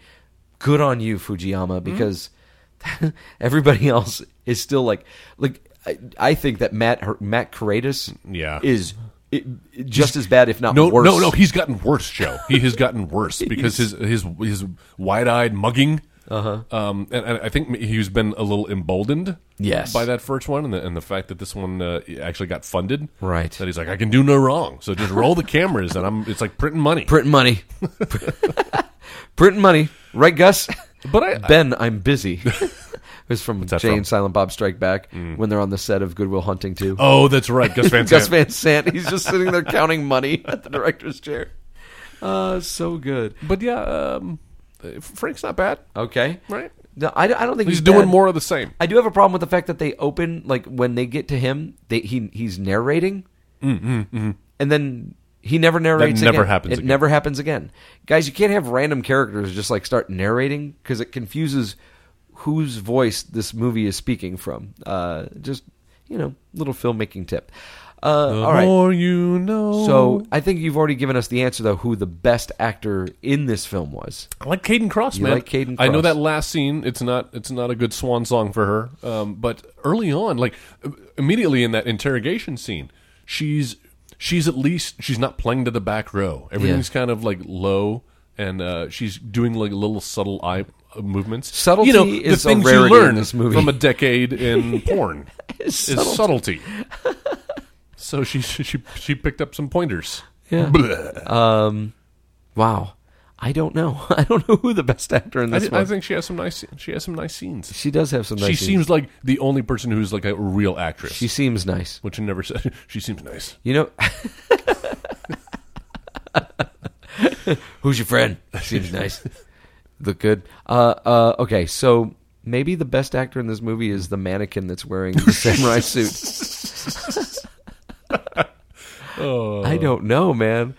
[SPEAKER 3] Good on you,
[SPEAKER 4] Hmm?
[SPEAKER 3] Fujiyama, because *laughs* everybody else is still like, like I, I think that Matt Her- Matt Caratus,
[SPEAKER 4] Yeah.
[SPEAKER 3] is. i just as bad, if not
[SPEAKER 4] No,
[SPEAKER 3] worse.
[SPEAKER 4] no, no. He's gotten worse, Joe. He has gotten
[SPEAKER 3] *laughs*
[SPEAKER 4] worse because his his his wide-eyed mugging. Uh-huh. Um, and, and I think he's been a little emboldened.
[SPEAKER 3] Yes.
[SPEAKER 4] By that first one, and the, and the fact that this one uh, actually got funded.
[SPEAKER 3] Right.
[SPEAKER 4] That he's like, I can do no wrong. So just roll the cameras, and I'm. It's like printing money.
[SPEAKER 3] printing
[SPEAKER 4] *laughs*
[SPEAKER 3] money. printing money. Right, Gus?
[SPEAKER 4] But I-
[SPEAKER 3] Ben, I'm
[SPEAKER 4] *laughs*
[SPEAKER 3] busy. it was from
[SPEAKER 4] that
[SPEAKER 3] Jay
[SPEAKER 4] from? Mm.
[SPEAKER 3] and Silent Bob Strike Back when they're on the set of Goodwill Hunting 2.
[SPEAKER 4] oh, that's right, Gus
[SPEAKER 3] *laughs*
[SPEAKER 4] Van
[SPEAKER 3] Gus
[SPEAKER 4] Sant.
[SPEAKER 3] Van Sant, he's just sitting
[SPEAKER 4] *laughs*
[SPEAKER 3] there counting money at the director's chair. Uh, so good.
[SPEAKER 4] But yeah, um, Frank's not bad.
[SPEAKER 3] Okay.
[SPEAKER 4] Right.
[SPEAKER 3] No, I, I don't think
[SPEAKER 4] He's
[SPEAKER 3] he's
[SPEAKER 4] doing
[SPEAKER 3] bad.
[SPEAKER 4] more of the same.
[SPEAKER 3] I do have a problem with the fact that they open like when they get to him, they, he he's narrating,
[SPEAKER 4] Mm,
[SPEAKER 3] and then he never narrates.
[SPEAKER 4] mm-hmm. never
[SPEAKER 3] again.
[SPEAKER 4] happens
[SPEAKER 3] It
[SPEAKER 4] again.
[SPEAKER 3] never happens again, guys. You can't have random characters just like start narrating because it confuses whose voice this movie is speaking from. Uh, just you know, little filmmaking tip. Uh, all right.
[SPEAKER 4] More you know.
[SPEAKER 3] So I think you've already given us the answer though. Who the best actor in this film was?
[SPEAKER 4] I like Caden Cross,
[SPEAKER 3] You
[SPEAKER 4] man.
[SPEAKER 3] like Caden
[SPEAKER 4] I
[SPEAKER 3] Cross.
[SPEAKER 4] know that last scene. It's not. It's not a good swan song for her. Um, but early on, like immediately in that interrogation scene, she's she's at least she's not playing to the back row. Everything's kind of like low and uh, she's doing like little subtle eye uh, movements.
[SPEAKER 3] Subtlety
[SPEAKER 4] you know,
[SPEAKER 3] is a
[SPEAKER 4] the things
[SPEAKER 3] rarity
[SPEAKER 4] you
[SPEAKER 3] in
[SPEAKER 4] learn
[SPEAKER 3] this movie.
[SPEAKER 4] from a
[SPEAKER 3] *laughs*
[SPEAKER 4] decade in porn is
[SPEAKER 3] subtlety.
[SPEAKER 4] subtlety. *laughs* so she she she picked up some pointers.
[SPEAKER 3] Yeah. Wow. I don't know. *laughs* I don't know who the best actor in
[SPEAKER 4] I,
[SPEAKER 3] this
[SPEAKER 4] I
[SPEAKER 3] was.
[SPEAKER 4] think she has some nice she has some nice scenes.
[SPEAKER 3] she does have some. Nice
[SPEAKER 4] she
[SPEAKER 3] scenes.
[SPEAKER 4] seems like the only person who's like a real actress.
[SPEAKER 3] She seems nice.
[SPEAKER 4] which I never said. *laughs* She seems nice.
[SPEAKER 3] You know. *laughs* Who's your friend? Seems nice. Look good. Uh, uh, okay, so maybe the best actor in this movie is the mannequin that's wearing
[SPEAKER 4] *laughs*
[SPEAKER 3] the samurai suit. I don't know, man.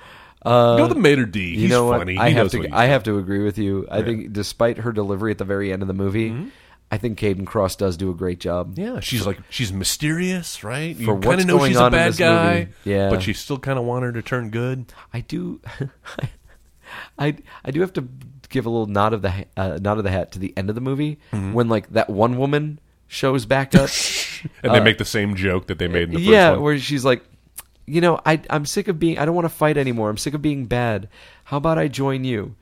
[SPEAKER 3] Uh,
[SPEAKER 4] Go to Mater D. Oh. He's
[SPEAKER 3] you know
[SPEAKER 4] funny.
[SPEAKER 3] what? I
[SPEAKER 4] he
[SPEAKER 3] have
[SPEAKER 4] knows
[SPEAKER 3] to.
[SPEAKER 4] what he's
[SPEAKER 3] I have to agree with you. I think, despite her delivery at the very end of the movie, I think Caden Cross does do a great job.
[SPEAKER 4] Mm-hmm. Yeah, she's like she's mysterious, right? You
[SPEAKER 3] For
[SPEAKER 4] kinda
[SPEAKER 3] what's
[SPEAKER 4] know
[SPEAKER 3] going
[SPEAKER 4] she's
[SPEAKER 3] on
[SPEAKER 4] a
[SPEAKER 3] in
[SPEAKER 4] bad
[SPEAKER 3] this
[SPEAKER 4] guy,
[SPEAKER 3] movie. Yeah.
[SPEAKER 4] but you still kind of want her to turn good.
[SPEAKER 3] I do. *laughs* I I do have to give a little nod of the ha- uh, nod of the hat to the end of the movie when like that one woman shows back up.
[SPEAKER 4] And they make the same joke that they made in the first
[SPEAKER 3] Uh, yeah,
[SPEAKER 4] one.
[SPEAKER 3] where she's like, you know, I I'm sick of being. I don't want to fight anymore. I'm sick of being bad. How about I join you?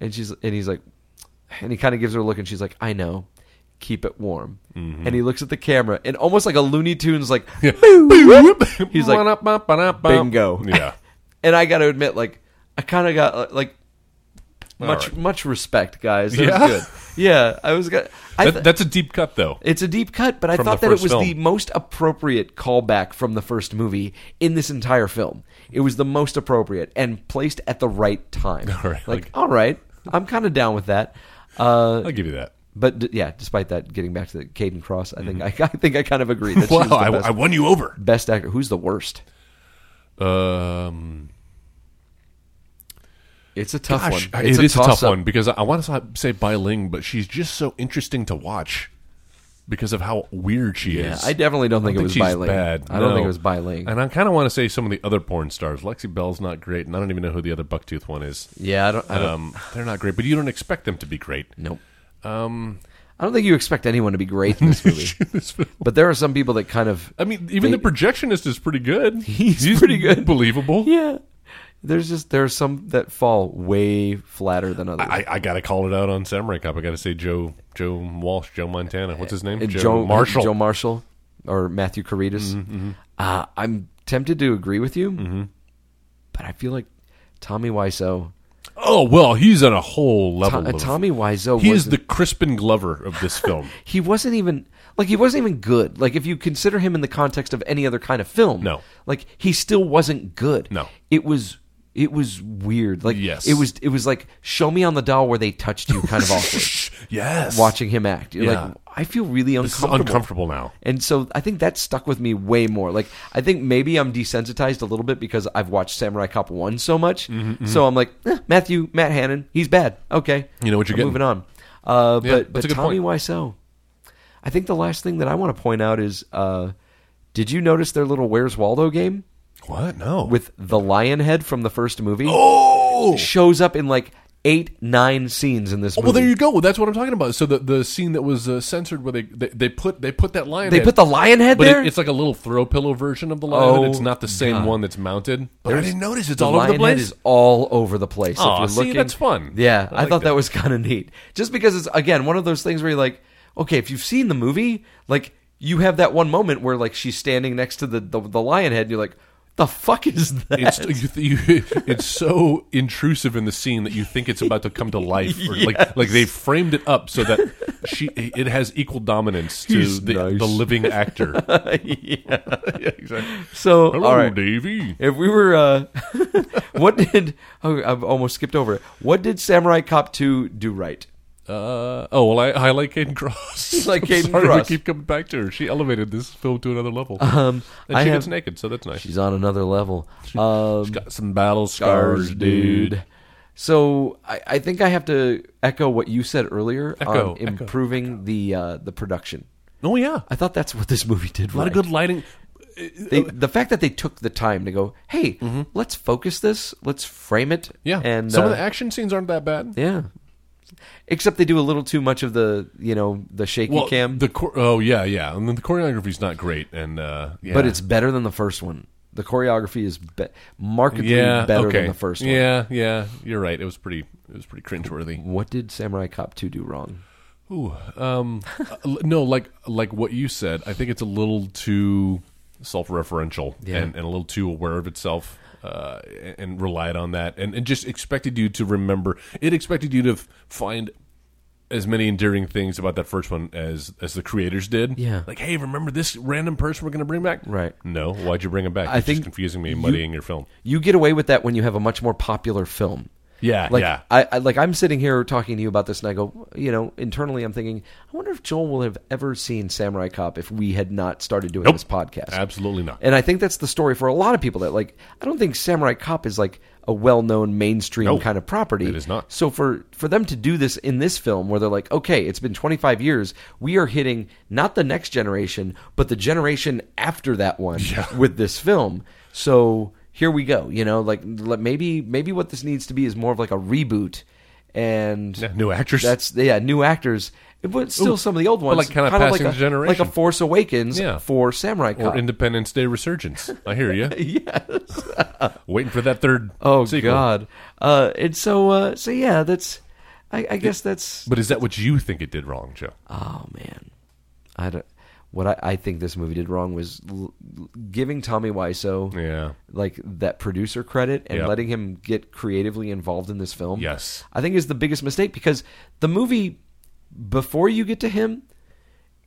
[SPEAKER 3] And she's and he's like, and he kind of gives her a look, and she's like, I know. Keep it warm, and he looks at the camera, and almost like a Looney Tunes, like,
[SPEAKER 4] *laughs*
[SPEAKER 3] he's like, bingo.
[SPEAKER 4] Yeah,
[SPEAKER 3] *laughs* and I got to admit, like, I kind of got uh, like much
[SPEAKER 4] right.
[SPEAKER 3] much respect, guys. That
[SPEAKER 4] Yeah?
[SPEAKER 3] was good. Yeah, I was. Got, I th-
[SPEAKER 4] that, that's a deep cut though.
[SPEAKER 3] it's a deep cut, but I
[SPEAKER 4] From
[SPEAKER 3] thought
[SPEAKER 4] the
[SPEAKER 3] that it
[SPEAKER 4] first
[SPEAKER 3] was
[SPEAKER 4] film.
[SPEAKER 3] the most appropriate callback from the first movie in this entire film. It was the most appropriate and placed at the right time.
[SPEAKER 4] All *laughs*
[SPEAKER 3] like,
[SPEAKER 4] right, like-
[SPEAKER 3] all right, I'm kind of down with that. Uh,
[SPEAKER 4] I'll give you that.
[SPEAKER 3] but d- yeah, despite that, getting back to the Caden Cross, I think I, *laughs* I think I kind of agree that
[SPEAKER 4] Wow,
[SPEAKER 3] she's the
[SPEAKER 4] Mm-hmm. I,
[SPEAKER 3] best,
[SPEAKER 4] I won you over.
[SPEAKER 3] best actor. Who's the worst?
[SPEAKER 4] Um,
[SPEAKER 3] It's a tough
[SPEAKER 4] gosh, uh,
[SPEAKER 3] one.
[SPEAKER 4] it is a tough
[SPEAKER 3] toss-up.
[SPEAKER 4] one because I, I want to say Bai Ling, but she's just so interesting to watch because of how weird she
[SPEAKER 3] Yeah,
[SPEAKER 4] is.
[SPEAKER 3] I definitely don't think it was
[SPEAKER 4] she's
[SPEAKER 3] Bai Ling.
[SPEAKER 4] Bad.
[SPEAKER 3] I don't
[SPEAKER 4] no.
[SPEAKER 3] think it was Bai Ling.
[SPEAKER 4] And I kind of want to say some of the other porn stars. Lexi Bell's not great, and I don't even know who the other Bucktooth one is.
[SPEAKER 3] Yeah, I don't. I don't
[SPEAKER 4] Um, they're not great, but you don't expect them to be great.
[SPEAKER 3] nope. Um, I don't think you expect anyone to be great in
[SPEAKER 4] *laughs*
[SPEAKER 3] this movie. but there are some people that kind of.
[SPEAKER 4] I mean, even
[SPEAKER 3] They-
[SPEAKER 4] the projectionist is pretty
[SPEAKER 3] *laughs*
[SPEAKER 4] good.
[SPEAKER 3] He's pretty good.
[SPEAKER 4] believable.
[SPEAKER 3] Yeah. There's just there are some that fall way flatter than others.
[SPEAKER 4] I, I got to call it out on Samurai Cop. I got to say Joe Joe Walsh, Joe Montana. What's his name?
[SPEAKER 3] Uh,
[SPEAKER 4] Marshall. Mm-hmm,
[SPEAKER 3] Joe Marshall, or Matthew Caritas. Uh, I'm tempted to agree with you, but I feel like Tommy Wiseau.
[SPEAKER 4] oh well, he's on a whole level.
[SPEAKER 3] To- uh,
[SPEAKER 4] of-
[SPEAKER 3] Tommy Wiseau.
[SPEAKER 4] He
[SPEAKER 3] was
[SPEAKER 4] is the Crispin Glover of this film.
[SPEAKER 3] *laughs* he wasn't even like he wasn't even good. Like if you consider him in the context of any other kind of film,
[SPEAKER 4] No.
[SPEAKER 3] like he still wasn't good.
[SPEAKER 4] No.
[SPEAKER 3] it was it was weird. Like
[SPEAKER 4] Yes.
[SPEAKER 3] it was it was like show me on the doll where they touched you, kind of
[SPEAKER 4] *laughs*
[SPEAKER 3] awkward.
[SPEAKER 4] yes,
[SPEAKER 3] Watching him act, You're
[SPEAKER 4] Yeah.
[SPEAKER 3] like I feel really
[SPEAKER 4] This is
[SPEAKER 3] uncomfortable.
[SPEAKER 4] uncomfortable now.
[SPEAKER 3] And so I think that stuck with me way more. Like I think maybe I'm desensitized a little bit because I've watched Samurai Cop one so much.
[SPEAKER 4] Mm-hmm,
[SPEAKER 3] So I'm like eh, Matthew Matt Hannon, he's bad. Okay,
[SPEAKER 4] You know what you're
[SPEAKER 3] I'm
[SPEAKER 4] getting.
[SPEAKER 3] Moving on. Uh,
[SPEAKER 4] Yeah,
[SPEAKER 3] but but
[SPEAKER 4] that's a good
[SPEAKER 3] Tommy
[SPEAKER 4] point.
[SPEAKER 3] Wiseau, I think the last thing that I want to point out is, uh, did you notice their little Where's Waldo game
[SPEAKER 4] What? No.
[SPEAKER 3] with the lion head from the first movie?
[SPEAKER 4] oh.
[SPEAKER 3] shows up in like eight nine scenes in this.
[SPEAKER 4] Oh,
[SPEAKER 3] movie.
[SPEAKER 4] well, there you go. That's what I'm talking about. So the, the scene that was uh, censored, where they, they they put they put that lion.
[SPEAKER 3] They
[SPEAKER 4] head-
[SPEAKER 3] put the lion head
[SPEAKER 4] but
[SPEAKER 3] there.
[SPEAKER 4] It, it's like a little throw pillow version of the lion. head.
[SPEAKER 3] Oh,
[SPEAKER 4] it's not the same
[SPEAKER 3] God.
[SPEAKER 4] one that's mounted. But I didn't notice. It's
[SPEAKER 3] the lion head is all over the place. if
[SPEAKER 4] Aw,
[SPEAKER 3] you're
[SPEAKER 4] see,
[SPEAKER 3] looking,
[SPEAKER 4] that's fun.
[SPEAKER 3] Yeah,
[SPEAKER 4] I
[SPEAKER 3] I,
[SPEAKER 4] like
[SPEAKER 3] thought that,
[SPEAKER 4] that.
[SPEAKER 3] was kind of neat. Just because it's again one of those things where you're like, okay, if you've seen the movie, like you have that one moment where like she's standing next to the the, the lion head, and you're like, the fuck
[SPEAKER 4] *laughs*
[SPEAKER 3] is that? *laughs*
[SPEAKER 4] It's you, you, *laughs* it's so intrusive in the scene that you think it's about to come to life. Or Like like they framed it up so that she it has equal dominance to
[SPEAKER 3] He's
[SPEAKER 4] the,
[SPEAKER 3] nice.
[SPEAKER 4] the
[SPEAKER 3] *laughs*
[SPEAKER 4] living actor. *laughs*
[SPEAKER 3] yeah.
[SPEAKER 4] exactly.
[SPEAKER 3] So
[SPEAKER 4] Hello,
[SPEAKER 3] all right.
[SPEAKER 4] Davy.
[SPEAKER 3] If we were, uh, *laughs* what did? *laughs* Oh, I've almost skipped over it. What did Samurai Cop Two do right?
[SPEAKER 4] Uh, oh well, I, I like Caden Cross.
[SPEAKER 3] *laughs* like
[SPEAKER 4] *laughs* I'm
[SPEAKER 3] Caden
[SPEAKER 4] sorry
[SPEAKER 3] Cross. Um,
[SPEAKER 4] We keep coming back to her. She elevated this film to another level. and
[SPEAKER 3] I
[SPEAKER 4] she
[SPEAKER 3] have-
[SPEAKER 4] gets naked, so that's nice.
[SPEAKER 3] She's on another
[SPEAKER 4] *laughs*
[SPEAKER 3] level. Um,
[SPEAKER 4] She's got some battle
[SPEAKER 3] scars,
[SPEAKER 4] scars, dude.
[SPEAKER 3] So I, I think I have to echo what you said earlier
[SPEAKER 4] Echo,
[SPEAKER 3] on
[SPEAKER 4] echo,
[SPEAKER 3] improving the uh, the production.
[SPEAKER 4] Oh yeah,
[SPEAKER 3] I thought that's what this movie did.
[SPEAKER 4] a lot of good lighting.
[SPEAKER 3] They, the fact that they took the time to go, hey, let's focus this, let's frame it.
[SPEAKER 4] Mm-hmm. Yeah,
[SPEAKER 3] and
[SPEAKER 4] some of
[SPEAKER 3] uh,
[SPEAKER 4] the action scenes aren't that bad.
[SPEAKER 3] yeah. Except they do a little too much of the you know the shaky
[SPEAKER 4] well,
[SPEAKER 3] cam,
[SPEAKER 4] the chor- oh yeah, yeah, and then the choreography's not great, and uh, yeah.
[SPEAKER 3] but it's better than the first one. The choreography is be- markedly
[SPEAKER 4] yeah,
[SPEAKER 3] better
[SPEAKER 4] okay.
[SPEAKER 3] than the first one.
[SPEAKER 4] Yeah, yeah, you're right. It was pretty. It was pretty cringeworthy.
[SPEAKER 3] What did Samurai Cop 2 do wrong?
[SPEAKER 4] Ooh, um, *laughs* uh, l- no, like like what you said. I think it's a little too self-referential
[SPEAKER 3] Yeah.
[SPEAKER 4] and, and a little too aware of itself, uh, and, and relied on that, and, and just expected you to remember. It expected you to f- find as many endearing things about that first one as as the creators did.
[SPEAKER 3] Yeah.
[SPEAKER 4] like hey, remember this random person we're going to bring back?
[SPEAKER 3] Right.
[SPEAKER 4] No, why'd you bring him back?
[SPEAKER 3] I
[SPEAKER 4] It's just
[SPEAKER 3] think
[SPEAKER 4] confusing me,
[SPEAKER 3] you-
[SPEAKER 4] and muddying your film.
[SPEAKER 3] You get away with that when you have a much more popular film.
[SPEAKER 4] Yeah,
[SPEAKER 3] Like
[SPEAKER 4] yeah.
[SPEAKER 3] I, I like I'm sitting here talking to you about this and I go, you know, internally I'm thinking, I wonder if Joel will have ever seen Samurai Cop if we had not started doing
[SPEAKER 4] Nope.
[SPEAKER 3] this podcast.
[SPEAKER 4] Absolutely not.
[SPEAKER 3] And I think that's the story for a lot of people that like I don't think Samurai Cop is like a well-known mainstream
[SPEAKER 4] No,
[SPEAKER 3] kind of property.
[SPEAKER 4] it is not.
[SPEAKER 3] So for for them to do this in this film where they're like, "Okay, it's been 25 years. We are hitting not the next generation, but the generation after that one *laughs* with this film." So here we go, you know, like let- maybe maybe what this needs to be is more of like a reboot and
[SPEAKER 4] Yeah, new actors.
[SPEAKER 3] That's yeah, new actors. But still,
[SPEAKER 4] Ooh,
[SPEAKER 3] some of the old
[SPEAKER 4] but
[SPEAKER 3] ones,
[SPEAKER 4] like kinda
[SPEAKER 3] kinda
[SPEAKER 4] passing
[SPEAKER 3] like a,
[SPEAKER 4] generation.
[SPEAKER 3] like a Force Awakens
[SPEAKER 4] Yeah.
[SPEAKER 3] for Samurai Cop.
[SPEAKER 4] or Independence Day Resurgence. I
[SPEAKER 3] *laughs*
[SPEAKER 4] hear you. yes. Waiting for that third.
[SPEAKER 3] Oh
[SPEAKER 4] sequel.
[SPEAKER 3] God! Uh, and so, uh, so yeah, that's. I, I guess that's.
[SPEAKER 4] But is that what you think it did wrong, Joe?
[SPEAKER 3] Oh man, I don't. What I, I think this movie did wrong was l- l- giving Tommy Wiseau,
[SPEAKER 4] Yeah.
[SPEAKER 3] like that producer credit and
[SPEAKER 4] Yep.
[SPEAKER 3] letting him get creatively involved in this film.
[SPEAKER 4] Yes.
[SPEAKER 3] I think is the biggest mistake because the movie before you get to him.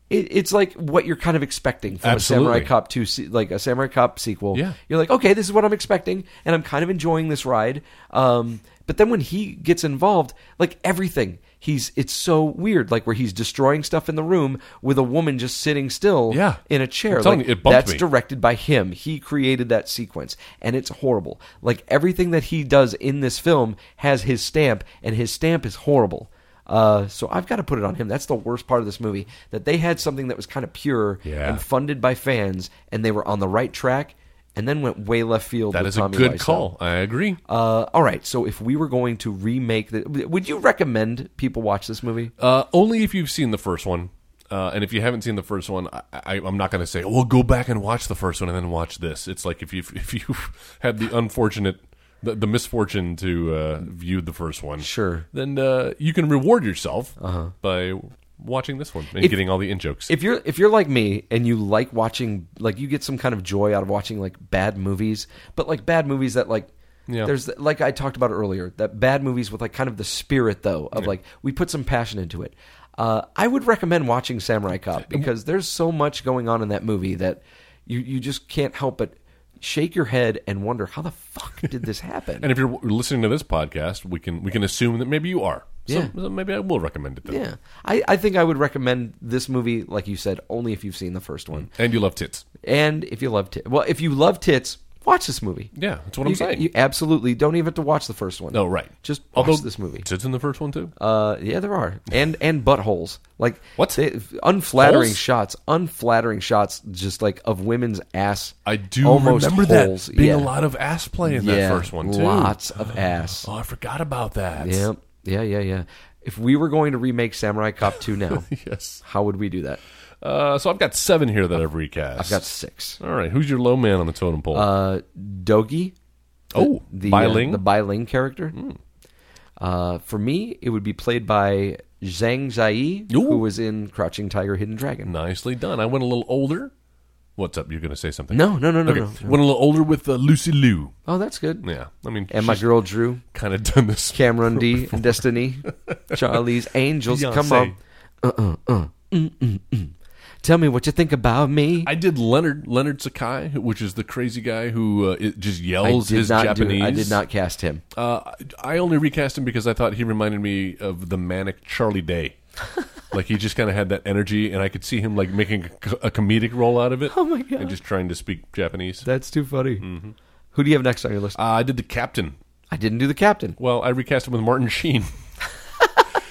[SPEAKER 3] It, it's like what you're kind of expecting from
[SPEAKER 4] Absolutely.
[SPEAKER 3] a Samurai Cop two, se- like a Samurai Cop sequel.
[SPEAKER 4] Yeah.
[SPEAKER 3] You're like, okay, this is what I'm expecting, and I'm kind of enjoying this ride. Um, but then when he gets involved, like everything, he's it's so weird. Like where he's destroying stuff in the room with a woman just sitting still,
[SPEAKER 4] Yeah.
[SPEAKER 3] in a chair.
[SPEAKER 4] I'm telling
[SPEAKER 3] Like,
[SPEAKER 4] you, it bumped
[SPEAKER 3] that's
[SPEAKER 4] me.
[SPEAKER 3] directed by him. He created that sequence, and it's horrible. Like everything that he does in this film has his stamp, and his stamp is horrible. Uh, so I've got to put it on him. That's the worst part of this movie. That they had something that was kind of pure
[SPEAKER 4] Yeah.
[SPEAKER 3] and funded by fans, and they were on the right track, and then went way left field.
[SPEAKER 4] That
[SPEAKER 3] with
[SPEAKER 4] is a
[SPEAKER 3] Tommy
[SPEAKER 4] good
[SPEAKER 3] Wiseau.
[SPEAKER 4] call. I agree.
[SPEAKER 3] Uh, all right. So if we were going to remake the, would you recommend people watch this movie?
[SPEAKER 4] Uh, only if you've seen the first one. Uh, and if you haven't seen the first one, I, I, I'm not going to say, "Well, go back and watch the first one and then watch this." It's like if you *laughs* if you had the unfortunate, the, the misfortune to uh, view the first one,
[SPEAKER 3] Sure. Uh-huh.
[SPEAKER 4] then uh, you can reward yourself by watching this one and
[SPEAKER 3] If-
[SPEAKER 4] getting all the in jokes.
[SPEAKER 3] if you're if you're like me and you like watching like you get some kind of joy out of watching like bad movies but like bad movies that like
[SPEAKER 4] Yeah.
[SPEAKER 3] there's like i talked about earlier that bad movies with like kind of the spirit though of like we put some passion into it uh, i would recommend watching samurai cop because there's so much going on in that movie that you you just can't help but shake your head and wonder how the
[SPEAKER 4] *laughs*
[SPEAKER 3] fuck did this happen
[SPEAKER 4] And if you're w- listening to this podcast, we can we can assume that maybe you are. So,
[SPEAKER 3] Yeah.
[SPEAKER 4] so maybe I will recommend it then.
[SPEAKER 3] yeah I, I think i would recommend this movie like you said only if you've seen the first one
[SPEAKER 4] And you love tits.
[SPEAKER 3] And if you love tits, well, if you love tits, watch this movie.
[SPEAKER 4] Yeah, that's what
[SPEAKER 3] you,
[SPEAKER 4] I'm saying.
[SPEAKER 3] You absolutely don't even have to watch the first one.
[SPEAKER 4] oh, right.
[SPEAKER 3] Just watch
[SPEAKER 4] Although
[SPEAKER 3] this movie.
[SPEAKER 4] Tits in the first one too.
[SPEAKER 3] Uh, yeah, there are and and buttholes like
[SPEAKER 4] What?
[SPEAKER 3] they, unflattering
[SPEAKER 4] Holes?
[SPEAKER 3] shots, unflattering shots, just like of women's ass.
[SPEAKER 4] I do
[SPEAKER 3] almost
[SPEAKER 4] remember
[SPEAKER 3] holes.
[SPEAKER 4] that being
[SPEAKER 3] yeah.
[SPEAKER 4] a lot of ass play in
[SPEAKER 3] yeah,
[SPEAKER 4] that first one too.
[SPEAKER 3] Lots
[SPEAKER 4] *gasps*
[SPEAKER 3] of ass.
[SPEAKER 4] Oh, I forgot about that.
[SPEAKER 3] yeah, yeah, yeah, yeah. If we were going to remake Samurai Cop two now,
[SPEAKER 4] *laughs* Yes.
[SPEAKER 3] how would we do that?
[SPEAKER 4] Uh, so I've got seven here that I've recast.
[SPEAKER 3] I've got six.
[SPEAKER 4] All right. Who's your low man on the totem pole?
[SPEAKER 3] Uh, Dogi.
[SPEAKER 4] oh,
[SPEAKER 3] the
[SPEAKER 4] Biling.
[SPEAKER 3] uh, the Biling character.
[SPEAKER 4] Hmm.
[SPEAKER 3] Uh, for me, it would be played by Zhang Zai, who
[SPEAKER 4] Ooh.
[SPEAKER 3] was in Crouching Tiger, Hidden Dragon.
[SPEAKER 4] Nicely done. I went a little older. What's up? You're going to say something?
[SPEAKER 3] No, no, no, no,
[SPEAKER 4] okay.
[SPEAKER 3] no, no.
[SPEAKER 4] Went a little older with uh, Lucy Liu.
[SPEAKER 3] Oh, that's good.
[SPEAKER 4] Yeah. I mean,
[SPEAKER 3] And my girl Drew,
[SPEAKER 4] kind of done this.
[SPEAKER 3] Cameron
[SPEAKER 4] *laughs*
[SPEAKER 3] D, and Destiny, Charlie's Angels. Come on, uh, uh, uh, mm, mm, mm. tell me what you think about me.
[SPEAKER 4] I did Leonard Leonard Sakai, which is the crazy guy who uh, it just yells his
[SPEAKER 3] not do-
[SPEAKER 4] Japanese.
[SPEAKER 3] I did not cast him.
[SPEAKER 4] Uh, I only recast him because I thought he reminded me of the manic
[SPEAKER 3] *laughs*
[SPEAKER 4] Charlie Day. like he just kind of had that energy, and I could see him like making a, co- a comedic role out of it. Oh
[SPEAKER 3] my God.
[SPEAKER 4] And just trying to speak Japanese. Uh,
[SPEAKER 3] That's too funny. Who do you have next on your list?
[SPEAKER 4] I did the captain.
[SPEAKER 3] I didn't do the captain.
[SPEAKER 4] Well, I recast him with
[SPEAKER 3] *laughs*
[SPEAKER 4] Martin Sheen.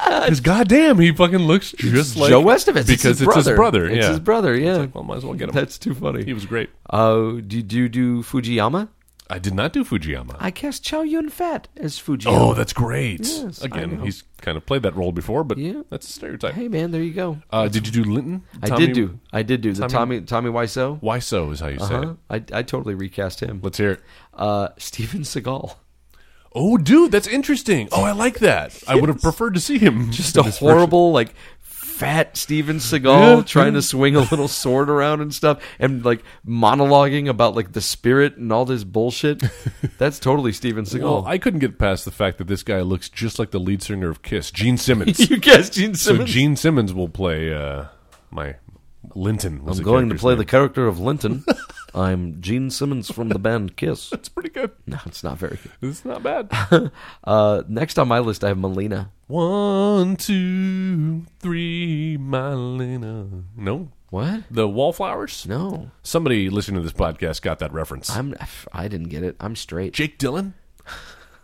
[SPEAKER 4] Because goddamn, he fucking looks just like
[SPEAKER 3] Joe Westovitz.
[SPEAKER 4] Because
[SPEAKER 3] it's his brother.
[SPEAKER 4] brother.
[SPEAKER 3] It's
[SPEAKER 4] yeah.
[SPEAKER 3] his brother. Yeah.
[SPEAKER 4] Well, might as well get him.
[SPEAKER 3] That's too funny.
[SPEAKER 4] he was great.
[SPEAKER 3] Uh, did you do Fujiyama?
[SPEAKER 4] I did not do Fujiyama.
[SPEAKER 3] I cast Chow Yun Fat as Fujiyama.
[SPEAKER 4] oh, that's great.
[SPEAKER 3] Yes, I
[SPEAKER 4] Again,
[SPEAKER 3] know.
[SPEAKER 4] he's kind of played that role before, but
[SPEAKER 3] Yeah.
[SPEAKER 4] that's a stereotype.
[SPEAKER 3] hey man, there you go.
[SPEAKER 4] Uh, did you do Linton?
[SPEAKER 3] I
[SPEAKER 4] Tommy-
[SPEAKER 3] did do. I did do the Tommy Tommy Wiseau.
[SPEAKER 4] Why so is how you say
[SPEAKER 3] Uh-huh.
[SPEAKER 4] it.
[SPEAKER 3] I I totally recast him.
[SPEAKER 4] Let's hear it.
[SPEAKER 3] Uh, Steven
[SPEAKER 4] *laughs*
[SPEAKER 3] Seagal.
[SPEAKER 4] Oh, dude, that's interesting. Oh, I like that. I would have preferred to see him.
[SPEAKER 3] Just
[SPEAKER 4] *laughs* in
[SPEAKER 3] a
[SPEAKER 4] this version.
[SPEAKER 3] horrible like fat Steven Seagal
[SPEAKER 4] Yeah.
[SPEAKER 3] trying to swing a little sword around and stuff, and like monologuing about like the spirit and all this
[SPEAKER 4] *laughs*
[SPEAKER 3] bullshit. That's totally Steven Seagal.
[SPEAKER 4] Well, I couldn't get past the fact that this guy looks just like the lead singer of Kiss, Gene
[SPEAKER 3] *laughs*
[SPEAKER 4] Simmons.
[SPEAKER 3] you cast *laughs* Gene
[SPEAKER 4] so
[SPEAKER 3] Simmons.
[SPEAKER 4] Gene Simmons will play uh, my Linton. Was
[SPEAKER 3] I'm
[SPEAKER 4] the
[SPEAKER 3] going to
[SPEAKER 4] character's
[SPEAKER 3] play
[SPEAKER 4] name.
[SPEAKER 3] the character of
[SPEAKER 4] *laughs*
[SPEAKER 3] Linton. I'm Gene Simmons from the band Kiss.
[SPEAKER 4] It's pretty good.
[SPEAKER 3] No, it's not very good.
[SPEAKER 4] It's
[SPEAKER 3] *laughs*
[SPEAKER 4] not bad.
[SPEAKER 3] Uh, next on my list, I have Melina.
[SPEAKER 4] One, two, three, my Lena. No,
[SPEAKER 3] What?
[SPEAKER 4] the Wallflowers.
[SPEAKER 3] No,
[SPEAKER 4] Somebody listening to this podcast got that reference.
[SPEAKER 3] I'm. I didn't get it. I'm straight.
[SPEAKER 4] Jake Dylan,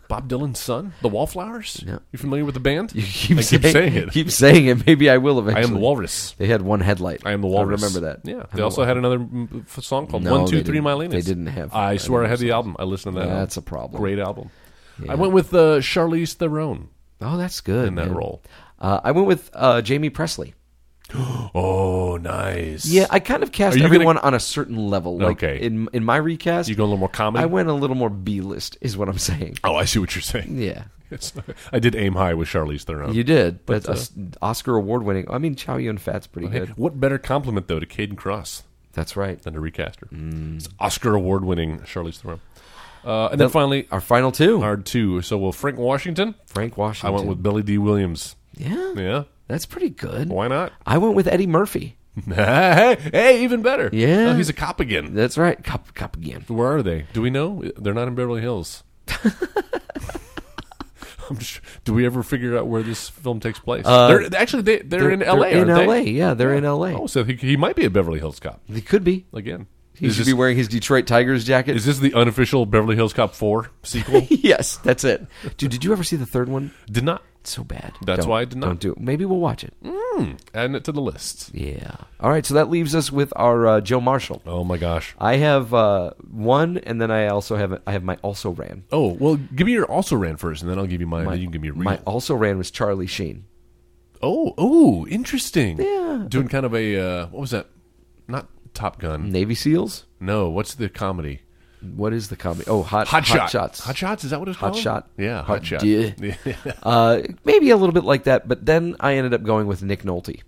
[SPEAKER 4] Bob Dylan's son, the Wallflowers.
[SPEAKER 3] No.
[SPEAKER 4] You familiar with the band?
[SPEAKER 3] *laughs* You keep,
[SPEAKER 4] I
[SPEAKER 3] saying,
[SPEAKER 4] keep saying it.
[SPEAKER 3] Keep saying it. Maybe I will eventually.
[SPEAKER 4] I am the Walrus.
[SPEAKER 3] They had one headlight.
[SPEAKER 4] I am the Walrus.
[SPEAKER 3] remember that.
[SPEAKER 4] Yeah.
[SPEAKER 3] I'm
[SPEAKER 4] they
[SPEAKER 3] the
[SPEAKER 4] also
[SPEAKER 3] Walrus.
[SPEAKER 4] had another mm, f- song called
[SPEAKER 3] No,
[SPEAKER 4] One Two
[SPEAKER 3] they
[SPEAKER 4] Three
[SPEAKER 3] didn't-
[SPEAKER 4] My Lenas.
[SPEAKER 3] they didn't have-
[SPEAKER 4] I
[SPEAKER 3] I
[SPEAKER 4] swear I
[SPEAKER 3] never
[SPEAKER 4] had the album. I listened to that.
[SPEAKER 3] That's
[SPEAKER 4] album.
[SPEAKER 3] a problem.
[SPEAKER 4] Great album.
[SPEAKER 3] Yeah.
[SPEAKER 4] I went with uh, Charlize Theron.
[SPEAKER 3] Oh, that's good.
[SPEAKER 4] in that
[SPEAKER 3] man.
[SPEAKER 4] role.
[SPEAKER 3] Uh, I went with uh, Jamie Presley.
[SPEAKER 4] Oh, nice.
[SPEAKER 3] Yeah, I kind of cast
[SPEAKER 4] Are you gonna-
[SPEAKER 3] everyone on a certain level. Like
[SPEAKER 4] Okay.
[SPEAKER 3] In in my recast,
[SPEAKER 4] You go a little more comedy?
[SPEAKER 3] I went a little more B list, is what I'm saying.
[SPEAKER 4] Oh, I see what you're *laughs* saying.
[SPEAKER 3] Yeah,
[SPEAKER 4] It's- I did aim high with Charlize Theron.
[SPEAKER 3] you did. But that's Oscar award winning. I mean, Chow Yun Fat's pretty
[SPEAKER 4] Hey,
[SPEAKER 3] good.
[SPEAKER 4] what better compliment though to Caden Cross
[SPEAKER 3] That's right.
[SPEAKER 4] than to recast her? It's Oscar award-winning Charlize Theron. Uh, and then finally,
[SPEAKER 3] Our final two.
[SPEAKER 4] hard two. So well, Frank Washington.
[SPEAKER 3] Frank
[SPEAKER 4] I
[SPEAKER 3] Washington.
[SPEAKER 4] went with Billy D. Williams.
[SPEAKER 3] yeah,
[SPEAKER 4] Yeah, *laughs*
[SPEAKER 3] that's pretty good.
[SPEAKER 4] why not?
[SPEAKER 3] I went with Eddie Murphy.
[SPEAKER 4] hey, hey, even better.
[SPEAKER 3] Yeah.
[SPEAKER 4] Oh, he's a cop again.
[SPEAKER 3] That's right. Cup cup again.
[SPEAKER 4] Where are they? Do we know? They're not in
[SPEAKER 3] *laughs*
[SPEAKER 4] Beverly Hills. I'm just, do we ever figure out where this film takes place? they're, actually, they, they're, in L.A.
[SPEAKER 3] Uh, in
[SPEAKER 4] aren't
[SPEAKER 3] LA.
[SPEAKER 4] they?
[SPEAKER 3] Yeah, they're in LA.
[SPEAKER 4] Oh, so he, he might be a Beverly Hills cop
[SPEAKER 3] They could be.
[SPEAKER 4] again.
[SPEAKER 3] He
[SPEAKER 4] is,
[SPEAKER 3] should
[SPEAKER 4] this,
[SPEAKER 3] be wearing his Detroit Tigers jacket. *laughs*
[SPEAKER 4] is this the unofficial Beverly Hills Cop Four sequel?
[SPEAKER 3] yes, that's it. Dude, did you ever see the third one?
[SPEAKER 4] did not
[SPEAKER 3] It's so bad.
[SPEAKER 4] That's
[SPEAKER 3] Don't-
[SPEAKER 4] why I did not.
[SPEAKER 3] Don't do it. Maybe we'll watch it.
[SPEAKER 4] add it to the list.
[SPEAKER 3] Yeah. All right, so that leaves us with our uh, Joe Marshall.
[SPEAKER 4] Oh my gosh.
[SPEAKER 3] I have uh, one, and then I also have I have my also ran.
[SPEAKER 4] Oh well, give me your also ran first, and then I'll give you mine.
[SPEAKER 3] My,
[SPEAKER 4] then you can give me a real.
[SPEAKER 3] my also ran was Charlie Sheen.
[SPEAKER 4] oh, oh, interesting.
[SPEAKER 3] Yeah.
[SPEAKER 4] doing kind of a uh, what was that? Not Top Gun.
[SPEAKER 3] Navy SEALs.
[SPEAKER 4] No, what's the comedy?
[SPEAKER 3] What is the comedy? Oh, hot
[SPEAKER 4] Hot, shot.
[SPEAKER 3] shots.
[SPEAKER 4] Hot shots. Is that what it's
[SPEAKER 3] Hot
[SPEAKER 4] called?
[SPEAKER 3] Shot.
[SPEAKER 4] Yeah, hot,
[SPEAKER 3] Hot
[SPEAKER 4] shot.
[SPEAKER 3] Dear.
[SPEAKER 4] *laughs* Yeah.
[SPEAKER 3] Uh, maybe a little bit like that, but then I ended up going with Nick Nolte.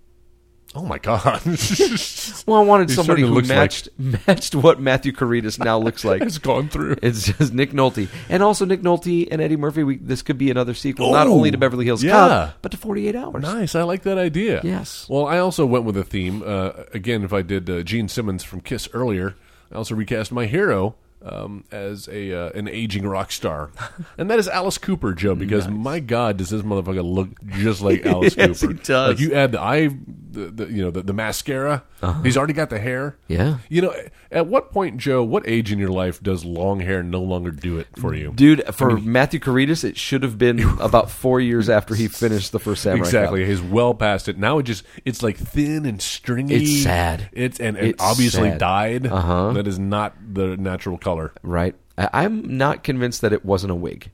[SPEAKER 4] Oh my god. *laughs* it's
[SPEAKER 3] Well, I wanted
[SPEAKER 4] He
[SPEAKER 3] somebody
[SPEAKER 4] certainly
[SPEAKER 3] who
[SPEAKER 4] looks like-
[SPEAKER 3] matched matched *laughs* what Matthew Caritas now looks like.
[SPEAKER 4] gone through.
[SPEAKER 3] It's just Nick Nolte, and also Nick Nolte and Eddie Murphy. We, this could be another sequel, not
[SPEAKER 4] Oh,
[SPEAKER 3] only to Beverly Hills
[SPEAKER 4] yeah.
[SPEAKER 3] Cop, but to Forty Eight Hours.
[SPEAKER 4] Nice, I like that idea.
[SPEAKER 3] Yes.
[SPEAKER 4] Well, I also went with a theme. Uh, again, if I did uh, Gene Simmons from Kiss earlier, I also recast my hero um, as a uh, an aging rock star,
[SPEAKER 3] *laughs*
[SPEAKER 4] and that is Alice Cooper, Joe. Because my God, does this motherfucker look just
[SPEAKER 3] *laughs*
[SPEAKER 4] like Alice
[SPEAKER 3] Yes,
[SPEAKER 4] Cooper?
[SPEAKER 3] he does.
[SPEAKER 4] Like you add the eye, the, the you know the, the mascara. He's already got the hair.
[SPEAKER 3] Uh-huh. Yeah.
[SPEAKER 4] You know, at what point, Joe? What age in your life does long hair no longer do it for you?
[SPEAKER 3] Dude, for Matthew Caritas, it should have
[SPEAKER 4] *laughs*
[SPEAKER 3] been about four years after he finished the first Samurai. Cop.
[SPEAKER 4] Exactly, he's well past it. Now it just it's like thin and stringy.
[SPEAKER 3] It's sad.
[SPEAKER 4] It's and it
[SPEAKER 3] It's
[SPEAKER 4] obviously
[SPEAKER 3] sad.
[SPEAKER 4] dyed. Uh-huh. is not the natural color.
[SPEAKER 3] right? I, I'm not convinced that it wasn't a wig.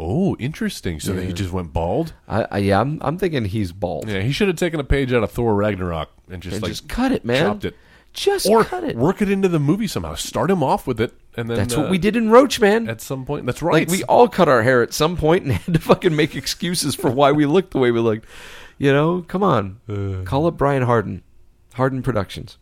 [SPEAKER 4] Oh, interesting. So that he just went bald.
[SPEAKER 3] I, I yeah, I'm, I'm thinking he's bald.
[SPEAKER 4] Yeah, he should have taken a page out of Thor Ragnarok and just
[SPEAKER 3] And
[SPEAKER 4] like
[SPEAKER 3] just cut it, man.
[SPEAKER 4] chopped it.
[SPEAKER 3] Just
[SPEAKER 4] or
[SPEAKER 3] cut it.
[SPEAKER 4] work it into the movie somehow. Start him off with it, and then
[SPEAKER 3] That's
[SPEAKER 4] uh,
[SPEAKER 3] what we did in Roach, man.
[SPEAKER 4] at some point. That's right.
[SPEAKER 3] Like we all cut our hair at some point and *laughs* had to fucking make excuses for why we looked the way we looked. You know, come on,
[SPEAKER 4] Uh.
[SPEAKER 3] call up Brian Harden, Harden Productions.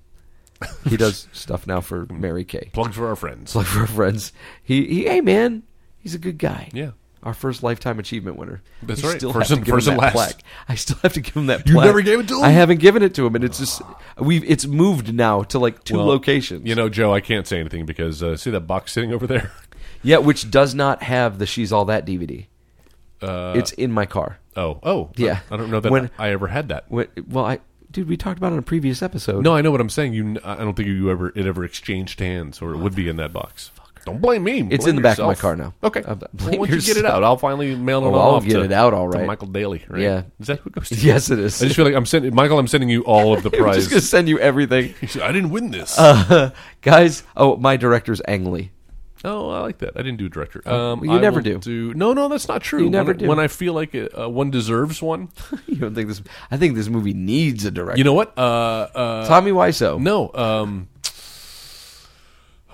[SPEAKER 4] *laughs*
[SPEAKER 3] He does stuff now for Mary Kay.
[SPEAKER 4] plugged for our friends.
[SPEAKER 3] Plug for our friends. He, he, hey man, he's a good guy.
[SPEAKER 4] Yeah.
[SPEAKER 3] Our first lifetime achievement winner.
[SPEAKER 4] That's
[SPEAKER 3] I
[SPEAKER 4] right.
[SPEAKER 3] Still
[SPEAKER 4] First
[SPEAKER 3] have to
[SPEAKER 4] and-
[SPEAKER 3] give
[SPEAKER 4] first
[SPEAKER 3] him
[SPEAKER 4] and
[SPEAKER 3] that
[SPEAKER 4] last.
[SPEAKER 3] plaque. I still have to give him that.
[SPEAKER 4] You
[SPEAKER 3] plaque.
[SPEAKER 4] never gave it to him?
[SPEAKER 3] I haven't given it to him, and it's just we've. It's moved now to like two
[SPEAKER 4] Well,
[SPEAKER 3] locations.
[SPEAKER 4] You know, Joe, I can't say anything because uh, see that box sitting over there. *laughs*
[SPEAKER 3] Yeah, which does not have the "She's All That" DVD.
[SPEAKER 4] Uh,
[SPEAKER 3] it's in my car.
[SPEAKER 4] Oh, oh,
[SPEAKER 3] Yeah.
[SPEAKER 4] I, I don't know that
[SPEAKER 3] When-
[SPEAKER 4] I ever had that.
[SPEAKER 3] Wait, well, I dude, we talked about it in a previous episode. *laughs*
[SPEAKER 4] No, I know what I'm saying. You, I don't think you ever it ever exchanged hands, or it would be in that box. Don't blame me.
[SPEAKER 3] It's
[SPEAKER 4] Blame
[SPEAKER 3] in the back of my
[SPEAKER 4] yourself.
[SPEAKER 3] car now.
[SPEAKER 4] Okay,
[SPEAKER 3] Uh,
[SPEAKER 4] well,
[SPEAKER 3] blame
[SPEAKER 4] once you get it
[SPEAKER 3] yourself.
[SPEAKER 4] out, I'll finally mail it
[SPEAKER 3] Oh,
[SPEAKER 4] all
[SPEAKER 3] I'll
[SPEAKER 4] off
[SPEAKER 3] get
[SPEAKER 4] to-
[SPEAKER 3] it out all
[SPEAKER 4] to
[SPEAKER 3] right.
[SPEAKER 4] Michael Daly. right?
[SPEAKER 3] Yeah.
[SPEAKER 4] is that who goes to?
[SPEAKER 3] Yes, it is.
[SPEAKER 4] I just feel like I'm sending Michael. I'm sending you
[SPEAKER 3] *laughs*
[SPEAKER 4] all of the
[SPEAKER 3] I'm
[SPEAKER 4] prize.
[SPEAKER 3] just Uh, gonna send you everything,
[SPEAKER 4] He said, I didn't win this.
[SPEAKER 3] guys. Oh, my director's Ang Lee. *laughs*
[SPEAKER 4] Oh, I like that. I didn't do a director. Um,
[SPEAKER 3] you
[SPEAKER 4] I
[SPEAKER 3] never
[SPEAKER 4] will
[SPEAKER 3] do.
[SPEAKER 4] No, no, that's not true.
[SPEAKER 3] You never
[SPEAKER 4] when,
[SPEAKER 3] do.
[SPEAKER 4] When I feel like uh, one deserves one,
[SPEAKER 3] you don't think this? I think this movie needs a director.
[SPEAKER 4] you know what? Uh, uh,
[SPEAKER 3] Tommy Wiseau.
[SPEAKER 4] no. Um,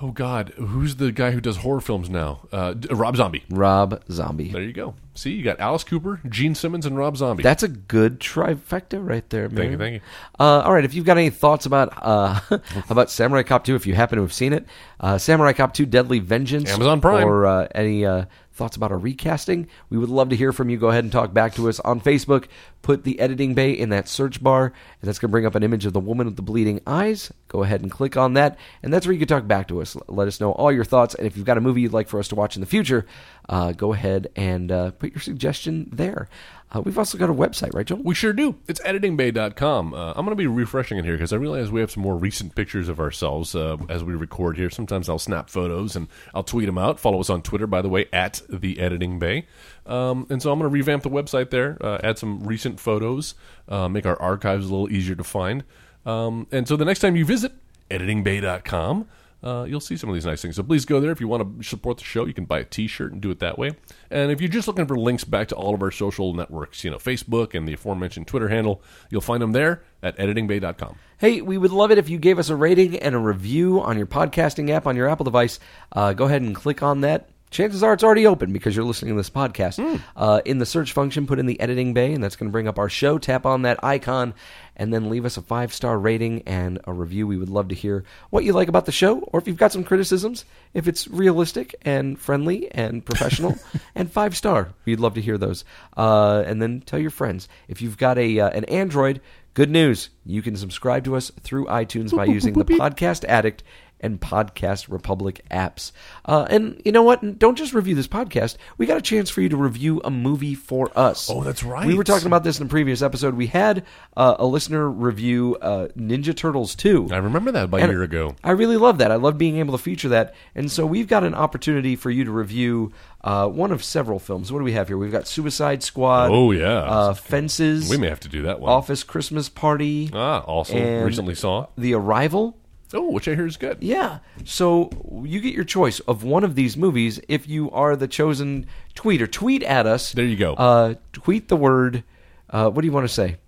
[SPEAKER 4] oh God, who's the guy who does horror films now? Uh, D- Rob Zombie.
[SPEAKER 3] Rob Zombie.
[SPEAKER 4] There you go. See, you got Alice Cooper, Gene Simmons, and Rob Zombie.
[SPEAKER 3] That's a good trifecta right there, man.
[SPEAKER 4] thank you, thank you.
[SPEAKER 3] Uh, all right, if you've got any thoughts about uh, *laughs* about Samurai Cop 2, if you happen to have seen it, uh, Samurai Cop 2 Deadly Vengeance,
[SPEAKER 4] Amazon Prime.
[SPEAKER 3] or uh, any uh, thoughts about a recasting, we would love to hear from you. Go ahead and talk back to us on Facebook. Put the editing bay in that search bar, and that's going to bring up an image of the woman with the bleeding eyes. Go ahead and click on that, and that's where you can talk back to us. Let us know all your thoughts, and if you've got a movie you'd like for us to watch in the future, uh, go ahead and uh, put your suggestion there. Uh, we've also got a website, right, Joel?
[SPEAKER 4] We sure do. It's editingbay.com. Uh, I'm going to be refreshing it here because I realize we have some more recent pictures of ourselves uh, as we record here. Sometimes I'll snap photos and I'll tweet them out. Follow us on Twitter, by the way, at the editing bay. Um, and so I'm going to revamp the website there, uh, add some recent photos, uh, make our archives a little easier to find. Um, and so the next time you visit editingbay.com, uh, you'll see some of these nice things. So please go there. If you want to support the show, you can buy a T-shirt and do it that way. And if you're just looking for links back to all of our social networks, you know, Facebook and the aforementioned Twitter handle, you'll find them there at editingbay.com.
[SPEAKER 3] Hey, we would love it if you gave us a rating and a review on your podcasting app on your Apple device. Uh, go ahead and click on that. Chances are it's already open because you're listening to this podcast. Uh, in the search function, put in the editing bay, and that's going to bring up our show. Tap on that icon and then leave us a five star rating and a review. We would love to hear what you like about the show or if you've got some criticisms, if it's realistic and friendly and professional and five star. We'd love to hear those. Uh, and then tell your friends. If you've got a uh, an Android, Good news. You can subscribe to us through iTunes by using the Podcast Addict and Podcast Republic apps. Uh, and you know what? Don't just review this podcast. We got a chance for you to review a movie for us.
[SPEAKER 4] Oh, that's right.
[SPEAKER 3] We were talking about this in the previous episode. We had uh, a listener review uh, Ninja Turtles 2.
[SPEAKER 4] I remember that about a
[SPEAKER 3] And
[SPEAKER 4] year ago.
[SPEAKER 3] I really love that. I love being able to feature that. And so we've got an opportunity for you to review uh, one of several films. What do we have here? We've got Suicide Squad.
[SPEAKER 4] Oh, yeah.
[SPEAKER 3] Uh, Fences.
[SPEAKER 4] We may have to do that one.
[SPEAKER 3] Office Christmas Party.
[SPEAKER 4] Ah, also
[SPEAKER 3] and
[SPEAKER 4] recently saw.
[SPEAKER 3] The Arrival.
[SPEAKER 4] Oh, which I hear is good.
[SPEAKER 3] Yeah. So you get your choice of one of these movies if you are the chosen tweeter. Tweet at us.
[SPEAKER 4] There you go.
[SPEAKER 3] Uh, tweet the word. Uh, what do you want to say?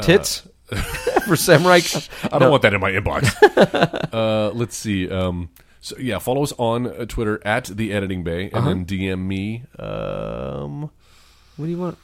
[SPEAKER 4] Uh,
[SPEAKER 3] Tits? *laughs* For Samurai.
[SPEAKER 4] I don't want that in my inbox.
[SPEAKER 3] *laughs*
[SPEAKER 4] uh, let's see. Um, so yeah, follow us on uh, Twitter at the Editing Bay,
[SPEAKER 3] Uh-huh.
[SPEAKER 4] and then DM me. Um,
[SPEAKER 3] What do you want?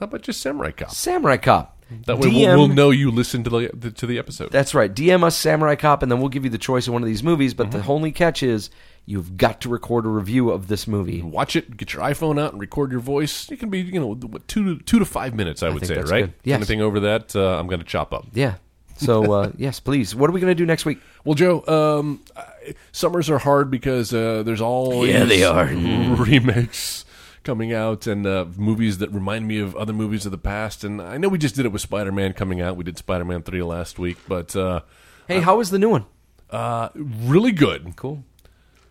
[SPEAKER 4] how about just Samurai Cop?
[SPEAKER 3] Samurai Cop.
[SPEAKER 4] That way
[SPEAKER 3] DM
[SPEAKER 4] we'll, we'll know you listened to the, the to the episode.
[SPEAKER 3] That's right. DM us Samurai Cop, and then we'll give you the choice of one of these movies. But
[SPEAKER 4] Mm-hmm.
[SPEAKER 3] the only catch is you've got to record a review of this movie.
[SPEAKER 4] Watch it. Get your iPhone out and record your voice. It can be you know what, two to two to five minutes. I would
[SPEAKER 3] think
[SPEAKER 4] say
[SPEAKER 3] that's
[SPEAKER 4] right.
[SPEAKER 3] good. Yes.
[SPEAKER 4] Anything over that, uh, I'm going to chop up.
[SPEAKER 3] Yeah. So,
[SPEAKER 4] *laughs*
[SPEAKER 3] uh, yes, please. What are we going to do next week?
[SPEAKER 4] Well, Joe, um, I- summers are hard because uh, there's all yeah they *laughs* are
[SPEAKER 3] Mm-hmm.
[SPEAKER 4] remakes coming out and uh, movies that remind me of other movies of the past. And I know we just did it with Spider Man coming out. We did Spider Man three last week, but uh,
[SPEAKER 3] Hey, how was the new one?
[SPEAKER 4] really good.
[SPEAKER 3] Cool.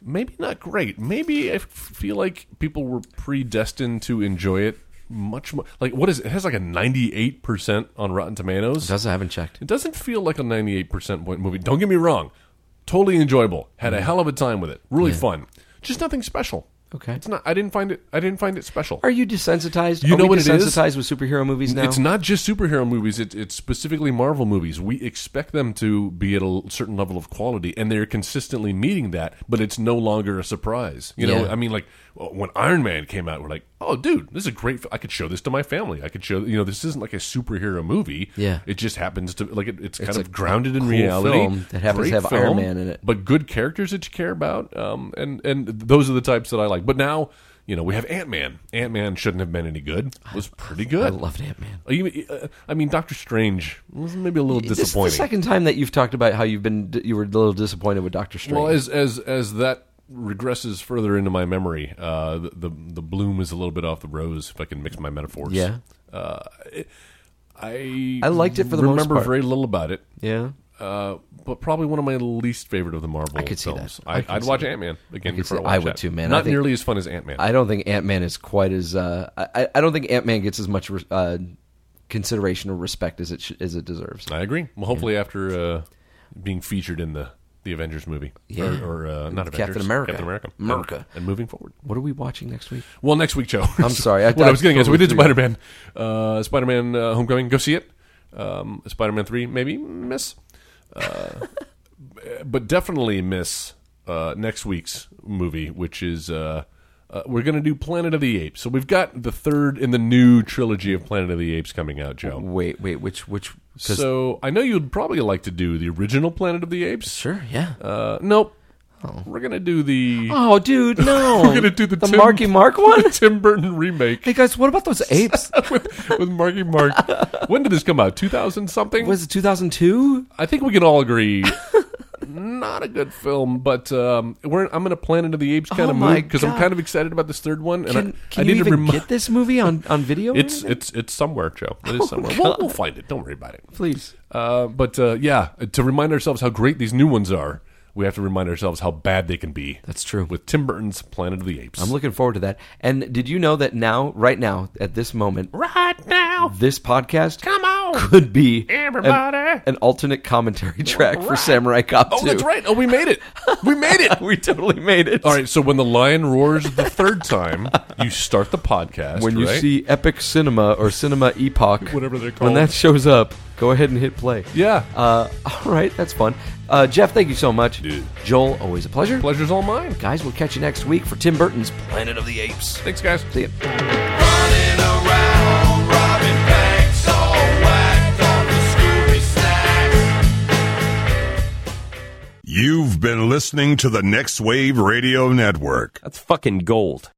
[SPEAKER 4] Maybe not great. Maybe I f- feel like people were predestined to enjoy it much more. Like what is it? It has like a ninety eight percent on Rotten Tomatoes.
[SPEAKER 3] Doesn't I haven't checked.
[SPEAKER 4] It doesn't feel like a 98% point movie. Don't get me wrong. Totally enjoyable. Had
[SPEAKER 3] Mm.
[SPEAKER 4] a hell of a time with it. Really fun. Just nothing special.
[SPEAKER 3] Okay.
[SPEAKER 4] It's not I didn't find it I didn't find it special.
[SPEAKER 3] Are you desensitized?
[SPEAKER 4] You
[SPEAKER 3] Are
[SPEAKER 4] know
[SPEAKER 3] we
[SPEAKER 4] what it is?
[SPEAKER 3] desensitized with superhero movies now?
[SPEAKER 4] It's not just superhero movies. It's it's specifically Marvel movies. We expect them to be at a l- certain level of quality, and they're consistently meeting that. But it's no longer a surprise. You know,
[SPEAKER 3] Yeah.
[SPEAKER 4] I mean, like when Iron Man came out, we're like, oh, dude, this is a great. f- I could show this to my family. I could show. You know, this isn't like a superhero movie.
[SPEAKER 3] Yeah.
[SPEAKER 4] it just happens to like it, it's, kind
[SPEAKER 3] a
[SPEAKER 4] of grounded in
[SPEAKER 3] cool
[SPEAKER 4] reality.
[SPEAKER 3] film that happens to
[SPEAKER 4] Great
[SPEAKER 3] have Iron
[SPEAKER 4] film,
[SPEAKER 3] Man in it.
[SPEAKER 4] but good characters that you care about, um, and and those are the types that I like. But now. You know, we have Ant Man. Ant Man shouldn't have been any good. It was pretty good.
[SPEAKER 3] I loved Ant Man.
[SPEAKER 4] Uh, you- uh, I mean, Doctor Strange was maybe a little
[SPEAKER 3] This is the
[SPEAKER 4] disappointing.
[SPEAKER 3] second time that you've talked about how you've been you were a little disappointed with Doctor Strange.
[SPEAKER 4] well, as as as that regresses further into my memory, uh, the, the the bloom is a little bit off the rose. If I can mix my metaphors, Uh,
[SPEAKER 3] yeah,
[SPEAKER 4] I
[SPEAKER 3] I liked it for the most
[SPEAKER 4] remember
[SPEAKER 3] part.
[SPEAKER 4] very little about it.
[SPEAKER 3] yeah.
[SPEAKER 4] Uh, but probably one of my least favorite of the Marvel
[SPEAKER 3] could see
[SPEAKER 4] films.
[SPEAKER 3] that. I could
[SPEAKER 4] I, I'd
[SPEAKER 3] see
[SPEAKER 4] watch
[SPEAKER 3] that.
[SPEAKER 4] Ant Man again
[SPEAKER 3] could
[SPEAKER 4] before
[SPEAKER 3] see-
[SPEAKER 4] I watch
[SPEAKER 3] I would
[SPEAKER 4] that.
[SPEAKER 3] too, man. I
[SPEAKER 4] Not
[SPEAKER 3] think-
[SPEAKER 4] nearly as fun as Ant Man.
[SPEAKER 3] I don't think Ant Man is quite as uh, I I- I don't think Ant Man gets as much re- uh, consideration or respect as it sh- as it deserves. Mm.
[SPEAKER 4] I agree. Well, hopefully after uh, being featured in the the Avengers movie.
[SPEAKER 3] Yeah.
[SPEAKER 4] Or, or uh, not
[SPEAKER 3] Captain
[SPEAKER 4] Avengers.
[SPEAKER 3] America.
[SPEAKER 4] Captain America.
[SPEAKER 3] America.
[SPEAKER 4] And, and moving forward.
[SPEAKER 3] What are we watching next week?
[SPEAKER 4] Well, next week, Joe. *laughs*
[SPEAKER 3] I'm sorry, I-
[SPEAKER 4] what I,
[SPEAKER 3] I
[SPEAKER 4] was getting at, so we did
[SPEAKER 3] totally
[SPEAKER 4] Spider Man, uh, Spider Man uh, Homecoming. Go see it. Um, Spider Man Three, maybe miss,
[SPEAKER 3] *laughs*
[SPEAKER 4] uh, but definitely miss uh, next week's movie, which is uh, uh, we're going to do Planet of the Apes. So we've got the third in the new trilogy of Planet of the Apes coming out, Joe.
[SPEAKER 3] Wait, wait, which which? Oh, 'cause-
[SPEAKER 4] So I know you'd probably like to do the original Planet of the Apes.
[SPEAKER 3] sure, yeah.
[SPEAKER 4] Uh, nope. We're gonna do the
[SPEAKER 3] oh, dude, no.
[SPEAKER 4] *laughs* we're gonna do the, Tim,
[SPEAKER 3] Marky Mark
[SPEAKER 4] *laughs*
[SPEAKER 3] one.
[SPEAKER 4] the Tim Burton remake.
[SPEAKER 3] hey guys, what about those
[SPEAKER 4] *laughs*
[SPEAKER 3] apes?
[SPEAKER 4] with, with Marky Mark. When did this come out? 2000 something?
[SPEAKER 3] Was it 2002?
[SPEAKER 4] I think we can all agree. Not a good film, but um, we're, I'm in a Planet of the Apes kind
[SPEAKER 3] Oh
[SPEAKER 4] of
[SPEAKER 3] my
[SPEAKER 4] mood because I'm
[SPEAKER 3] God.
[SPEAKER 4] kind of excited about this third one. And
[SPEAKER 3] Can,
[SPEAKER 4] I,
[SPEAKER 3] can
[SPEAKER 4] I
[SPEAKER 3] you
[SPEAKER 4] need
[SPEAKER 3] even
[SPEAKER 4] to remi-
[SPEAKER 3] get Oh this movie on on video? or
[SPEAKER 4] *laughs* It's
[SPEAKER 3] anything?
[SPEAKER 4] it's it's somewhere, Joe. It is somewhere. we'll, we'll find it. Don't worry about it.
[SPEAKER 3] please.
[SPEAKER 4] Uh, but uh, yeah, to remind ourselves how great these new ones are, we have to remind ourselves how bad they can be.
[SPEAKER 3] That's true.
[SPEAKER 4] With Tim Burton's Planet of the Apes.
[SPEAKER 3] I'm looking forward to that. And did you know that now, right now, at this moment,
[SPEAKER 4] right now.
[SPEAKER 3] this podcast
[SPEAKER 4] Come on.
[SPEAKER 3] could be an-
[SPEAKER 4] Everybody.
[SPEAKER 3] an, alternate commentary track for Samurai Cop 2.
[SPEAKER 4] Oh, that's right. Oh, we made it. We made it.
[SPEAKER 3] *laughs* We totally made it.
[SPEAKER 4] All right, so when the lion roars the third time, you start the podcast.
[SPEAKER 3] When you
[SPEAKER 4] right?
[SPEAKER 3] see Epic Cinema or Cinema Epoch,
[SPEAKER 4] Whatever they're
[SPEAKER 3] when
[SPEAKER 4] called.
[SPEAKER 3] that shows up, go ahead and hit play.
[SPEAKER 4] yeah,
[SPEAKER 3] Uh, all right, that's fun. Uh, Jeff, thank you so much.
[SPEAKER 4] Dude.
[SPEAKER 3] Joel, always a pleasure.
[SPEAKER 4] pleasure's all mine.
[SPEAKER 3] Guys, we'll catch you next week for Tim Burton's Planet of the Apes.
[SPEAKER 4] Thanks, guys.
[SPEAKER 3] See ya.
[SPEAKER 5] Running around, robbing banks, all whacked on the Scooby Snacks.
[SPEAKER 1] You've been listening to the Next Wave Radio Network.
[SPEAKER 6] That's fucking gold.